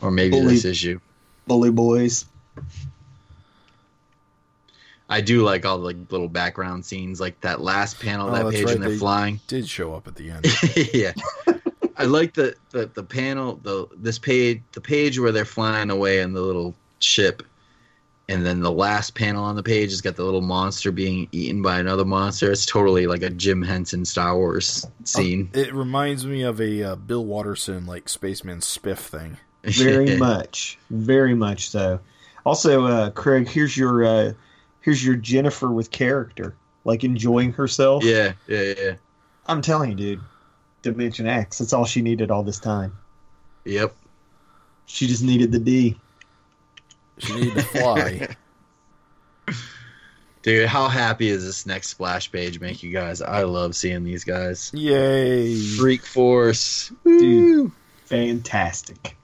Or maybe Believe- this issue. bully boys. I do like all the like, little background scenes, like that last panel, Oh, of that that's page right, when they're they- flying. <laughs> Did show up at the end. <laughs> yeah. I like the, the the panel the this page the page where they're flying away in the little ship, and then the last panel on the page has got the little monster being eaten by another monster. It's totally like a Jim Henson Star Wars Oh, scene. it reminds me of a uh, Bill Watterson like spaceman spiff thing. <laughs> Very much, very much so. Also, uh, Craig, here's your uh, here's your Jennifer with character, like enjoying herself. Yeah, yeah, yeah. I'm telling you, dude. Dimension X. That's all she needed all this time. Yep. She just needed the D. She needed to fly. Dude, how happy is this next splash page make you guys? I love seeing these guys. Yay! Freak Force. Dude. Woo. Fantastic.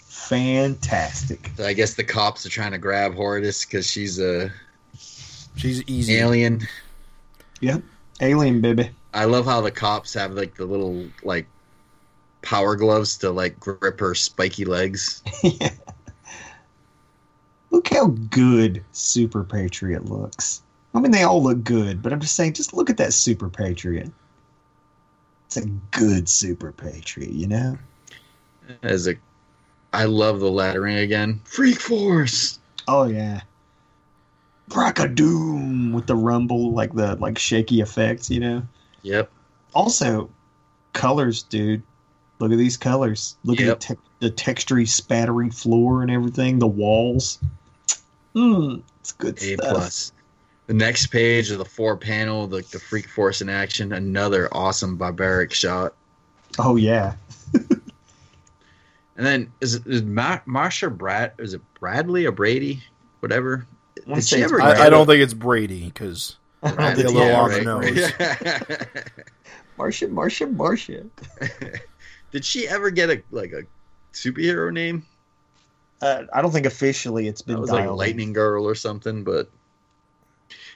Fantastic. I guess the cops are trying to grab Hortus because she's a She's easy. alien. Alien baby. <laughs> I love how the cops have like the little like power gloves to like grip her spiky legs. Look how good Super Patriot looks. I mean, they all look good, but I'm just saying, just look at that Super Patriot. It's a good Super Patriot, you know? As a, I love the lettering again. Freak Force. Oh, yeah. Brackadoom with the rumble, like the like shaky effects, you know? Yep. also colors dude look at these colors look Yep. at the, te- the textury spattering floor and everything the walls mm, it's good A stuff plus. The next page of the four panel, like the Freak Force in action. Another awesome barbaric shot. oh yeah And then is, is Mar- Marsha Brad? Is it Bradley or Brady? Whatever. <laughs> I wanna Did say she it's ever I, I don't think it's Brady because Brad- be a yeah, little on the right. the nose. Marcia, Marcia, Marcia. <laughs> Did she ever get a like a superhero name? Uh, I don't think officially it's That been was dialed. like Lightning Girl or something, but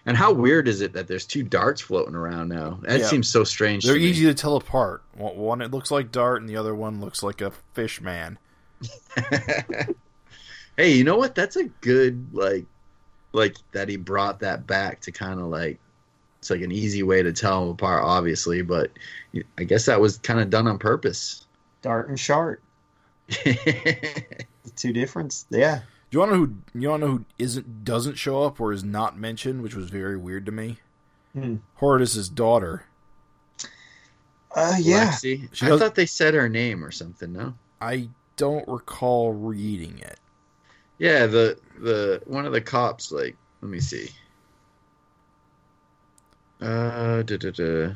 and how weird is it that there's two darts floating around now? That Yeah. seems so strange. they're to me. easy to tell apart. One, one it looks like Dart, and the other one looks like a fish man. <laughs> Hey, you know what? That's a good like like that he brought that back to kind of like it's like an easy way to tell them apart, obviously, but I guess that was kind of done on purpose. <laughs> Dart and Shart. yeah, The two difference. Yeah. Do you want to know who? You want to know who isn't doesn't show up or is not mentioned, which was very weird to me. Hmm. Horridus's daughter. Uh, yeah. Lexi? She I does- thought they said her name or something. No. I don't recall reading it. Yeah, the the one of the cops like let me see. Uh da, da, da.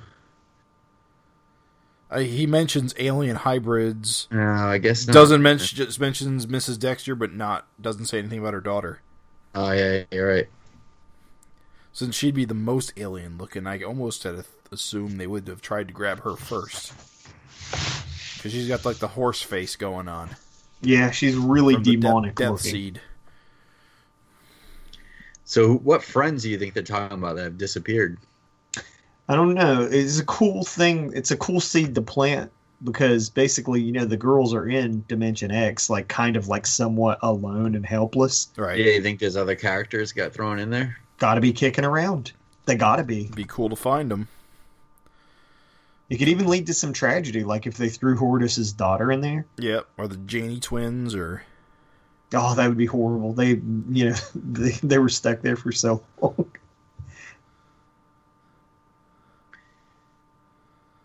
I, he mentions alien hybrids. No, I guess not. Doesn't mention just mentions Mrs. Dexter, but not doesn't say anything about her daughter. Oh yeah, you're right. Since she'd be the most alien looking, I almost had assumed they would have tried to grab her first. because she's got like the horse face going on. Yeah, she's really from the demonic Death, death looking. seed. So, what friends do you think they're talking about that have disappeared? I don't know. It's a cool thing. It's a cool seed to plant because basically, you know, the girls are in Dimension X, like kind of like somewhat alone and helpless. Right. Yeah, you think there's other characters got thrown in there? Got to be kicking around. They got to be. Be cool to find them. It could even lead to some tragedy, like if they threw Hortus's daughter in there. Yep. Or the Janie twins, or Oh, that would be horrible. They, you know, <laughs> they, they were stuck there for so long.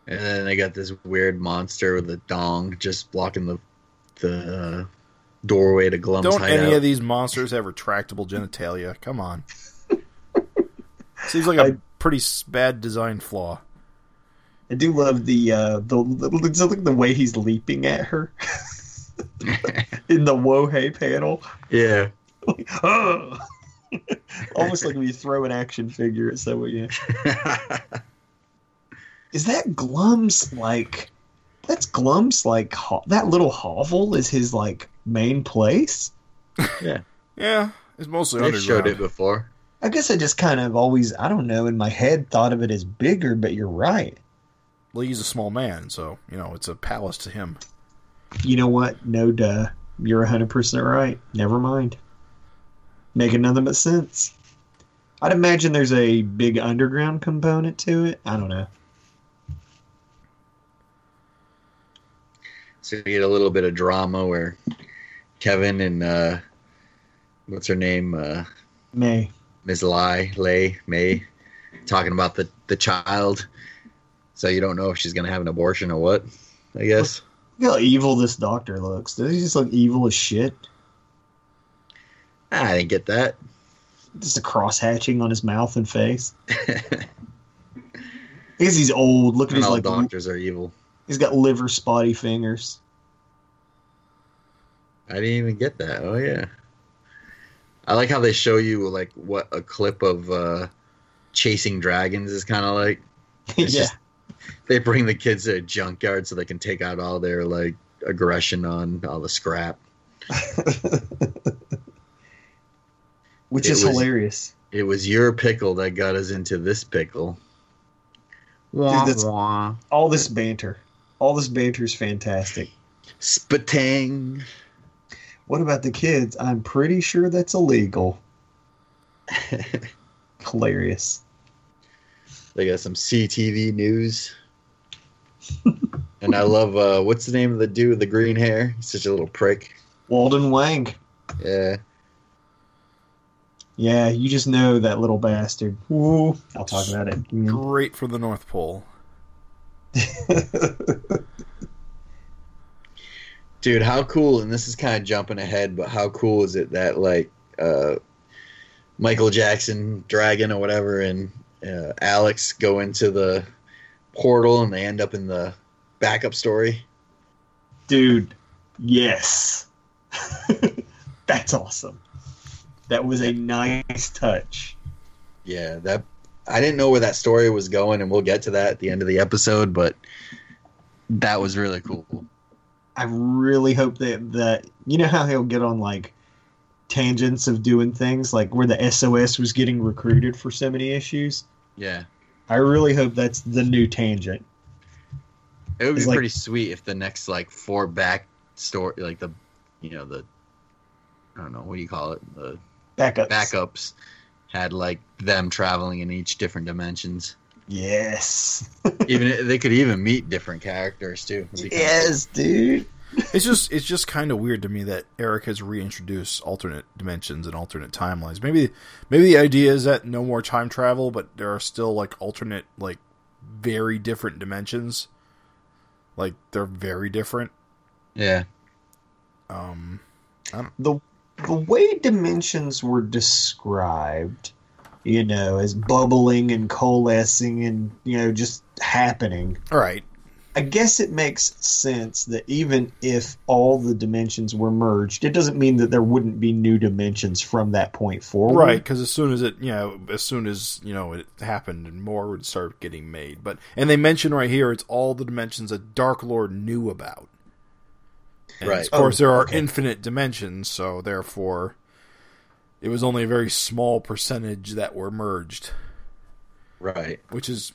And then they got this weird monster with a dong just blocking the the uh, doorway to Glum's don't hideout. any of these monsters have retractable genitalia? Come <laughs> on. Seems like a I- pretty s- bad design flaw. I do love the uh, the it's like the way he's leaping at her <laughs> in the whoa hey panel. <laughs> yeah. <laughs> Ugh. Almost like when you throw an action figure at someone. Yeah, is that Glum's like? That's Glum's like ho- that little hovel is his like main place. Yeah, it's mostly They've underground. showed it before. I guess I just kind of always I don't know in my head thought of it as bigger, but you're right. Well, he's a small man, so you know it's a palace to him. You know what? No, duh. You're 100% right. Never mind. Making nothing but sense. I'd imagine there's a big underground component to it. I don't know. So you get a little bit of drama where Kevin and uh, what's her name, uh, May. Ms. Lai, Lay, May, talking about the the child. So you don't know if she's gonna have an abortion or what. I guess Look how evil this doctor looks. Does he just look evil as shit? I didn't get that. <laughs> Just a cross hatching on his mouth and face. I guess he's old. Look at And his all like l- doctors are evil. he's got liver spotty fingers. <laughs> I didn't even get that. Oh yeah. I like how they show you like what a clip of uh, chasing dragons is kind of like. yeah. It's just- they bring the kids to a junkyard so they can take out all their like aggression on all the scrap. Which it is was- hilarious. It was your pickle that got us into this pickle. Wah, Dude, that's- wah. All this banter. All this banter is fantastic. Spatang. What about the kids? I'm pretty sure <laughs> that's illegal. Hilarious. They got some CTV news. and I love uh what's the name of the dude with the green hair? He's such a little prick. Walden Wang. Yeah. Yeah, you just know that little bastard. Ooh, I'll talk about it. <laughs> Mm. Great for the North Pole. Dude, how cool, and this is kind of jumping ahead, but how cool is it that, like, uh, Michael Jackson, Dragon, or whatever, and uh, Alex go into the portal and they end up in the backup story? Dude, yes. <laughs> that's awesome. That was a nice touch. Yeah, that I didn't know where that story was going, and we'll get to that at the end of the episode, but that was really cool. I really hope that that you know how he'll get on like tangents of doing things like where the SOS was getting recruited for so many issues. Yeah. I really hope that's the new tangent. It would be It's like- pretty sweet if the next like four back story, like the, you know, the, I don't know what do you call it, the Backups. backups had like them traveling in each different dimensions. Yes. Even <laughs> they could even meet different characters too. It'd be kinda Yes, dude. It's just it's just kind of weird to me that Eric has reintroduced alternate dimensions and alternate timelines. Maybe maybe the idea is that no more time travel, but there are still like alternate like very different dimensions. Like they're very different. cool. Yeah, Um The way dimensions were described, you know, as bubbling and coalescing and, you know, just happening. all right. I I guess it makes sense that even if all the dimensions were merged, it doesn't mean that there wouldn't be new dimensions from that point forward. Right, because as soon as it, you know, as soon as you know it happened, and more would start getting made. But and they mention right here, it's all the dimensions that Dark Lord knew about. And Right. Oh, Of course, there are okay. infinite dimensions, so therefore, it was only a very small percentage that were merged, Right. which is,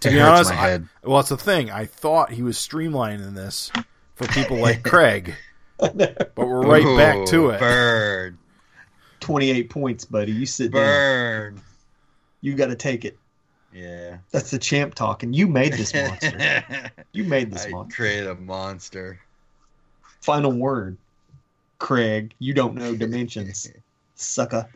to It be hurts honest, my I- <laughs> head. well, that's the thing. I thought he was streamlining this for people like Craig, <laughs> but we're right back to Ooh, it. Bird. 28 points, buddy. You sit down. Bird. You got to take it. Yeah. That's the champ talking. You made this <laughs> monster. you made this I monster. created a monster. <laughs> Final word, Craig. You don't know dimensions, sucker.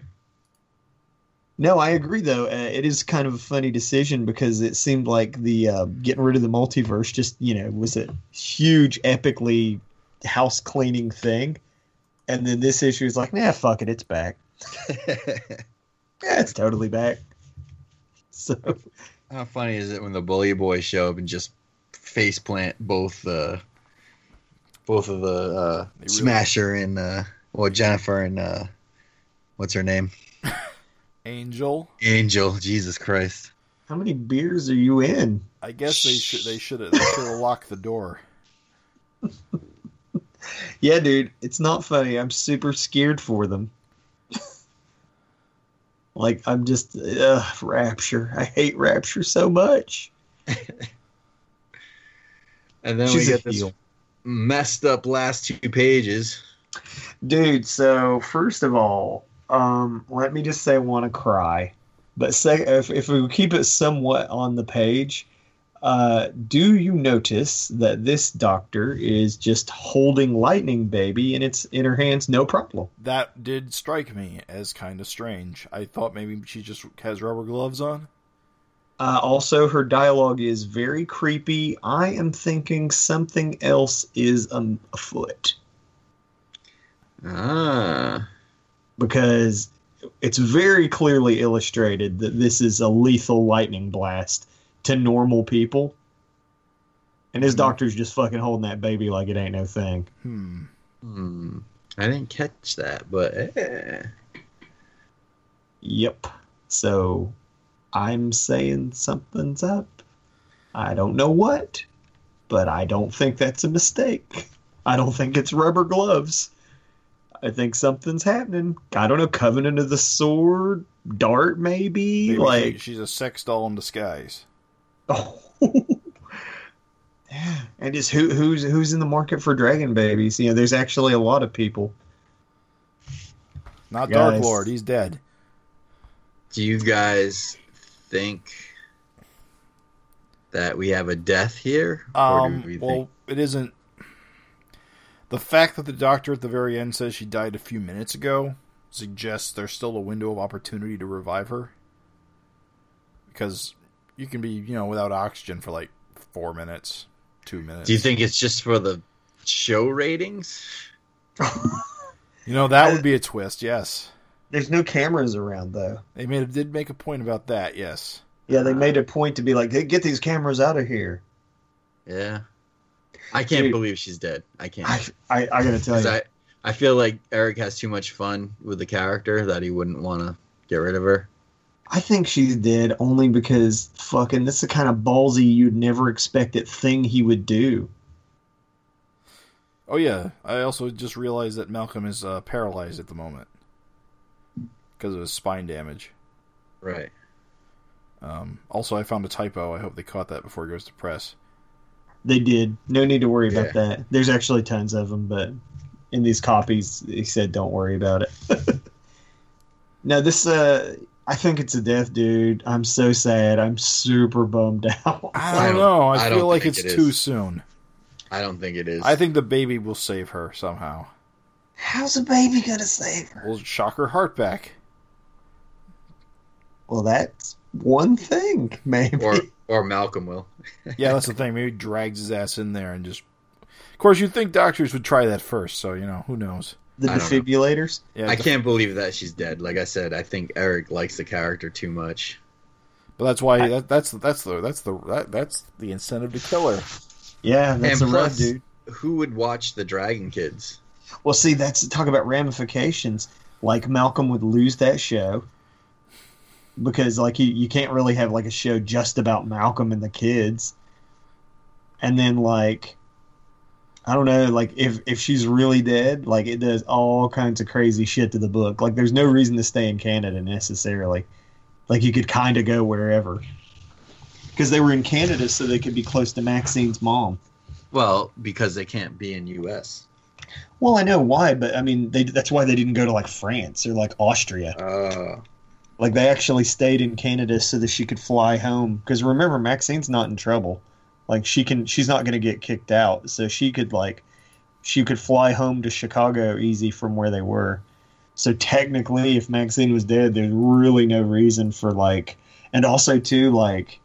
No, I agree though. Uh, it is kind of a funny decision because it seemed like the uh, getting rid of the multiverse just you know was a huge, epically house cleaning thing, and then this issue is like, nah, fuck it, it's back. Yeah, it's totally back. So How funny is it when the bully boys show up and just face plant both the both of the uh, They really- Smasher and uh, well Jennifer and uh, what's her name Angel. Angel Jesus Christ how many beers are you in? I guess they should they should have they should have locked the door. Yeah, dude, it's not funny. I'm super scared for them. <laughs> like I'm just uh, Rapture. I hate Rapture so much. and then She's we a get this heel. messed up last two pages Dude, so first of all, um, let me just say I want to cry. But sec- if, if we keep it somewhat on the page, uh, do you notice that this doctor is just holding Lightning Baby and it's in her hands, no problem? That did strike me as kind of strange. I thought maybe she just has rubber gloves on. Uh, also, her dialogue is very creepy. I am thinking something else is um, afoot ah because it's very clearly illustrated that this is a lethal lightning blast to normal people. And his doctor's just fucking holding that baby like it ain't no thing. Hmm. hmm. I didn't catch that but eh. Yep. So I'm saying something's up. I don't know what, but I don't think that's a mistake. I don't think it's rubber gloves. I think something's happening. I don't know, Covenant of the Sword, Dart maybe, Maybe she- like she's a sex doll in disguise. <laughs> oh. Yeah. and just who who's who's in the market for dragon babies? You know, there's actually a lot of people. Not Guys. Dark Lord. He's dead. do you guys think that we have a death here Um. Well, it isn't. The fact that the doctor at the very end says she died a few minutes ago suggests there's still a window of opportunity to revive her. Because you can be, you know, without oxygen for like four minutes, two minutes. Do you think it's just for the show ratings? You know, that would be a twist, yes. There's no cameras around though. They made did make a point about that, yes. Yeah, they made a point to be like, "Hey, get these cameras out of here. Yeah. I can't Dude. believe she's dead. I can't. I, I, I gotta tell 'Cause you, I, I feel like Eric has too much fun with the character that he wouldn't want to get rid of her. I think she's dead only because fucking this is the kind of ballsy you'd never expect it thing he would do. Oh yeah, I also just realized that Malcolm is uh, paralyzed at the moment because of his spine damage. Right. Um, also, I found a typo. I hope they caught that before he goes to press. They did. No need to worry Yeah. about that. There's actually tons of them, but in these copies, he said, "Don't worry about it." <laughs> now this, uh, I think it's a death, dude. I'm so sad. I'm super bummed <laughs> out. I I don't don't- know. I, I feel don't like think it's it too is. soon. I don't think it is. I think the baby will save her somehow. How's a baby gonna save her? We'll shock her heart back. Well, that's one thing, maybe. or or Malcolm will. Yeah, that's the thing. Maybe he drags his ass in there and just. Of course, you'd think doctors would try that first, so you know who knows. the I don't know. defibrillators. Yeah, I the- can't believe that she's dead. Like I said, I think Eric likes the character too much. But that's why that, that's that's the that's the that, that's the incentive to kill her. Yeah, that's and a rough plus, dude. who would watch the Dragon Kids? Well, see, that's talk about ramifications. Like Malcolm would lose that show because, like, you you can't really have like a show just about Malcolm and the kids. And then, like, I don't know, like if if she's really dead, like it does all kinds of crazy shit to the book. Like, there's no reason to stay in Canada necessarily. Like, you could kind of go wherever because they were in Canada, so they could be close to Maxine's mom. Well, because they can't be in U.S. Well, I know why, but I mean, they, that's why they didn't go to like France or like Austria. Uh, Like they actually stayed in Canada so that she could fly home. Because remember, Maxine's not in trouble. Like she can, she's not going to get kicked out, so she could like, she could fly home to Chicago easy from where they were. So technically, if Maxine was dead, there's really no reason for like, and also too like,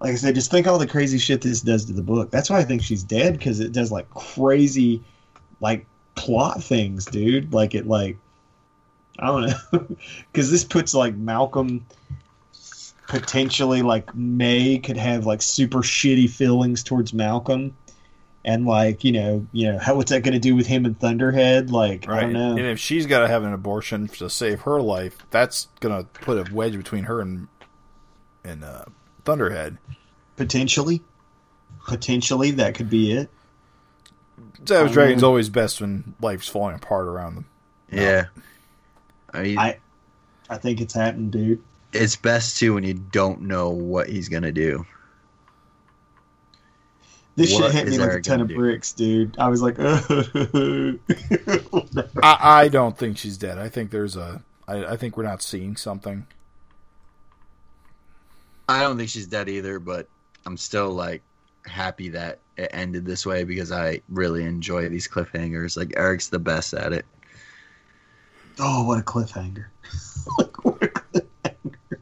like I said, just think all the crazy shit this does to the book. That's why I think she's dead because it does like crazy, like plot things, dude. Like it like. I don't know, <laughs> because this puts like Malcolm potentially like May could have like super shitty feelings towards Malcolm, and like you know you know how what's that going to do with him and Thunderhead? Like I don't know. And if she's got to have an abortion to save her life, that's gonna put a wedge between her and and uh, Thunderhead. potentially, potentially that could be it. Savage Um, Dragon's always best when life's falling apart around them. yeah. I mean, I- I think it's happened, dude. it's best too when you don't know what he's gonna do. This shit What hit me is like a Eric ton gonna of do? bricks, dude. I was like, <laughs> oh, I, I don't think she's dead. I think there's a. I, I think we're not seeing something. I don't think she's dead either, but I'm still like happy that it ended this way because I really enjoy these cliffhangers. Like Eric's the best at it. Oh, what a cliffhanger! <laughs> like, what a cliffhanger.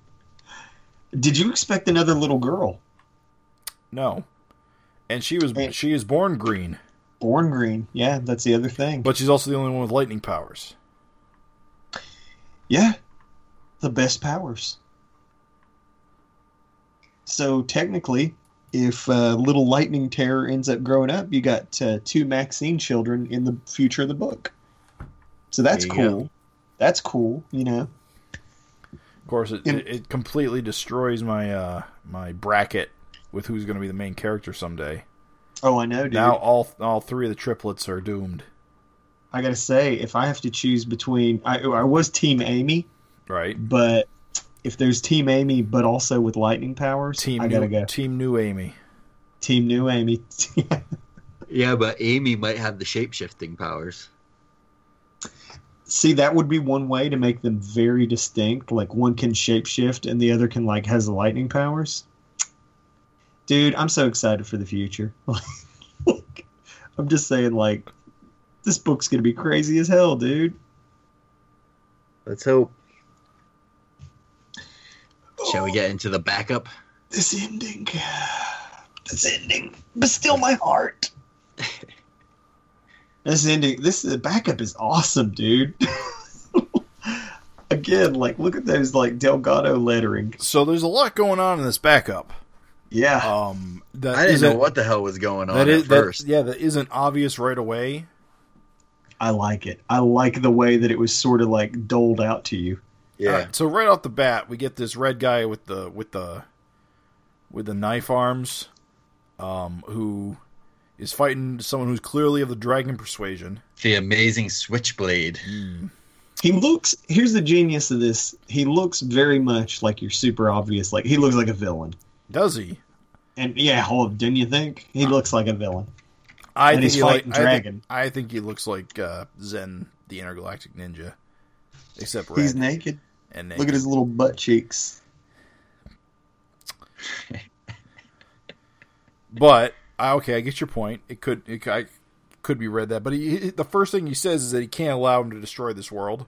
Did you expect another little girl? No, and she was Hey. she is born green, Born green, yeah, that's the other thing. but she's also the only one with lightning powers. yeah, the best powers. So technically, if uh, little lightning terror ends up growing up, you got uh, two Maxine children in the future of the book. So that's There you go. cool. That's cool, you know. Of course, it, And- it, it completely destroys my uh, my bracket with who's going to be the main character someday. Oh, I know, dude. Now all all three of the triplets are doomed. I gotta say, if I have to choose between, I, I was Team Amy. Right? but if there's Team Amy, but also with lightning powers, Team I new, gotta go. Team New Amy. Team New Amy. <laughs> Yeah, but Amy might have the shape shifting powers. See, that would be one way to make them very distinct. Like one can shapeshift, and the other can like has the lightning powers. Dude, I'm so excited for the future. <laughs> Like, I'm just saying, like, this book's gonna be crazy as hell, dude. Let's hope. Shall we get into the backup? Oh, this ending? This ending, but still my heart. <laughs> this ending, this the backup is awesome, dude. <laughs> Again, like look at those like Delgado lettering. So there's a lot going on in this backup. Yeah, Um, that I didn't know isn't- what the hell was going on that at is that- first. yeah, that isn't obvious right away. I like it. I like the way that it was sort of like doled out to you. yeah. All right, so right off the bat, we get this red guy with the with the with the knife arms, um, who is fighting someone who's clearly of the dragon persuasion. The amazing switchblade. Mm. He looks. Here's the genius of this. He looks very much like your super obvious. Like he looks like a villain. Does he? And yeah, hold. Didn't you think he looks like a villain? I And he's he like- fighting I think- dragon. I think, he looks like uh, Zen, the intergalactic ninja, except red He's naked. and Look at his little butt cheeks. But I, okay, I get your point. It could it could, I could be read that, but he, he- the first thing he says is that he can't allow him to destroy this world.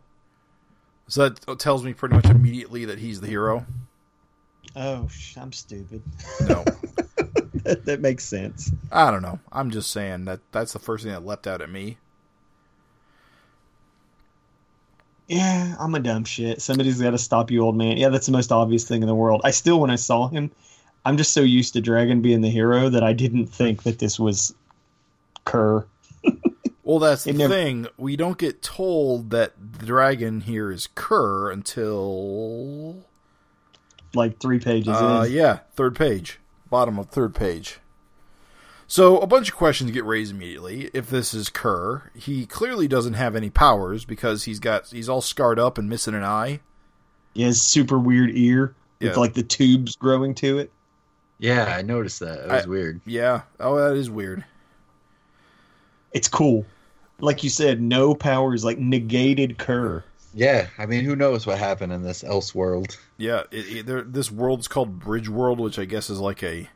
So that tells me pretty much immediately that he's the hero. Oh, sh- I'm stupid. No, that, <laughs> that makes sense. <laughs> I don't know. I'm just saying that that's the first thing that leapt out at me. yeah, I'm a dumb shit. Somebody's got to stop you, old man. Yeah, that's the most obvious thing in the world. I still, when I saw him, I'm just so used to Dragon being the hero that I didn't think that this was Kerr. Well, that's the It never- thing. We don't get told that the dragon here is Kerr until Like three pages uh, in. yeah, third page, bottom of third page. So a bunch of questions get raised immediately. If this is Kerr, he clearly doesn't have any powers because he's got he's all scarred up and missing an eye. He has super weird ear with Yeah. like the tubes growing to it. Yeah, I noticed that. That was weird. Yeah. Oh, that is weird. It's cool. Like you said, no powers, like negated Kerr. Yeah, I mean, who knows what happened in this else world? Yeah, it, it, there, this world's called Bridge World, which I guess is like a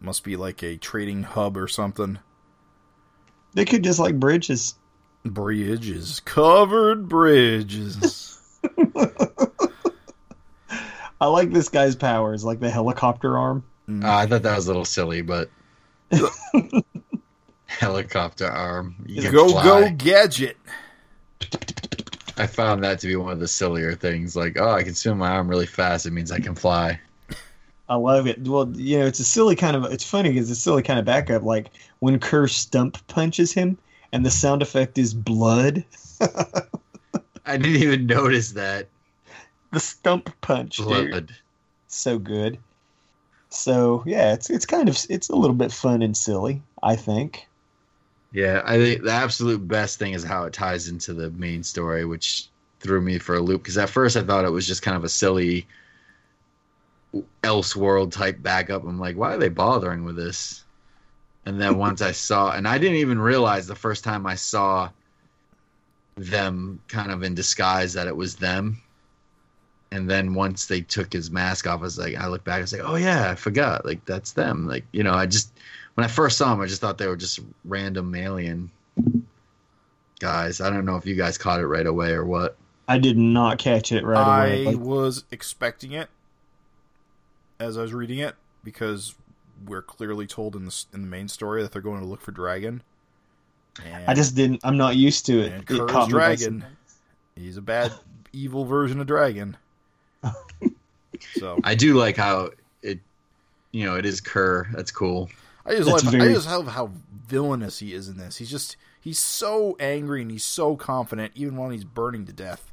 must be like a trading hub or something. They could just like bridges. Bridges, covered bridges. I like this guy's powers, like the helicopter arm. Mm. Uh, I thought that was a little <laughs> silly, but helicopter arm. You can go fly. go gadget. I found that to be one of the sillier things. Like, oh, I can swim my arm really fast. It means I can fly. I love it. Well, you know, it's a silly kind of. It's funny because it's a silly kind of backup. Like when Kerr stump punches him, and the sound effect is blood. <laughs> I didn't even notice that. The stump punch, dude. Blood. So good. So yeah, it's it's kind of it's a little bit fun and silly. I think. Yeah, I think the absolute best thing is how it ties into the main story, which threw me for a loop because at first I thought it was just kind of a silly Elseworld type backup. I'm like, why are they bothering with this? And then once I saw, and I didn't even realize the first time I saw them kind of in disguise that it was them. And then once they took his mask off, I was like, I looked back, I was like, oh yeah, I forgot. Like that's them. Like you know, I just when I first saw them, I just thought they were just random alien guys. I don't know if you guys caught it right away or what. I did not catch it right away. I Like, was expecting it as I was reading it because we're clearly told in the s- in the main story that they're going to look for dragon. And I just didn't. I'm not used to it. And it Kerr's caught me by dragon. surprise. he's a bad evil version of <laughs> dragon. So I do like how it, you know, it is Kerr. That's cool. I just love That's I very- just love how villainous he is in this. He's just he's so angry and he's so confident even when he's burning to death.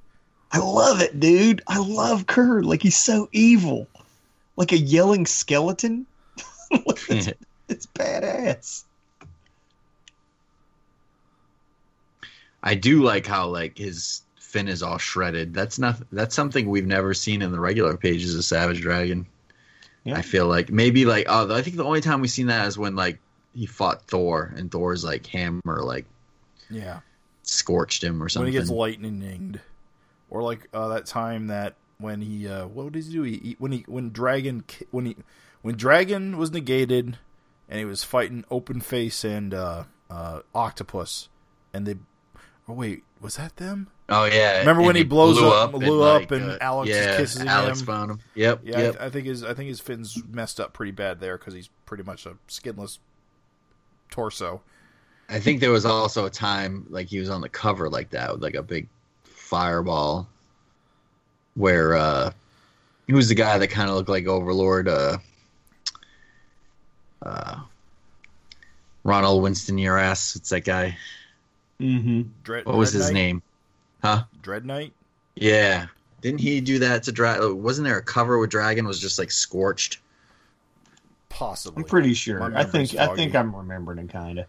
I love it, dude. I love Kerr. Like he's so evil, like a yelling skeleton. <laughs> Like, it's, <laughs> it's badass. I do like how like his fin is all shredded. That's not that's something we've never seen in the regular pages of Savage Dragon. Yeah. I feel like maybe like oh I think the only time we've seen that is when like he fought Thor and Thor's like hammer like Yeah. scorched him or something. When he gets lightninged, or like uh, that time that when he uh, what did he do? He, he when he when dragon ki- when he when dragon was negated, and he was fighting open face and uh, uh, octopus, and they. Oh wait, was that them? Oh yeah. Remember when and he blows blew up- blew up and uh, Alex is kissing Alex him? found him. Yep. Yeah, I, yep. th- I think his I think his fins messed up pretty bad there because he's pretty much a skinless torso. I think there was also a time like he was on the cover like that with like a big fireball where uh he was the guy that kind of looked like Overlord uh uh Ronald Winston your ass. It's that guy. Mm-hmm. Dread, What was Dread his Knight? name? Dread Knight. Yeah. Didn't he do that to Dragon? Wasn't there a cover where Dragon was just like scorched? Possibly. I'm pretty My sure. I memory's think. I think foggy. I'm remembering it kind of.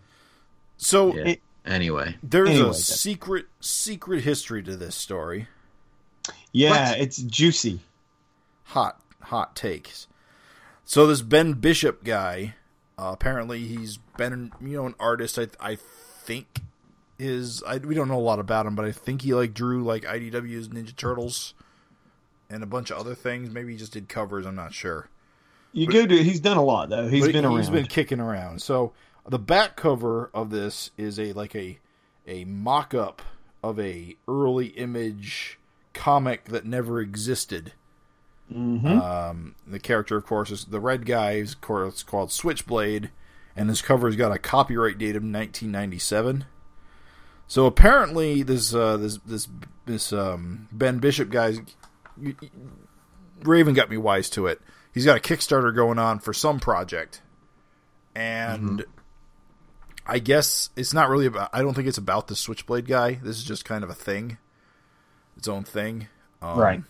So Yeah. Anyway. <laughs> there's Anyway, a that's- secret secret history to this story. Yeah, it's juicy. hot hot takes. So this Ben Bishop guy, uh, apparently he's been you know an artist. I I think is I, we don't know a lot about him, but I think he like drew like IDW's Ninja Turtles and a bunch of other things. Maybe he just did covers. I'm not sure. You go to. He's done a lot though. He's But been around. He's been kicking around. So the back cover of this is a like a a mock up of a early image comic that never existed. Mhm. Um, the character, of course, is the red guy. Is of course called Switchblade, and this cover's got a copyright date of 1997. So apparently, this uh, this this this um, Ben Bishop guy's Raven got me wise to it. He's got a Kickstarter going on for some project, and I guess it's not really about. I don't think it's about the Switchblade guy. This is just kind of a thing, its own thing. Um, right.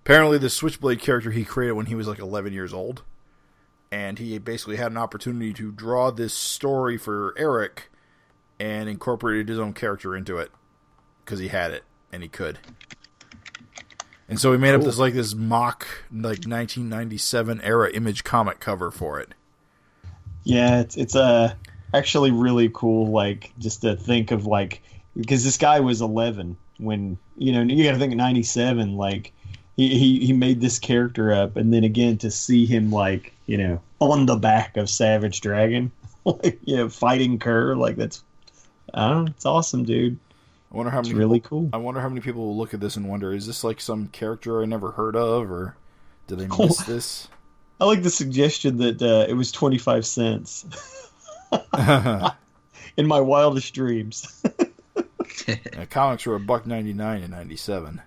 Apparently, the Switchblade character he created when he was like 11 years old, and he basically had an opportunity to draw this story for Eric, and incorporated his own character into it because he had it and he could. And so he made up this like this mock like 1997 era image comic cover for it. Yeah, it's it's uh, actually really cool. Like just to think of like because this guy was 11 when you know you got to think 97. Like he, he he made this character up, and then again to see him like you know on the back of Savage Dragon, <laughs> like you know fighting Kerr. Like that's I don't know, it's awesome, dude. I wonder how It's many really cool. I wonder how many people will look at this and wonder is this like some character I never heard of or did they miss this? <laughs> I like the suggestion that uh, it was 25 cents <laughs> Yeah, in my wildest dreams. <laughs> comics were a buck 99 in 97.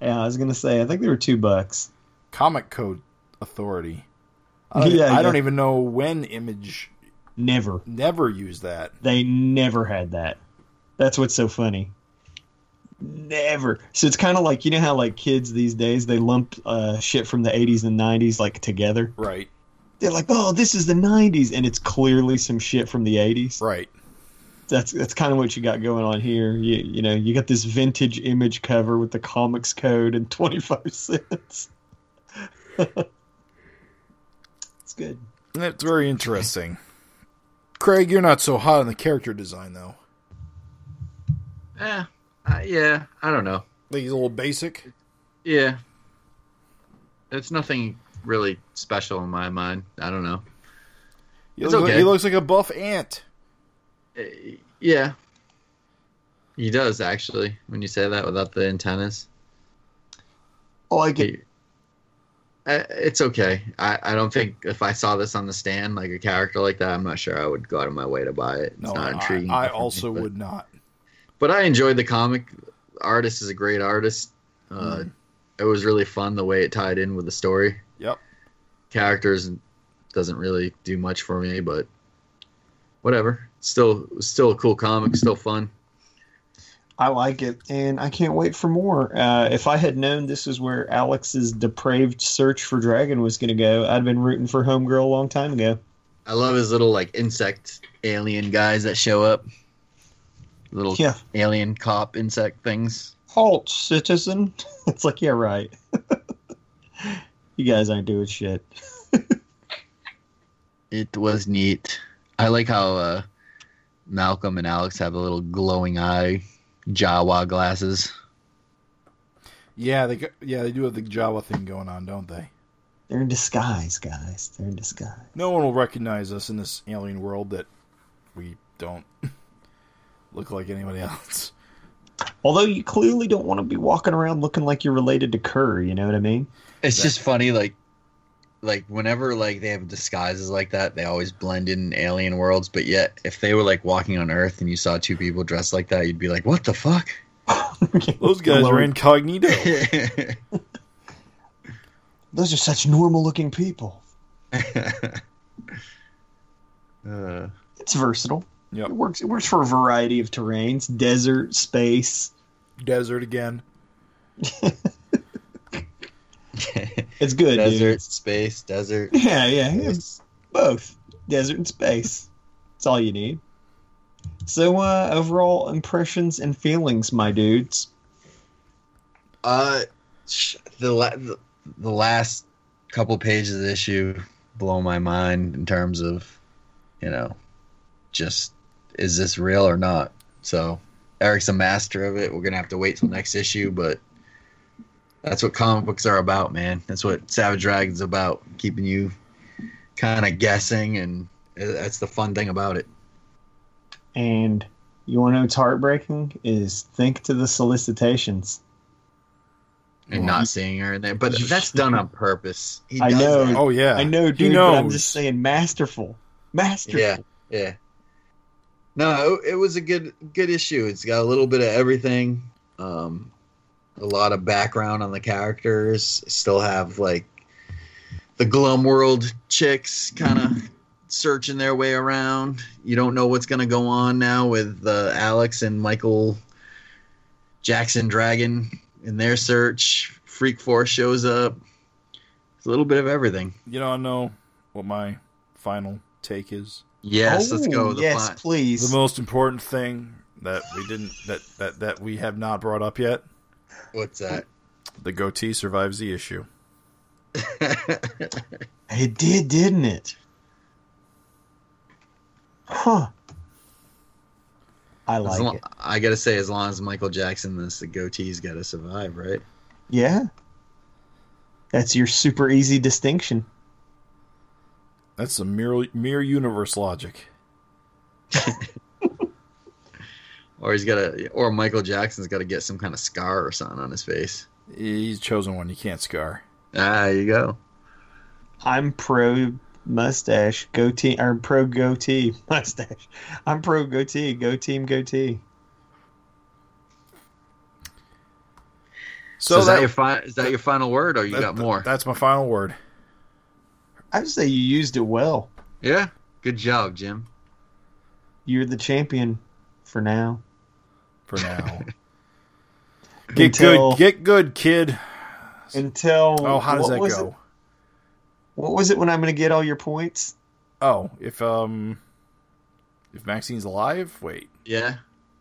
yeah, I was gonna say I think they were two bucks. Comic Code Authority. I don't, Yeah, I don't yeah. even know when Image Never. never used that. They never had that. That's what's so funny. Never. So it's kind of like you know how like kids these days they lump uh, shit from the 80s and 90s like together. Right, They're like, oh, this is the 90s, and it's clearly some shit from the 80s. right. That's that's kind of what you got going on here. You you know you got this vintage image cover with the comics code and 25 cents. <laughs> it's good. That's very interesting. Craig, you're not so hot on the character design though. Eh, I, yeah, I don't know. Like he's a little basic. Yeah, it's nothing really special in my mind. I don't know. He It's looks, like, okay. he looks like a buff ant. Eh, yeah, he does actually. When you say that without the antennas, Oh, I get he, Eh, it's okay. I, I don't think if I saw this on the stand, like a character like that, I'm not sure I would go out of my way to buy it. It's No, not I, intriguing. I for me, also but- would not. but I enjoyed the comic. Artist is a great artist. Uh, It was really fun the way it tied in with the story. Yep. Characters doesn't really do much for me, but whatever. Still, still a cool comic. Still fun. I like it, and I can't wait for more. Uh, if I had known this was where Alex's depraved search for Dragon was going to go, I'd been rooting for Homegirl a long time ago. I love his little like insect alien guys that show up. Little Yeah, alien cop insect things. halt, citizen. <laughs> It's like, yeah, right. <laughs> you guys aren't doing shit. It was neat. I like how uh, Malcolm and Alex have the little glowing eye Jawa glasses. Yeah, they go- yeah they do have the Java thing going on, don't they? They're in disguise, guys. They're in disguise. No one will recognize us in this alien world that we don't <laughs> look like anybody else. Although you clearly don't want to be walking around looking like you're related to Kerr. You know what I mean? <laughs> It's just funny, like, like whenever like they have disguises like that, they always blend in alien worlds. But yet, if they were like walking on Earth and you saw two people dressed like that, you'd be like, "What the fuck?" Those guys Hello. are incognito. Those are such normal-looking people. uh, It's versatile. yep. It works. It works for a variety of terrains: desert, space. Desert again. It's <laughs> good, dude. desert, space, desert. Yeah, yeah, yeah, both desert and space. That's all you need. So, uh, overall impressions and feelings, my dudes. Uh, sh- the la- the- the last couple pages of the issue blow my mind in terms of, you know, just is this real or not? So Eric's a master of it. We're gonna have to wait till next issue, but that's what comic books are about, man. That's what Savage Dragon's about, keeping you kind of guessing, and i- that's the fun thing about it. And you want to know what's heartbreaking? Is think to the solicitations. And not seeing her in there, but <laughs> that's done on purpose. He I does know. that. Oh yeah. I know, He dude, but I'm knows. just saying, masterful, masterful. Yeah, yeah. No, it, it was a good good issue. It's got a little bit of everything. Um, a lot of background on the characters. Still have like the glum world chicks kind of searching their way around. You don't know what's going to go on now with uh, Alex and Michael Jackson Dragon in their search. Freak Force shows up. It's a little bit of everything. You don't know what my final take is. Yes, let's go. Oh, with The yes, fi- The please. most important thing that we didn't that that that we have not brought up yet. What's that? The goatee survives the issue. It did, didn't it? Huh. I As like lo- it. I gotta say, as long as Michael Jackson is the goatee's gotta survive, right? Yeah. That's your super easy distinction. That's some mere mere universe logic. Or he's gotta, or Michael Jackson's gotta get some kind of scar or something on his face. He's chosen one you can't scar. Ah, there you go. I'm pro mustache goatee or pro goatee <laughs> mustache. I'm pro goatee. Go team goatee. So, is that, your fi- is that your final word, or you that- got more? That's my final word. I would say you used it well. yeah, good job, Jim. You're the champion for now. for <laughs> now. get Until- good, get good, kid. Until Oh, how does what that was go? it- what was it when I'm going to get all your points? Oh, if um, if Maxine's alive, wait. Yeah,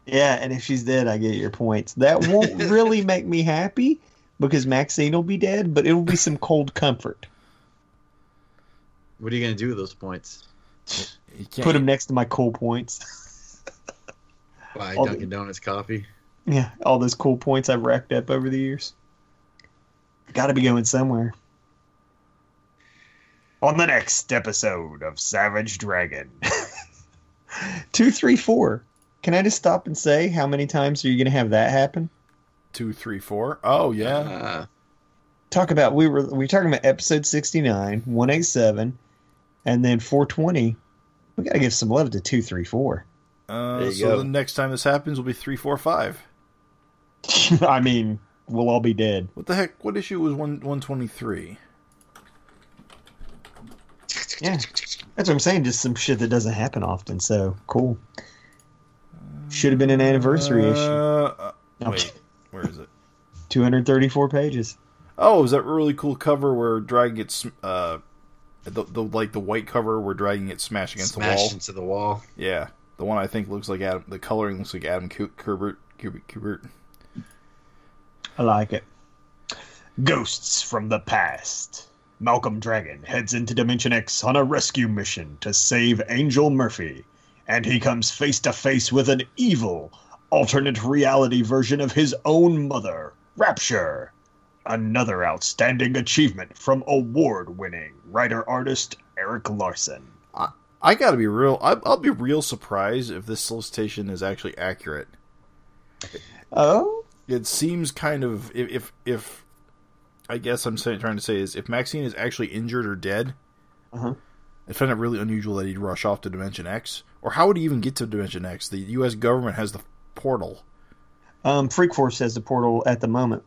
Yeah, and if she's dead, I get your points. That won't really make me happy because Maxine will be dead, but it'll be some cold comfort. what are you gonna do with those points? You can't Put them next to my cool points. <laughs> Buy I'll- Dunkin' Donuts coffee. Yeah, all those cool points I've racked up over the years. Got to be going somewhere. On the next episode of Savage Dragon 234. Can I just stop and say how many times are you going to have that happen? two, three, four. Oh yeah, Uh, Talk about we were we were talking about episode 69, 187 and then 420. We got to give some love to 234. uh, There you so go. the next time this happens will be three, four, five. <laughs> I mean, we'll all be dead. What the heck? What issue was one one twenty three? Yeah. That's what I'm saying. Just some shit that doesn't happen often. So cool. Should have been an anniversary issue. Uh, No, wait, where is it? 234 pages. Oh, is that really cool cover where Dragon gets sm- uh, the, the like the white cover where Dragon gets smashed against the wall? smashed into the wall. Yeah, the one I think looks like Adam. The coloring looks like Adam Cu- Kubert. Kubert. Kubert. I like it. Ghosts from the past. Malcolm Dragon heads into Dimension X on a rescue mission to save Angel Murphy, and he comes face to face with an evil, alternate reality version of his own mother, Rapture. Another outstanding achievement from award winning writer artist Eric Larson. I gotta be real. I, I'll be real surprised if this solicitation is actually accurate. Oh, It seems kind of if if, if I guess I'm saying, trying to say is if Maxine is actually injured or dead, Uh-huh. I find it really unusual that he'd rush off to Dimension X. Or how would he even get to Dimension X? The U.S. government has the portal. um, Freak Force has the portal at the moment.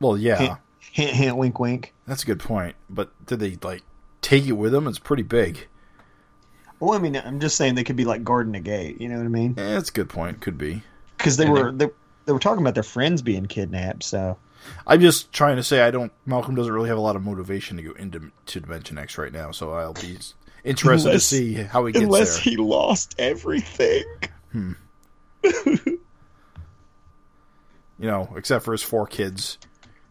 Well, yeah, Hint, hint, hint, wink, wink. that's a good point. But did they like take it with them? It's pretty big. Well, I mean, I'm just saying they could be like guarding a gate. You know what I mean? Eh, that's a good point. Could be. Because they And were they, they were talking about their friends being kidnapped. So I'm just trying to say I don't. Malcolm doesn't really have a lot of motivation to go into to Dimension X right now, so I'll be s- interested Unless- to see how he gets there. he lost everything, You know, except for his four kids.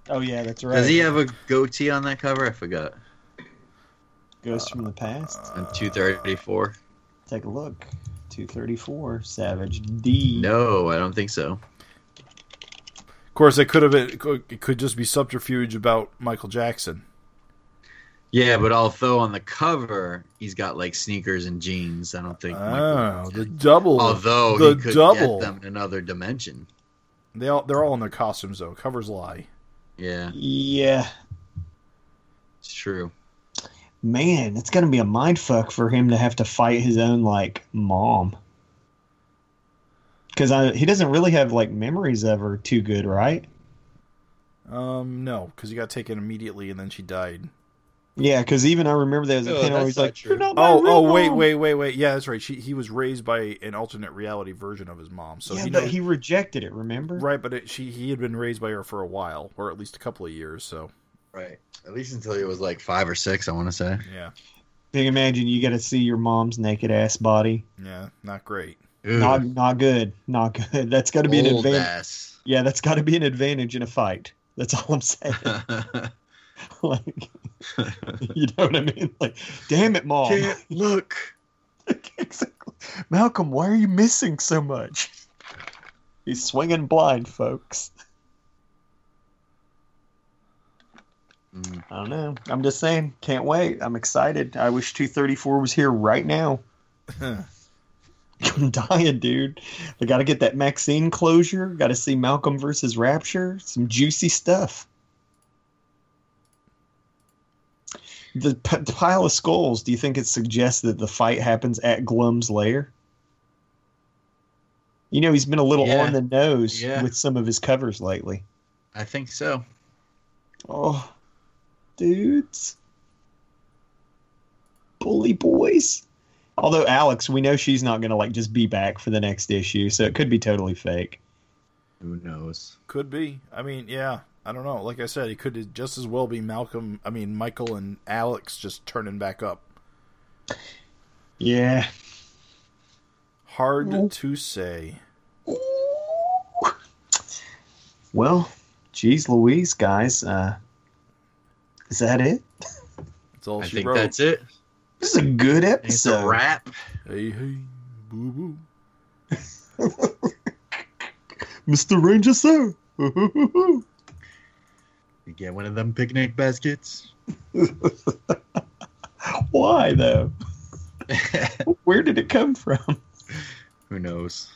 oh yeah, that's right. Does he have a goatee on that cover? I forgot. Ghost from the past? On two thirty four. Take a look. Two thirty four Savage D. No, I don't think so. Of course, it could have been. It could- it could just be subterfuge about Michael Jackson. Yeah, but although on the cover he's got like sneakers and jeans, I don't think. Michael- Oh, the double. although the he could double. get them in another dimension. They all they're all in their costumes though. Covers lie. Yeah, Yeah, it's true. man, it's gonna be a mind fuck for him to have to fight his own like mom. Because he doesn't really have like memories of her too good, right? Um, no, because he got taken immediately, and then she died. Yeah, because even I remember that as a No, kid, I Oh, that's was not like, true. "You're not my Oh, real oh, wait, mom." wait, wait, wait. Yeah, that's right. She he was raised by an alternate reality version of his mom, so yeah, he but knows. he rejected it. Remember? Right, but it, she he had been raised by her for a while, or at least a couple of years. So Right. At least until he was like five or six, I want to say. yeah, Can you imagine you got to see your mom's naked ass body? yeah, not great. <laughs> Not, not good. Not good. <laughs> That's got to be an Old advantage. ass. Yeah, that's got to be an advantage in a fight. That's all I'm saying. <laughs> <laughs> like, <laughs> you know what I mean? Like, damn it, <laughs> mom. Can't look. <laughs> Exactly. Malcolm, why are you missing so much? He's swinging blind, folks. Mm. I don't know. I'm just saying. Can't wait. I'm excited. I wish 234 was here right now. <laughs> I'm dying, dude. I got to get that Maxine closure. Got to see Malcolm versus Rapture. Some juicy stuff. The p- pile of skulls. Do you think it suggests that the fight happens at Glum's lair? You know, he's been a little Yeah. on the nose Yeah. with some of his covers lately. I think so. Oh, dudes. Bully boys. Although Alex, we know she's not going to like just be back for the next issue, so it could be totally fake. Who knows? Could be. I mean, yeah. I don't know. Like I said, it could just as well be Malcolm. I mean, Michael and Alex just turning back up. Yeah. Hard No. to say. Well, geez, Louise, guys, uh, is that it? That's all I she think wrote. that's it. This is a good It's episode. a wrap. Hey, hey, boo, boo. Mr. Ranger, sir. <laughs> You get one of them picnic baskets. <laughs> Why though? Where did it come from? Who knows?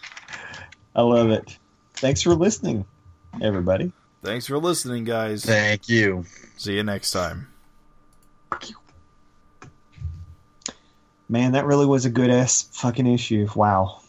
I love it. Thanks for listening, everybody. Thanks for listening, guys. Thank you. See you next time. Man, that really was a good ass fucking issue. Wow.